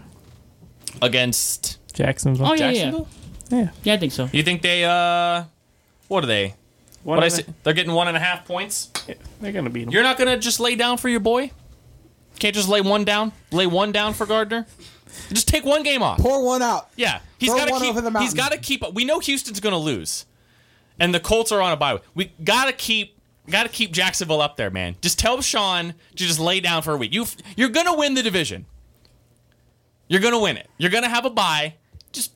D: against
B: Jacksonville.
E: Oh yeah, yeah, yeah.
D: Jacksonville.
B: yeah.
E: Yeah, I think so.
D: You think they? uh What are they?
B: One
D: What I
B: and a-
D: say? They're getting one and a half points.
B: They're gonna beat 'em.
D: You're not gonna just lay down for your boy. Can't just lay one down. Lay one down for Gardner. Just take one game off.
F: Pour one out.
D: Yeah, he's
F: Throw
D: got to
F: one over the
D: keep.
F: mountain.
D: He's got to keep. We know Houston's gonna lose, and the Colts are on a bye. week. We gotta keep. Gotta keep Jacksonville up there, man. Just tell Sean to just lay down for a week. You you're gonna win the division. You're gonna win it. You're gonna have a bye. Just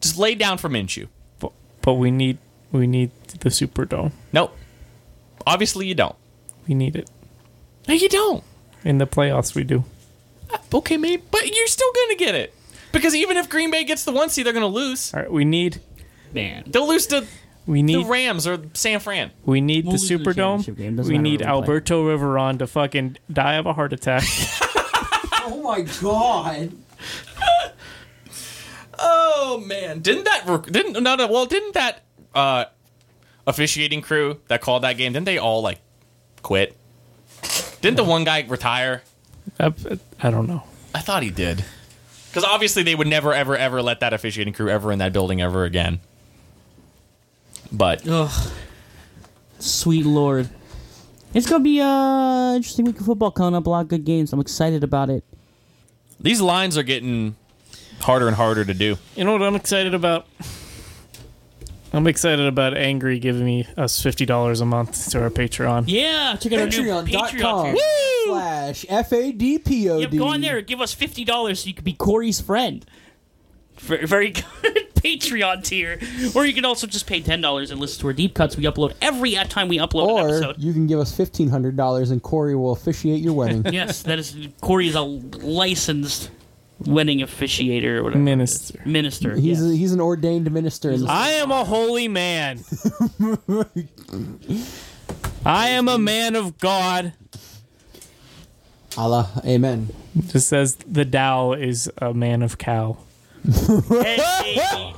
D: just lay down for Minshew.
B: but, but we need we need the Superdome.
D: Nope. Obviously, you don't.
B: We need it
D: No, you don't.
B: in the playoffs. We do.
D: Okay, maybe, but you're still gonna get it because even if Green Bay gets the one seed, they're gonna lose.
B: All right, we need
E: Man,
D: They'll lose to
B: we
D: the
B: need
D: Rams or San Fran.
B: we need
E: We'll
B: the
E: lose the championship game.
B: Superdome.
E: Doesn't
B: We
E: matter
B: need
E: where we play.
B: Alberto Riveron to fucking die of a heart attack.
F: Oh my God!
D: Oh man, didn't that rec- didn't no no well didn't that uh officiating crew that called that game didn't they all like quit? Didn't the one guy retire?
B: I, I don't know.
D: I thought he did. Because obviously they would never ever ever let that officiating crew ever in that building ever again. But
E: sweet lord, it's gonna be uh interesting week of football coming up. A lot of good games. I'm excited about it.
D: these lines are getting harder and harder to do.
B: You know what I'm excited about? I'm excited about Angry giving me us fifty dollars a month to our Patreon.
A: yeah, check out our new
F: Patreon.com
A: Patreon. tier.
F: slash fadpod.
A: Yep, go on there. Give us fifty dollars so you can be Corey's friend. Ver- Very good Patreon tier, or you can also just pay ten dollars and listen to our deep cuts we upload every time we upload an
F: Or
A: episode.
F: you can give us fifteen hundred dollars, and Corey will officiate your wedding.
A: Yes, that is Corey is a licensed wedding officiator or whatever.
B: Minister.
A: Minister.
F: He's
A: yes.
F: a, he's an ordained minister. In the,
B: I am a holy man. I am a man of God.
F: Allah, Amen.
B: Just says the Tao is a man of cow.
A: Hey,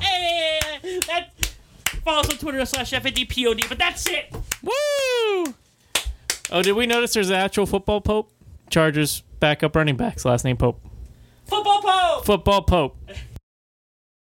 A: hey, that, follow us on Twitter slash FNDPOD, but that's it.
B: Woo! Oh, did we notice there's an actual football pope? Chargers backup running backs last name Pope.
A: Football Pope!
B: Football Pope.